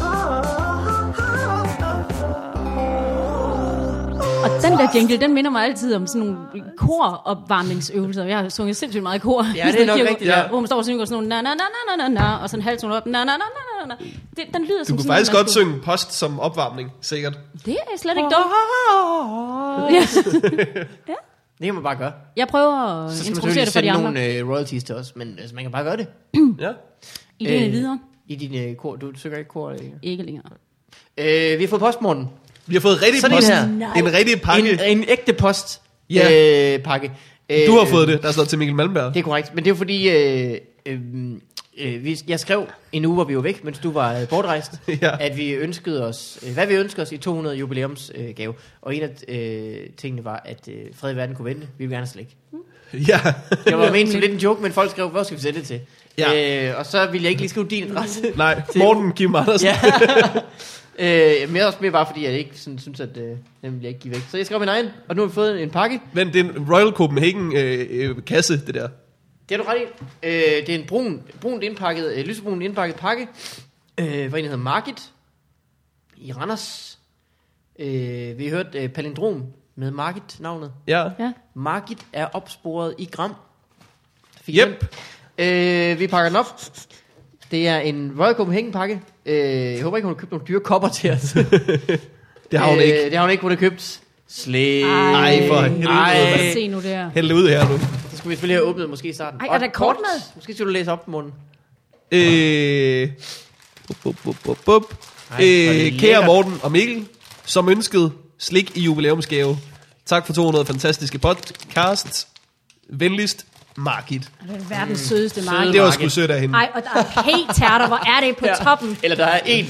[SPEAKER 2] Og den der jingle, den minder mig altid om sådan nogle koropvarmningsøvelser. Jeg har sunget sindssygt meget i kor. i sådan
[SPEAKER 3] det er nok
[SPEAKER 2] kirke,
[SPEAKER 3] rigtigt, ja.
[SPEAKER 2] Hvor man står og synger sådan nogle na-na-na-na-na-na, og sådan en halv tone op, na-na-na-na-na-na. Det- Den lyder
[SPEAKER 1] Du
[SPEAKER 2] som
[SPEAKER 1] kunne
[SPEAKER 2] sådan,
[SPEAKER 1] faktisk
[SPEAKER 2] man
[SPEAKER 1] godt
[SPEAKER 2] skulle-
[SPEAKER 1] synge post som opvarmning, sikkert.
[SPEAKER 2] Det er slet ikke
[SPEAKER 3] (laughs)
[SPEAKER 2] dumt. Ja.
[SPEAKER 3] Det kan man bare gøre.
[SPEAKER 2] Jeg prøver
[SPEAKER 3] Så
[SPEAKER 2] at
[SPEAKER 3] skal man
[SPEAKER 2] introducere
[SPEAKER 3] selvfølgelig
[SPEAKER 2] det for de
[SPEAKER 3] sende
[SPEAKER 2] andre.
[SPEAKER 3] nogle øh, royalties til os, men altså, man kan bare gøre det.
[SPEAKER 1] Ja.
[SPEAKER 2] I det
[SPEAKER 3] øh,
[SPEAKER 2] videre.
[SPEAKER 3] I din øh, kor. Du synger ikke kor. ikke?
[SPEAKER 2] Ikke længere.
[SPEAKER 3] Øh, vi har fået postmorgen.
[SPEAKER 1] Vi har fået rigtig
[SPEAKER 3] Sådan
[SPEAKER 1] post.
[SPEAKER 3] her.
[SPEAKER 1] En rigtig pakke.
[SPEAKER 3] En, en ægte post.
[SPEAKER 1] Ja.
[SPEAKER 3] Øh, pakke. Øh,
[SPEAKER 1] Du har fået det, der er slået til Mikkel Malmberg.
[SPEAKER 3] Det er korrekt, men det er jo fordi, øh, øh, øh, vi, jeg skrev en uge, hvor vi var væk, mens du var øh, bortrejst,
[SPEAKER 1] Ja.
[SPEAKER 3] (laughs) ja. at vi ønskede os, øh, hvad vi ønskede os i 200 jubilæumsgave. Øh, gave. og en af øh, tingene var, at øh, fred i verden kunne vente. Vi ville gerne have slik.
[SPEAKER 1] Ja, (laughs)
[SPEAKER 3] Det (laughs) var ment som lidt en joke, men folk skrev, hvor skal vi sende det til?
[SPEAKER 1] Ja.
[SPEAKER 3] Ja. Øh, og så ville jeg ikke lige skrive din adresse.
[SPEAKER 1] nej, Morten Kim Andersen.
[SPEAKER 3] (laughs) ja. øh, mere også mere bare fordi, jeg ikke sådan, synes, at øh, den vil jeg ikke give væk. Så jeg skrev min egen, og nu har vi fået en, en pakke.
[SPEAKER 1] Men det er en Royal Copenhagen øh, øh, kasse, det der.
[SPEAKER 3] Det er du ret i. Øh, det er en brun, brunt indpakket, øh, lysebrun indpakket pakke. Øh, for en der hedder Market i Randers. Øh, vi har hørt øh, palindrom med Market navnet.
[SPEAKER 1] Ja.
[SPEAKER 2] Ja.
[SPEAKER 3] Market er opsporet i gram. Fik
[SPEAKER 1] Yep.
[SPEAKER 3] den. Øh, vi pakker den op. Det er en Royal Copenhagen pakke. Øh, jeg håber ikke, hun har købt nogle dyre kopper
[SPEAKER 1] (laughs)
[SPEAKER 3] til os.
[SPEAKER 1] Det har hun
[SPEAKER 3] Øh,
[SPEAKER 1] ikke.
[SPEAKER 3] Det har hun ikke, hun har købt. Slæ.
[SPEAKER 1] Ej, for helvede.
[SPEAKER 3] Ej.
[SPEAKER 1] mand.
[SPEAKER 2] Se nu der.
[SPEAKER 1] Hæld det ud her nu.
[SPEAKER 3] Det skulle vi selvfølgelig have åbnet måske i starten.
[SPEAKER 2] Ej,
[SPEAKER 3] Og
[SPEAKER 2] er der
[SPEAKER 3] et
[SPEAKER 2] kort med?
[SPEAKER 3] Måske skulle du læse op, munden.
[SPEAKER 1] Øh, bup, bup, bup, bup, bup.
[SPEAKER 3] Ej, hvor er det
[SPEAKER 1] Øh, kære
[SPEAKER 3] lækkert.
[SPEAKER 1] Morten og Mikkel, som ønsket slik i jubilæumsgave. Tak for 200 fantastiske podcasts. Venligst, Margit.
[SPEAKER 2] Det er Altså, verdens sødeste
[SPEAKER 3] Søde
[SPEAKER 2] marked.
[SPEAKER 1] Det var sgu
[SPEAKER 3] Margit.
[SPEAKER 1] sødt af hende.
[SPEAKER 2] Ej, og der er p-tærter, hvor er det på
[SPEAKER 3] Ja.
[SPEAKER 2] toppen.
[SPEAKER 3] Eller der er en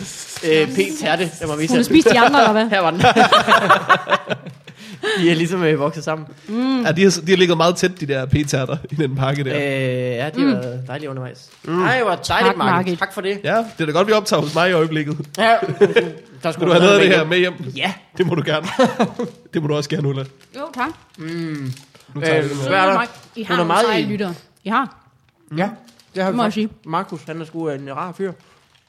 [SPEAKER 3] øh, p-tærte, der må vise
[SPEAKER 2] Hun har
[SPEAKER 3] jer.
[SPEAKER 2] spist de andre, eller hvad?
[SPEAKER 3] Her
[SPEAKER 2] (laughs)
[SPEAKER 3] var den. de er ligesom øh, vokset sammen.
[SPEAKER 1] Ja, de, har, de har ligget meget tæt, de der p-tærter, i den pakke der.
[SPEAKER 3] Ja, øh, ja de har været dejlige undervejs. Mm. Ej, hvor dejligt,
[SPEAKER 2] Tak,
[SPEAKER 3] Mark.
[SPEAKER 2] Margit.
[SPEAKER 3] Tak for det.
[SPEAKER 1] Ja, det er da godt, vi optager hos mig i øjeblikket.
[SPEAKER 3] Ja. Der
[SPEAKER 1] Vil
[SPEAKER 3] skulle
[SPEAKER 1] du have noget af det her med hjem?
[SPEAKER 3] Ja.
[SPEAKER 1] Det må du
[SPEAKER 3] (laughs)
[SPEAKER 1] gerne. Det må du også gerne, Ulla.
[SPEAKER 2] Jo, tak.
[SPEAKER 1] Nu tager
[SPEAKER 3] Øh,
[SPEAKER 1] vi det med.
[SPEAKER 3] Hvad er der?
[SPEAKER 2] I
[SPEAKER 3] Hun
[SPEAKER 2] har
[SPEAKER 3] er
[SPEAKER 2] nogle
[SPEAKER 3] meget
[SPEAKER 2] seje
[SPEAKER 3] i-
[SPEAKER 2] lyttere. I har.
[SPEAKER 3] Ja, det har
[SPEAKER 2] Det må jeg
[SPEAKER 3] faktisk.
[SPEAKER 2] sige.
[SPEAKER 3] Markus, han er sgu en rar fyr.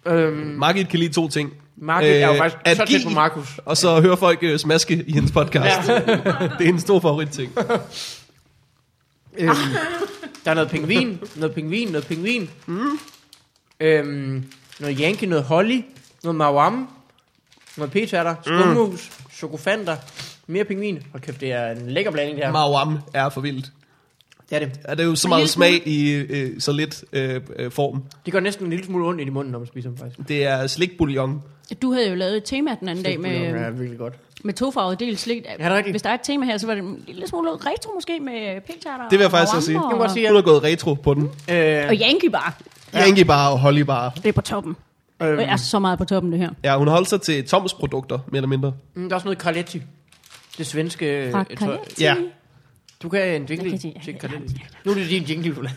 [SPEAKER 3] Øhm,
[SPEAKER 1] Margit kan lide to ting.
[SPEAKER 3] Markus øh, er jo faktisk
[SPEAKER 1] at
[SPEAKER 3] så tæt
[SPEAKER 1] give-
[SPEAKER 3] på Markus.
[SPEAKER 1] Og så høre folk øh, smaske i hendes podcast. (laughs) det er hendes store favoritting.
[SPEAKER 3] Øhm, der er noget pingvin, noget pingvin, noget pingvin. Mm. Øhm, noget Yankee, noget Holly, noget Mawam, noget p-tærter, skummus, mm. chokofanter, mere pingvin. Hold kæft, det er en lækker blanding, det her.
[SPEAKER 1] Marwam er for vildt.
[SPEAKER 3] det er det.
[SPEAKER 1] Ja, det er jo så
[SPEAKER 2] lille
[SPEAKER 1] meget
[SPEAKER 2] smule.
[SPEAKER 1] smag i øh, så lidt øh, øh, form.
[SPEAKER 3] Det gør næsten en lille smule ondt ind i munden, når man spiser dem faktisk.
[SPEAKER 1] Det er slikbouillon.
[SPEAKER 2] Du havde jo lavet et tema den anden dag
[SPEAKER 3] det er
[SPEAKER 2] med,
[SPEAKER 3] virkelig godt.
[SPEAKER 2] med tofarvet del slik.
[SPEAKER 3] det er rigtigt.
[SPEAKER 2] Hvis der er et tema her, så var det en lille smule retro måske med p-tærter.
[SPEAKER 1] Det vil jeg
[SPEAKER 2] og
[SPEAKER 1] faktisk også
[SPEAKER 2] ramper
[SPEAKER 1] sige. Det
[SPEAKER 3] Jeg kan godt sige,
[SPEAKER 1] Nu er der gået retro på den.
[SPEAKER 3] at
[SPEAKER 2] Og Yankee bare.
[SPEAKER 1] Ja. Yankee bar og Holly bar.
[SPEAKER 2] Det er på toppen.
[SPEAKER 3] øh,
[SPEAKER 2] Det
[SPEAKER 3] øh,
[SPEAKER 2] er så meget på toppen, det her.
[SPEAKER 1] Ja, hun holdt sig til Toms produkter, mere eller mindre.
[SPEAKER 3] mm, der er også noget Carletti. Det svenske...
[SPEAKER 2] Fra
[SPEAKER 3] øh, tøj.
[SPEAKER 2] Carletti.
[SPEAKER 1] Ja.
[SPEAKER 3] Du kan en jingle
[SPEAKER 6] Jeg kan- jeg-
[SPEAKER 3] til
[SPEAKER 6] jeg-
[SPEAKER 3] Carletti. Nu er det din jingle, Ulla.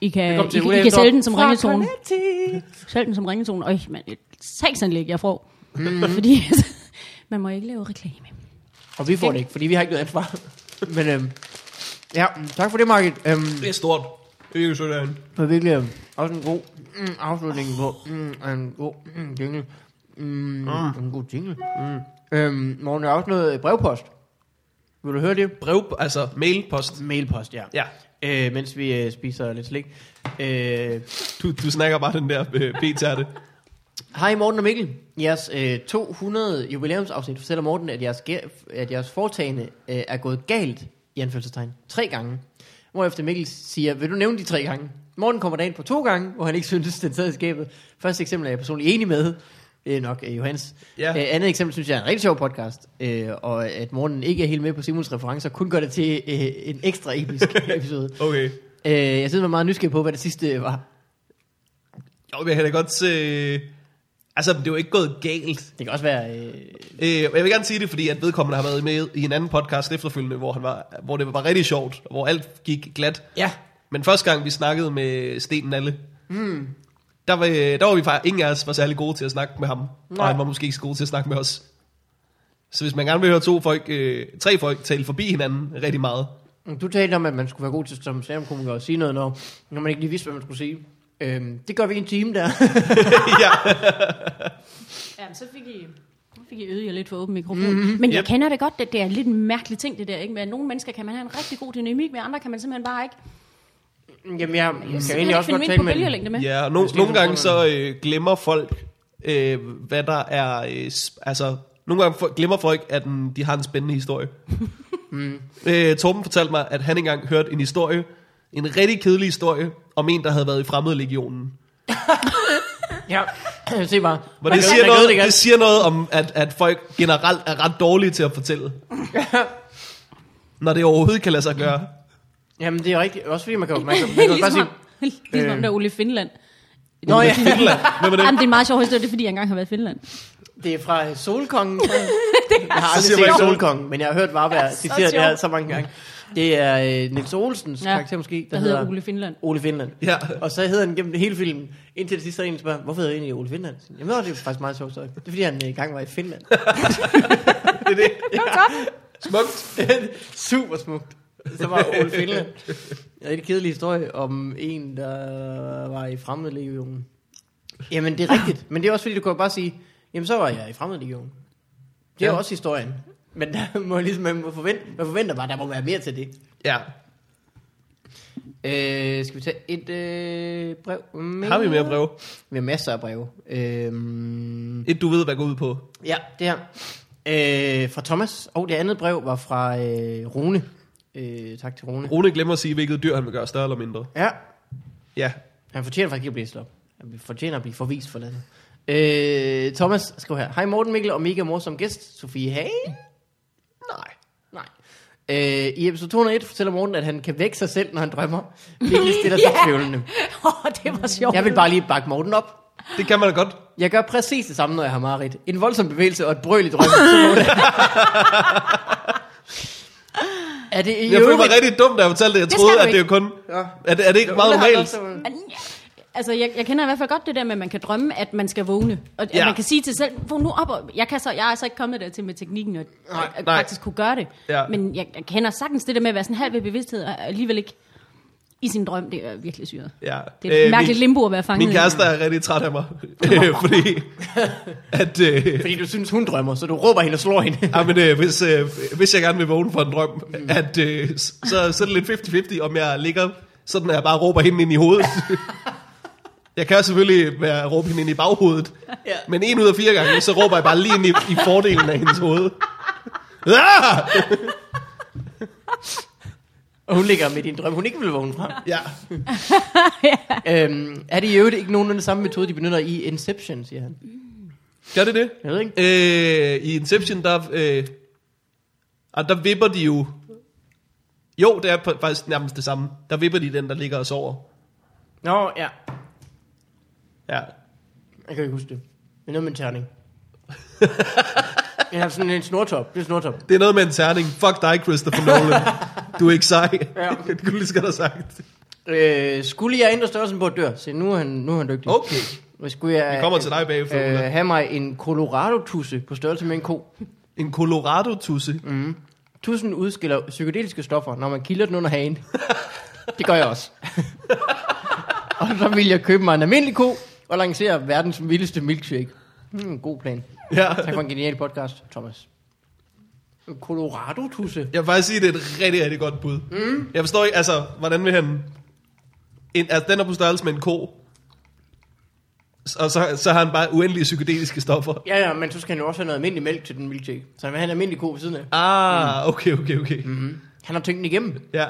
[SPEAKER 2] I kan,
[SPEAKER 3] Velkommen til
[SPEAKER 2] I, kan- I
[SPEAKER 3] Ulla
[SPEAKER 2] kan sælge
[SPEAKER 3] Elmdorf.
[SPEAKER 2] den som
[SPEAKER 3] Fra
[SPEAKER 2] ringetone.
[SPEAKER 3] Carletti.
[SPEAKER 2] Sælge den som ringetone. Øj, man, et sagsanlæg, jeg får.
[SPEAKER 3] Mm.
[SPEAKER 2] Fordi (laughs) man må ikke lave reklame.
[SPEAKER 3] Og vi får det ikke, fordi vi har ikke noget ansvar. (laughs) Men øhm, ja, mm, tak for det, Margit. Øhm,
[SPEAKER 1] Det er stort. Det er jo sådan.
[SPEAKER 3] det var virkelig øhm, også en god mm, afslutning på mm, og en god mm, jingle. Mm, En god jingle. Mm. Øhm, Morten, der er også noget brevpost. Vil du høre det?
[SPEAKER 1] Brev, altså mailpost.
[SPEAKER 3] Mailpost, ja.
[SPEAKER 1] Ja,
[SPEAKER 3] Øh, mens vi øh, spiser lidt slik. Øh,
[SPEAKER 1] du, du snakker bare den der øh, p-tærte.
[SPEAKER 3] Hej Morten og Mikkel. Jeres øh, 200 jubilæumsafsnit fortæller Morten, at jeres, ge- at jeres foretagende øh, er gået galt, i anførselstegn, tre gange. Hvorefter Mikkel siger, vil du nævne de tre gange? Morten kommer dagen på to gange, hvor han ikke synes, den sad i skabet. Første eksempel er jeg personligt enig med, øh, nok øh, Johannes.
[SPEAKER 1] Ja.
[SPEAKER 3] Øh, andet eksempel synes jeg er en rigtig sjov podcast, øh, og at Morten ikke er helt med på Simons referencer, kun gør det til øh, en ekstra episk episode.
[SPEAKER 1] Okay.
[SPEAKER 3] Øh, jeg synes, jeg var meget nysgerrig på, hvad det sidste var.
[SPEAKER 1] Jo, men jeg kan da godt se... Altså, det er jo ikke gået galt.
[SPEAKER 3] Det kan også være... Øh,
[SPEAKER 1] Øh, og jeg vil gerne sige det, fordi at vedkommende har været med i en anden podcast efterfølgende, hvor, han var, hvor det var rigtig sjovt, og hvor alt gik glat.
[SPEAKER 3] ja,
[SPEAKER 1] Men første gang, vi snakkede med Sten Nalle, mm. der, var, øh, der var vi faktisk, ingen af os var særlig gode til at snakke med ham. Nej. Og han var måske ikke så god til at snakke med os. Så hvis man gerne vil høre to folk, øh, tre folk tale forbi hinanden rigtig (laughs) meget,
[SPEAKER 3] Du talte om, at man skulle være god til som stand-up-komiker at sige noget, når, når man ikke lige vidste, hvad man skulle sige. Øhm, det gør vi i en time der. (laughs)
[SPEAKER 2] Ja, så fik I... nu fik I øget jer lidt for åben mikrofon. Mm-hmm. Men jeg kender det godt, det, det er lidt en mærkelig ting, det der. Ikke? Med at nogle mennesker kan man have en rigtig god dynamik med, andre kan man simpelthen bare ikke.
[SPEAKER 3] Jamen, jeg, jeg kan
[SPEAKER 2] simpelthen
[SPEAKER 3] egentlig
[SPEAKER 2] ikke
[SPEAKER 3] også
[SPEAKER 2] finde
[SPEAKER 3] godt
[SPEAKER 2] mig ind
[SPEAKER 3] tale
[SPEAKER 2] på
[SPEAKER 3] med...
[SPEAKER 2] bølgelængde med.
[SPEAKER 1] Ja, og no,
[SPEAKER 3] Hvis det er
[SPEAKER 1] nogle
[SPEAKER 3] sådan,
[SPEAKER 1] gange så øh, glemmer folk, øh, hvad der er... Øh, sp- altså, nogle gange for, glemmer folk, at den, de har en spændende historie. (laughs) mm. øh, Torben fortalte mig, at han engang hørte en historie, en rigtig kedelig historie, om en, der havde været i fremmedlegionen.
[SPEAKER 3] Ja, (laughs) se bare.
[SPEAKER 1] Hvor
[SPEAKER 3] Man
[SPEAKER 1] det
[SPEAKER 3] kan-
[SPEAKER 1] siger,
[SPEAKER 3] man kan
[SPEAKER 1] noget,
[SPEAKER 3] vide
[SPEAKER 1] det, det siger noget om, at, at folk generelt er ret dårlige til at fortælle. Når det overhovedet kan lade sig gøre.
[SPEAKER 2] (laughs)
[SPEAKER 3] gerne. Jamen, det er rigtigt. Også fordi man kan, man kan, man kan også bare sige,
[SPEAKER 2] ligesom øh. der Ole Finland.
[SPEAKER 3] Nå
[SPEAKER 2] (laughs)
[SPEAKER 3] ja,
[SPEAKER 1] Finland. Hvem er det?
[SPEAKER 2] Jamen, det er en meget sjov historie, det er fordi, jeg engang har været i Finland.
[SPEAKER 3] det er fra øh, Solkongen. jeg har aldrig
[SPEAKER 1] siger man
[SPEAKER 3] set
[SPEAKER 1] ikke noget.
[SPEAKER 3] Solkongen, men jeg har hørt Varberg citere det her så mange gange. Det er øh, Nils Olsens ja.
[SPEAKER 2] Ja,
[SPEAKER 3] karakter måske, der,
[SPEAKER 2] Der hedder Ole Finland.
[SPEAKER 3] Ole Finland.
[SPEAKER 1] Ja.
[SPEAKER 3] Og så hedder han gennem hele filmen, indtil det sidste så er der en der spørger, hvorfor hedder egentlig Ole Finland? Jamen, det var det faktisk meget sjovt. så. Det er fordi, han øh, engang var i Finland.
[SPEAKER 1] Smukt.
[SPEAKER 3] (laughs) Super smukt. Så var Ole Finland. En rigtig kedelig historie om en, der var i fremmedlegionen. Jamen, det er rigtigt. Men det er også fordi, du kunne jo bare sige, jamen, så var jeg i fremmedlegionen. Det er
[SPEAKER 1] Ja.
[SPEAKER 3] ja. også historien. Men der må ligesom, man, må forvente, man forventer bare, der må være mere til det.
[SPEAKER 1] Ja.
[SPEAKER 3] Øh, skal vi tage et øh, brev? Mm. Mere?
[SPEAKER 1] Har vi mere brev?
[SPEAKER 3] Vi har masser af breve. Øhm,
[SPEAKER 1] Et, du ved, hvad går ud på.
[SPEAKER 3] Ja, det her. Øh, fra Thomas. Og det andet brev var fra øh, Rune. Øh, tak til Rune.
[SPEAKER 1] Rune glemmer at sige, hvilket dyr han vil gøre større eller mindre.
[SPEAKER 3] Ja,
[SPEAKER 1] Ja.
[SPEAKER 3] han fortjener faktisk ikke at blive slået. op. Han fortjener at blive forvist for landet. Øh, Thomas skriver her. Hej Morten Mikkel og mega morsom gæst, Sofie Hage. Nej. Nej. Øh, I episode 201 fortæller Morten, at han kan vække sig selv, når han drømmer. Mikkel stiller sig
[SPEAKER 2] (laughs) Ja.
[SPEAKER 3] tvivlende.
[SPEAKER 2] Åh, oh, det var sjovt.
[SPEAKER 3] Jeg vil bare lige bakke Morten op.
[SPEAKER 1] Det kan man da godt.
[SPEAKER 3] Jeg gør præcis det samme, når jeg har mareridt. En voldsom bevægelse og et brøl i drømmen. Så må det. er det i
[SPEAKER 1] Jeg følte mig
[SPEAKER 3] øvrigt-
[SPEAKER 1] rigtig dum, da jeg fortalte det. Jeg
[SPEAKER 2] Det
[SPEAKER 1] troede,
[SPEAKER 2] skal
[SPEAKER 1] at
[SPEAKER 2] du
[SPEAKER 1] det er kun...
[SPEAKER 3] Ja.
[SPEAKER 1] Er det, er det ikke meget
[SPEAKER 3] Ole har
[SPEAKER 1] normalt?
[SPEAKER 3] også-
[SPEAKER 2] Altså, jeg, jeg kender i hvert fald godt det der med, at man kan drømme, at man skal vågne. Og at
[SPEAKER 1] Ja.
[SPEAKER 2] ja. man kan sige til sig selv, vågn nu op. Og jeg, kan så, jeg er så ikke kommet dertil med teknikken, og, nej, at
[SPEAKER 1] nej.
[SPEAKER 2] faktisk kunne gøre det.
[SPEAKER 1] Ja.
[SPEAKER 2] Men jeg, jeg kender sagtens det der med at være sådan halv ved bevidsthed, og alligevel ikke i sin drøm. Det er virkelig syret.
[SPEAKER 1] Ja.
[SPEAKER 2] Det er et
[SPEAKER 1] Øh,
[SPEAKER 2] øh, mærkeligt
[SPEAKER 1] min-
[SPEAKER 2] limbo at være fanget
[SPEAKER 1] Min
[SPEAKER 2] i.
[SPEAKER 1] kæreste er rigtig træt af mig. Øh, fordi... At, øh,
[SPEAKER 3] Fordi du synes, hun drømmer, så du råber hende og slår hende.
[SPEAKER 1] Ja, men, øh, hvis, øh, hvis jeg gerne vil vågne fra en drøm, mm. at, øh, s- så, så er det lidt 50-50, om jeg ligger sådan, at jeg bare råber hende ind i hovedet. (laughs) jeg kan selvfølgelig være, råbe hende ind i baghovedet,
[SPEAKER 3] Ja.
[SPEAKER 1] men en ud af fire gange, så råber jeg bare lige ind i, i fordelen af hendes hoved. Ah!
[SPEAKER 3] Og hun ligger med din drøm, hun ikke vil vågne fra.
[SPEAKER 1] Ja,
[SPEAKER 3] øhm, er det i øvrigt ikke nogen af den samme metode, de benytter i Inception, siger han.
[SPEAKER 1] gør det det?
[SPEAKER 3] Jeg ved ikke.
[SPEAKER 1] Øh, I Inception, der, øh, ah, der vipper de jo... Jo, det er pa- faktisk nærmest det samme. Der vipper de den, der ligger og sover.
[SPEAKER 3] Nå, ja.
[SPEAKER 1] Ja.
[SPEAKER 3] Jeg kan ikke huske det. Men noget med en terning. Jeg har sådan en snortop. Det er snortop.
[SPEAKER 1] Det er noget med en terning. Fuck dig, Christopher Nolan. Du er ikke sej. Ja. det kunne du lige så godt have sagt.
[SPEAKER 3] Øh, skulle jeg ændre størrelsen på et dør? Se, nu er han, nu er han dygtig.
[SPEAKER 1] Okay.
[SPEAKER 3] Hvis skulle jeg,
[SPEAKER 1] Vi kommer til dig bagefter,
[SPEAKER 3] Øh,
[SPEAKER 1] Ulla.
[SPEAKER 3] have mig en Colorado-tusse på størrelse med en ko.
[SPEAKER 1] En Colorado-tusse. Mm.
[SPEAKER 3] Tussen udskiller psykedeliske stoffer, når man kilder den under hagen. det gør jeg også. og så vil jeg købe mig en almindelig ko og lancere verdens vildeste milkshake. Hmm, god plan.
[SPEAKER 1] Ja.
[SPEAKER 3] Tak for en genial podcast, Thomas. En Colorado-tusse?
[SPEAKER 1] Jeg vil faktisk sige, det er et rigtig, rigtig godt bud. Mm. Jeg forstår ikke, altså, hvordan vil han... En, altså, den er på størrelse med en ko. S- Og så, så har han bare uendelige psykedeliske stoffer.
[SPEAKER 3] Ja, ja, men så skal han jo også have noget almindelig mælk til den milkshake. Så han vil have en almindelig ko ved siden af.
[SPEAKER 1] Ah, okay, okay, okay. Mm.
[SPEAKER 3] Han har tænkt den igennem.
[SPEAKER 1] Ja.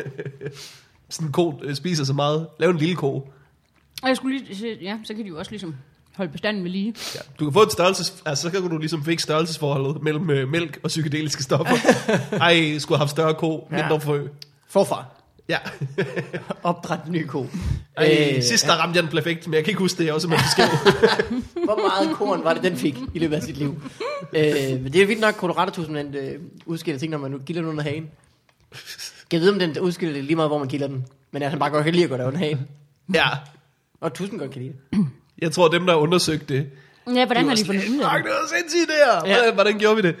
[SPEAKER 1] (laughs) Sådan en ko øh, spiser så meget. Lav en lille ko.
[SPEAKER 2] Og jeg skulle lige, se- ja, så kan de jo også ligesom holde bestanden ved lige.
[SPEAKER 1] Ja. Du kan få et størrelses... Altså, så kan du ligesom fikse størrelsesforholdet mellem øh, mælk og psykedeliske
[SPEAKER 3] (laughs)
[SPEAKER 1] stoffer. Ej, skulle have haft større ko, mindre
[SPEAKER 3] Ja.
[SPEAKER 1] frø.
[SPEAKER 3] Forfra. (laughs)
[SPEAKER 1] Ja.
[SPEAKER 3] Opdræt en ny ko.
[SPEAKER 1] Ej, øh, sidst der ramte jeg den perfekt, men jeg kan ikke huske det, jeg også med
[SPEAKER 3] (laughs)
[SPEAKER 1] besked.
[SPEAKER 3] Hvor meget korn var det, den fik i løbet af sit liv? øh, men det er vildt nok, Colorado-tusen den øh, udskiller ting, når man nu kilder den under hagen. Jeg ved, om den udskiller det lige meget, hvor man kilder den. Men at han bare godt kan lide at gå der under hagen.
[SPEAKER 1] ja.
[SPEAKER 3] Og tusind godt kan lide det.
[SPEAKER 1] Jeg tror, dem, der undersøgte det...
[SPEAKER 2] Ja, hvordan har
[SPEAKER 1] var
[SPEAKER 2] de fundet
[SPEAKER 1] sådan,
[SPEAKER 2] ud af
[SPEAKER 1] "Fuck,
[SPEAKER 2] det?
[SPEAKER 1] det var sindssygt det her!
[SPEAKER 3] Ja.
[SPEAKER 1] Hvordan, hvordan gjorde vi det?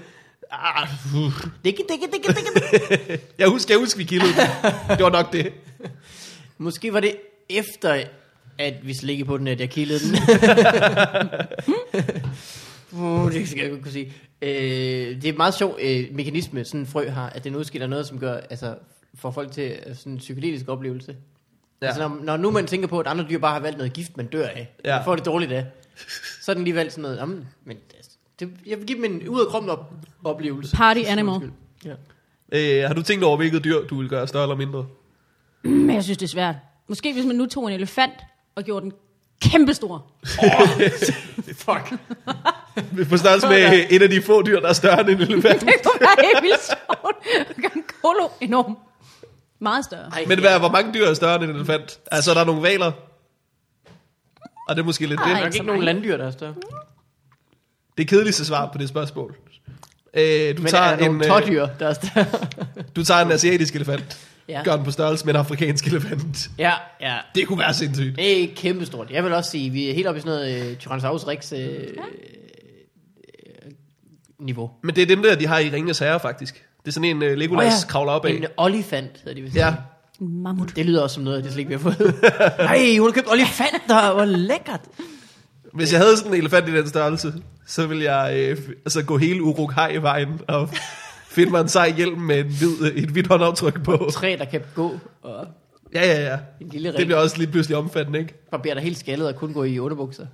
[SPEAKER 1] Ah, uh.
[SPEAKER 3] Digge, digge, digge, digge, digge.
[SPEAKER 1] jeg husker, jeg husker, vi kildede
[SPEAKER 3] (laughs)
[SPEAKER 1] den. Det var nok det.
[SPEAKER 3] Måske var det efter, at vi slikkede på den, at jeg kildede den. (laughs) uh, det skal jeg ikke kunne sige. Øh, det er en meget sjov øh, mekanisme, sådan en frø har, at den udskiller noget, som gør, altså, får folk til øh, sådan en psykedelisk oplevelse. Ja. Altså, når, når nu man tænker på, at andre dyr bare har valgt noget gift, man dør af,
[SPEAKER 1] Ja.
[SPEAKER 3] ja. man får det dårligt af, så er den lige valgt sådan noget, jamen, men altså, det, jeg vil give dem en ud af kroppen op- oplevelse.
[SPEAKER 2] Party animal.
[SPEAKER 3] Undskyld. Ja.
[SPEAKER 1] Øh, har du tænkt over, hvilket dyr, du vil gøre større eller mindre?
[SPEAKER 2] (clears throat) Men jeg synes, det er svært. Måske hvis man nu tog en elefant og gjorde den kæmpestor.
[SPEAKER 3] Fuck.
[SPEAKER 1] På størrelse
[SPEAKER 3] (laughs)
[SPEAKER 1] med et af de få dyr, der er større end en elefant.
[SPEAKER 2] Det kunne være helt vildt sjovt. Gør en kolo enorm. Meget større.
[SPEAKER 3] Ej,
[SPEAKER 1] Men hvad, hvor mange dyr er større end en elefant? Altså, der er nogle valer. Og det er måske lidt
[SPEAKER 3] Det
[SPEAKER 1] det.
[SPEAKER 3] er nok ikke nogen landdyr, der er større.
[SPEAKER 1] Det kedeligste svar på det spørgsmål. Øh, du,
[SPEAKER 3] Men er
[SPEAKER 1] tager
[SPEAKER 3] der
[SPEAKER 1] en,
[SPEAKER 3] nogle
[SPEAKER 1] øh,
[SPEAKER 3] tårdyr, der er større?
[SPEAKER 1] du tager en asiatisk elefant.
[SPEAKER 3] Ja.
[SPEAKER 1] Ja. Gør den på størrelse med en afrikansk elefant.
[SPEAKER 3] ja, ja.
[SPEAKER 1] Det kunne være sindssygt.
[SPEAKER 3] Det er kæmpestort. Jeg vil også sige, vi er helt oppe i sådan noget øh, Tyrannosaurus Rex øh, øh, niveau.
[SPEAKER 1] Men det er dem der, de har i Ringens Herre, faktisk. Det er sådan en uh, Legolas oh, ja. kravler op af.
[SPEAKER 3] En olifant, hedder de vist.
[SPEAKER 1] Ja,
[SPEAKER 6] En mammut.
[SPEAKER 3] Det lyder også som noget, det slet ikke vi har
[SPEAKER 1] (laughs)
[SPEAKER 3] fået. Nej, hun har købt olifanter, hvor lækkert.
[SPEAKER 1] hvis jeg havde sådan en elefant i den størrelse, så ville jeg øh, f- altså gå hele uruk i vejen og finde mig en sej hjelm med en hvid, øh, et hvidt håndaftryk på.
[SPEAKER 3] Tre, der kan gå, og
[SPEAKER 1] Ja, ja, ja.
[SPEAKER 3] en lille
[SPEAKER 1] Det
[SPEAKER 3] ring,
[SPEAKER 1] bliver også lige pludselig omfattende, ikke?
[SPEAKER 3] barberer dig helt skaldet og kun gå i underbukser.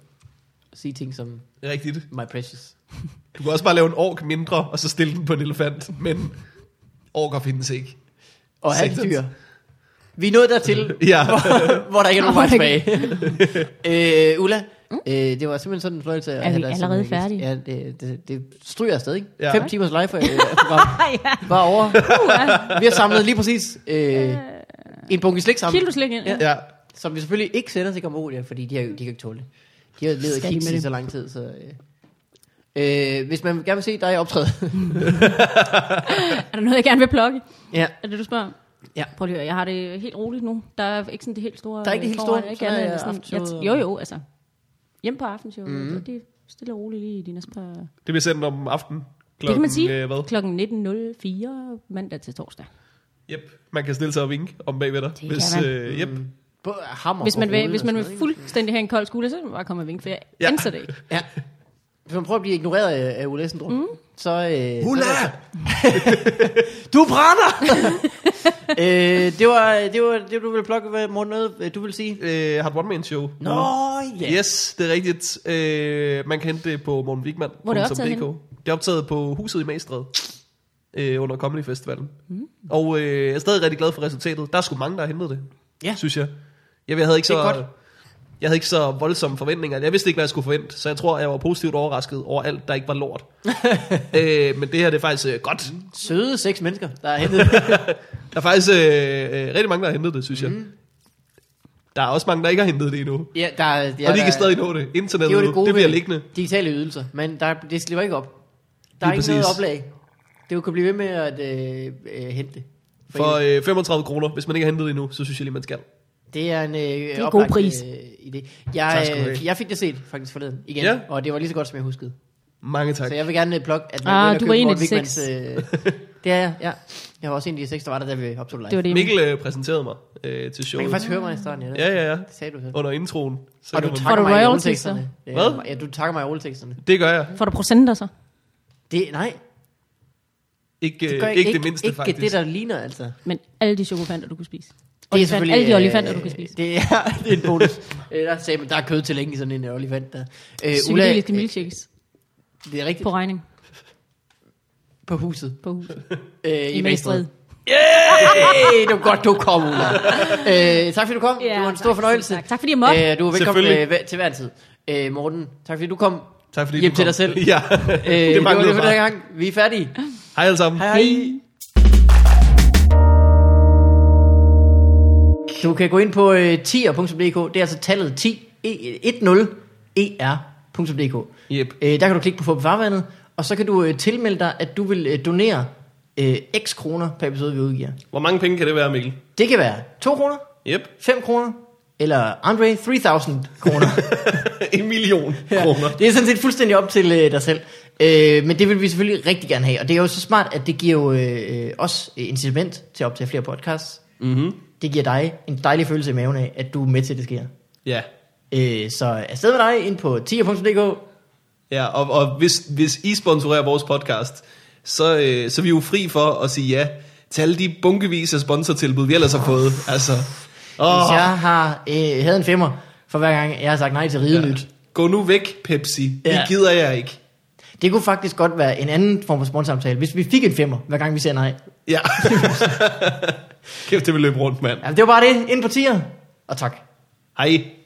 [SPEAKER 3] Og sige ting som,
[SPEAKER 1] Rigtigt.
[SPEAKER 3] my precious.
[SPEAKER 1] Du kan også bare lave en ork mindre, og så stille den på en elefant, men orker findes ikke.
[SPEAKER 3] Og have
[SPEAKER 1] Sikkert.
[SPEAKER 3] dyr. Vi er nået dertil,
[SPEAKER 1] Ja,
[SPEAKER 3] hvor, hvor der ikke er nogen
[SPEAKER 6] Hvor
[SPEAKER 3] vej
[SPEAKER 6] der
[SPEAKER 3] tilbage. øh, Ulla, mm? øh, det var simpelthen sådan en fornøjelse. at
[SPEAKER 6] Er
[SPEAKER 3] have
[SPEAKER 6] vi
[SPEAKER 3] dig som
[SPEAKER 6] allerede
[SPEAKER 3] gæst.
[SPEAKER 6] færdige?
[SPEAKER 3] Ja, det, det, det stryger afsted, ikke? Ja.
[SPEAKER 1] Ja.
[SPEAKER 3] Fem timers live-program
[SPEAKER 6] ja.
[SPEAKER 3] var
[SPEAKER 6] (laughs)
[SPEAKER 3] over. Vi har samlet lige præcis øh, en bunke slik sammen.
[SPEAKER 2] Kilo slik ind. Ja.
[SPEAKER 1] ja.
[SPEAKER 3] Som vi selvfølgelig ikke sender til Cambodia, fordi de, har, jo- de kan ikke tåle det. De har levet
[SPEAKER 2] Skal de
[SPEAKER 3] af kiks
[SPEAKER 2] med
[SPEAKER 3] i
[SPEAKER 2] det?
[SPEAKER 3] så lang tid, så... Øh. Øh, hvis man gerne vil se dig optræde. (laughs)
[SPEAKER 2] Er der noget, jeg gerne vil plukke?
[SPEAKER 3] ja.
[SPEAKER 2] Er det, du spørger om?
[SPEAKER 3] Ja.
[SPEAKER 2] Prøv lige at høre, jeg har det helt roligt nu. Der er ikke sådan det helt store...
[SPEAKER 3] Der er ikke det helt
[SPEAKER 2] forvejen.
[SPEAKER 3] store?
[SPEAKER 2] Ikke
[SPEAKER 3] Så
[SPEAKER 2] andet
[SPEAKER 3] er Mhm.
[SPEAKER 2] end sådan,
[SPEAKER 3] aftenshowet
[SPEAKER 2] jeg,
[SPEAKER 3] og-
[SPEAKER 2] jo, jo, altså. Hjem på aftenshowet. Mm. Det er stille og roligt lige i de næste par...
[SPEAKER 1] Det bliver sendt om aftenen. Klokken,
[SPEAKER 2] det kan man sige.
[SPEAKER 1] Øh, hvad?
[SPEAKER 2] Klokken 19.04 mandag til torsdag.
[SPEAKER 1] Yep. Man kan stille sig og vinke om bagved dig.
[SPEAKER 2] Det
[SPEAKER 1] hvis,
[SPEAKER 2] kan man.
[SPEAKER 1] øh, yep.
[SPEAKER 3] På hammer
[SPEAKER 2] Hvis
[SPEAKER 3] på
[SPEAKER 2] man, vil,
[SPEAKER 3] hovedet
[SPEAKER 2] hvis
[SPEAKER 3] og
[SPEAKER 2] man
[SPEAKER 3] sådan
[SPEAKER 2] vil
[SPEAKER 3] noget, ikke?
[SPEAKER 2] fuldstændig have en kold skulder, så kan man bare komme og vinke, for jeg
[SPEAKER 1] Ja.
[SPEAKER 2] ja. anser det ikke.
[SPEAKER 3] altså. Ja. Hvis man prøver at blive ignoreret af af Ulla Essendrup, mm. så... Øh,
[SPEAKER 1] Ulla!
[SPEAKER 3] så er det- du brænder! (laughs) øh, det, var, det var det, du ville plukke, hvad, Morten, noget, du ville sige.
[SPEAKER 1] Øh, har du one man show?
[SPEAKER 3] Nå, ja.
[SPEAKER 1] Yeah. Yes, det er rigtigt. Øh, man kan hente det på morgenvigman.dk.
[SPEAKER 2] Hvor er det optaget henne?
[SPEAKER 1] Det er optaget på huset i Magstred øh, under Comedy Festivalen. Mm. Og øh, jeg er stadig rigtig glad for resultatet. Der er sgu mange, der har hentet det,
[SPEAKER 3] Ja.
[SPEAKER 1] synes jeg. Jeg, jeg havde ikke
[SPEAKER 3] Det
[SPEAKER 1] så...
[SPEAKER 3] er godt.
[SPEAKER 1] Jeg havde ikke så voldsomme forventninger. Jeg vidste ikke, hvad jeg skulle forvente, så jeg tror, jeg var positivt overrasket over alt, der ikke var
[SPEAKER 3] (laughs)
[SPEAKER 1] lort. øh, men det her, det er faktisk øh, godt.
[SPEAKER 3] Søde seks mennesker, der er hentet.
[SPEAKER 1] Der er faktisk øh, øh, rigtig mange, der har hentet det, synes jeg. Mm. Der er også mange, der ikke har hentet det endnu.
[SPEAKER 3] ja, der, er- ja,
[SPEAKER 1] Ja, og de
[SPEAKER 3] der,
[SPEAKER 1] kan stadig nå det. Internettet,
[SPEAKER 3] Det er jo det gode
[SPEAKER 1] det bliver
[SPEAKER 3] ved-
[SPEAKER 1] liggende.
[SPEAKER 3] digitale ydelser, men der, det slipper ikke op. Der er
[SPEAKER 1] Lige
[SPEAKER 3] ikke noget
[SPEAKER 1] præcis.
[SPEAKER 3] oplag. Det vil kunne blive ved med at øh, øh, hente det.
[SPEAKER 1] For
[SPEAKER 3] øh,
[SPEAKER 1] øh, 35 kroner, hvis man ikke har hentet det endnu, så synes jeg lige, man skal.
[SPEAKER 3] det er en øh, det
[SPEAKER 6] er god pris.
[SPEAKER 3] Øh, idé.
[SPEAKER 1] Tak
[SPEAKER 3] Jeg,
[SPEAKER 1] skal du
[SPEAKER 3] øh,
[SPEAKER 1] have.
[SPEAKER 3] jeg fik det set faktisk forleden igen, ja.
[SPEAKER 1] Ja.
[SPEAKER 3] og det var lige så godt, som jeg huskede.
[SPEAKER 1] Mange tak.
[SPEAKER 3] Så jeg vil gerne øh, plukke, at man
[SPEAKER 2] Ah,
[SPEAKER 3] går ind og
[SPEAKER 2] du var en
[SPEAKER 3] køber
[SPEAKER 2] af
[SPEAKER 3] Morten
[SPEAKER 2] de
[SPEAKER 3] Wigmans,
[SPEAKER 2] (laughs)
[SPEAKER 3] Øh, det er jeg, ja. Jeg var også en af de seks, der var der, da vi optog live.
[SPEAKER 2] Det var det.
[SPEAKER 1] Mikkel øh, præsenterede mig øh, til
[SPEAKER 3] Man
[SPEAKER 1] showet.
[SPEAKER 3] kan faktisk høre mig i starten, ja.
[SPEAKER 1] Ja, ja, ja.
[SPEAKER 3] Det sagde du selv.
[SPEAKER 1] Under introen. Så
[SPEAKER 3] Og du
[SPEAKER 1] kan man-
[SPEAKER 2] Får
[SPEAKER 3] takker
[SPEAKER 2] du
[SPEAKER 3] mig i
[SPEAKER 2] royalties,
[SPEAKER 3] rulleteksterne.
[SPEAKER 1] Hvad?
[SPEAKER 3] Ja, du takker mig i rulleteksterne.
[SPEAKER 1] Det gør jeg.
[SPEAKER 2] Får du procenter så?
[SPEAKER 3] Det, nej,
[SPEAKER 1] Ikke
[SPEAKER 3] det
[SPEAKER 1] det,
[SPEAKER 3] gør
[SPEAKER 1] Øh, ikke,
[SPEAKER 3] jeg
[SPEAKER 1] ikke det mindste,
[SPEAKER 3] ikke
[SPEAKER 1] faktisk.
[SPEAKER 3] det, der ligner, altså.
[SPEAKER 2] Men alle de chokofanter, du kunne spise.
[SPEAKER 3] Det er
[SPEAKER 2] Olifant,
[SPEAKER 3] selvfølgelig...
[SPEAKER 2] alle de
[SPEAKER 3] øh,
[SPEAKER 2] olifanter, du kan spise.
[SPEAKER 3] Det er, (laughs) det er en bonus. Øh, der sagde man, der er kød til længe i sådan en olifant der. Øh,
[SPEAKER 2] Psykedeliske
[SPEAKER 3] øh,
[SPEAKER 2] milkshakes
[SPEAKER 3] det er rigtigt.
[SPEAKER 2] på
[SPEAKER 3] På,
[SPEAKER 2] regning
[SPEAKER 3] på huset.
[SPEAKER 2] på huset.
[SPEAKER 3] Øh,
[SPEAKER 2] I Magstred.
[SPEAKER 3] Hey, det var godt, du kom, Ulla. Øh, tak fordi du kom.
[SPEAKER 2] Ja,
[SPEAKER 3] det var en stor
[SPEAKER 2] tak,
[SPEAKER 3] fornøjelse.
[SPEAKER 2] tak. Tak fordi jeg måtte.
[SPEAKER 3] Øh, du er velkommen
[SPEAKER 1] Selvfølgelig.
[SPEAKER 3] øh, hver- til hver tid. Øh, Morten, tak fordi du kom.
[SPEAKER 1] Tak fordi
[SPEAKER 3] Hjem
[SPEAKER 1] du
[SPEAKER 3] til
[SPEAKER 1] kom.
[SPEAKER 3] dig selv.
[SPEAKER 1] (laughs) Ja,
[SPEAKER 3] Øh,
[SPEAKER 1] det
[SPEAKER 3] var
[SPEAKER 1] manglede
[SPEAKER 3] det for den
[SPEAKER 1] bare.
[SPEAKER 3] her gang. Vi er færdige.
[SPEAKER 1] Hej alle sammen.
[SPEAKER 3] Hej, hej. Du kan gå ind på øh, 10er.dk. Det er altså tallet 10, e- 10er.dk.
[SPEAKER 1] Yep.
[SPEAKER 3] Øh, der kan du klikke på få på farvandet, og så kan du øh, tilmelde dig, at du vil øh, donere øh, x kroner per episode, vi udgiver.
[SPEAKER 1] Hvor mange penge kan det være, Mikkel?
[SPEAKER 3] Det kan være 2 kroner,
[SPEAKER 1] Yep.
[SPEAKER 3] 5 kroner, eller Andre 3000 kroner.
[SPEAKER 1] (laughs) en million kroner.
[SPEAKER 3] Det er sådan set fuldstændig op til øh, dig selv. Øh, men det vil vi selvfølgelig rigtig gerne have. Og det er jo så smart, at det giver jo øh, øh, os øh, incitament til at optage flere podcasts.
[SPEAKER 1] Mm-hmm.
[SPEAKER 3] Det giver dig en dejlig følelse i maven af, at du er med til, at det sker.
[SPEAKER 1] Ja.
[SPEAKER 3] Øh, så afsted med dig ind på 10.dk.
[SPEAKER 1] ja og, og hvis, hvis I sponsorerer vores podcast, så, øh, så er vi jo fri for at sige ja til alle de bunkevis af sponsortilbud, vi ellers har fået. Altså,
[SPEAKER 3] Hvis
[SPEAKER 1] åh,
[SPEAKER 3] jeg har øh, havde en femmer for hver gang, jeg har sagt nej til ridenyt. Ja.
[SPEAKER 1] gå nu væk, Pepsi. Ja.
[SPEAKER 3] Ja.
[SPEAKER 1] Det gider jeg ikke.
[SPEAKER 3] Det kunne faktisk godt være en anden form for sponsorsamtale, hvis vi fik en femmer, hver gang vi siger nej.
[SPEAKER 1] Ja. Kæft, det vil løbe rundt, mand.
[SPEAKER 3] Ja, det var bare det. Ind på 10'er. Og tak.
[SPEAKER 1] Hej.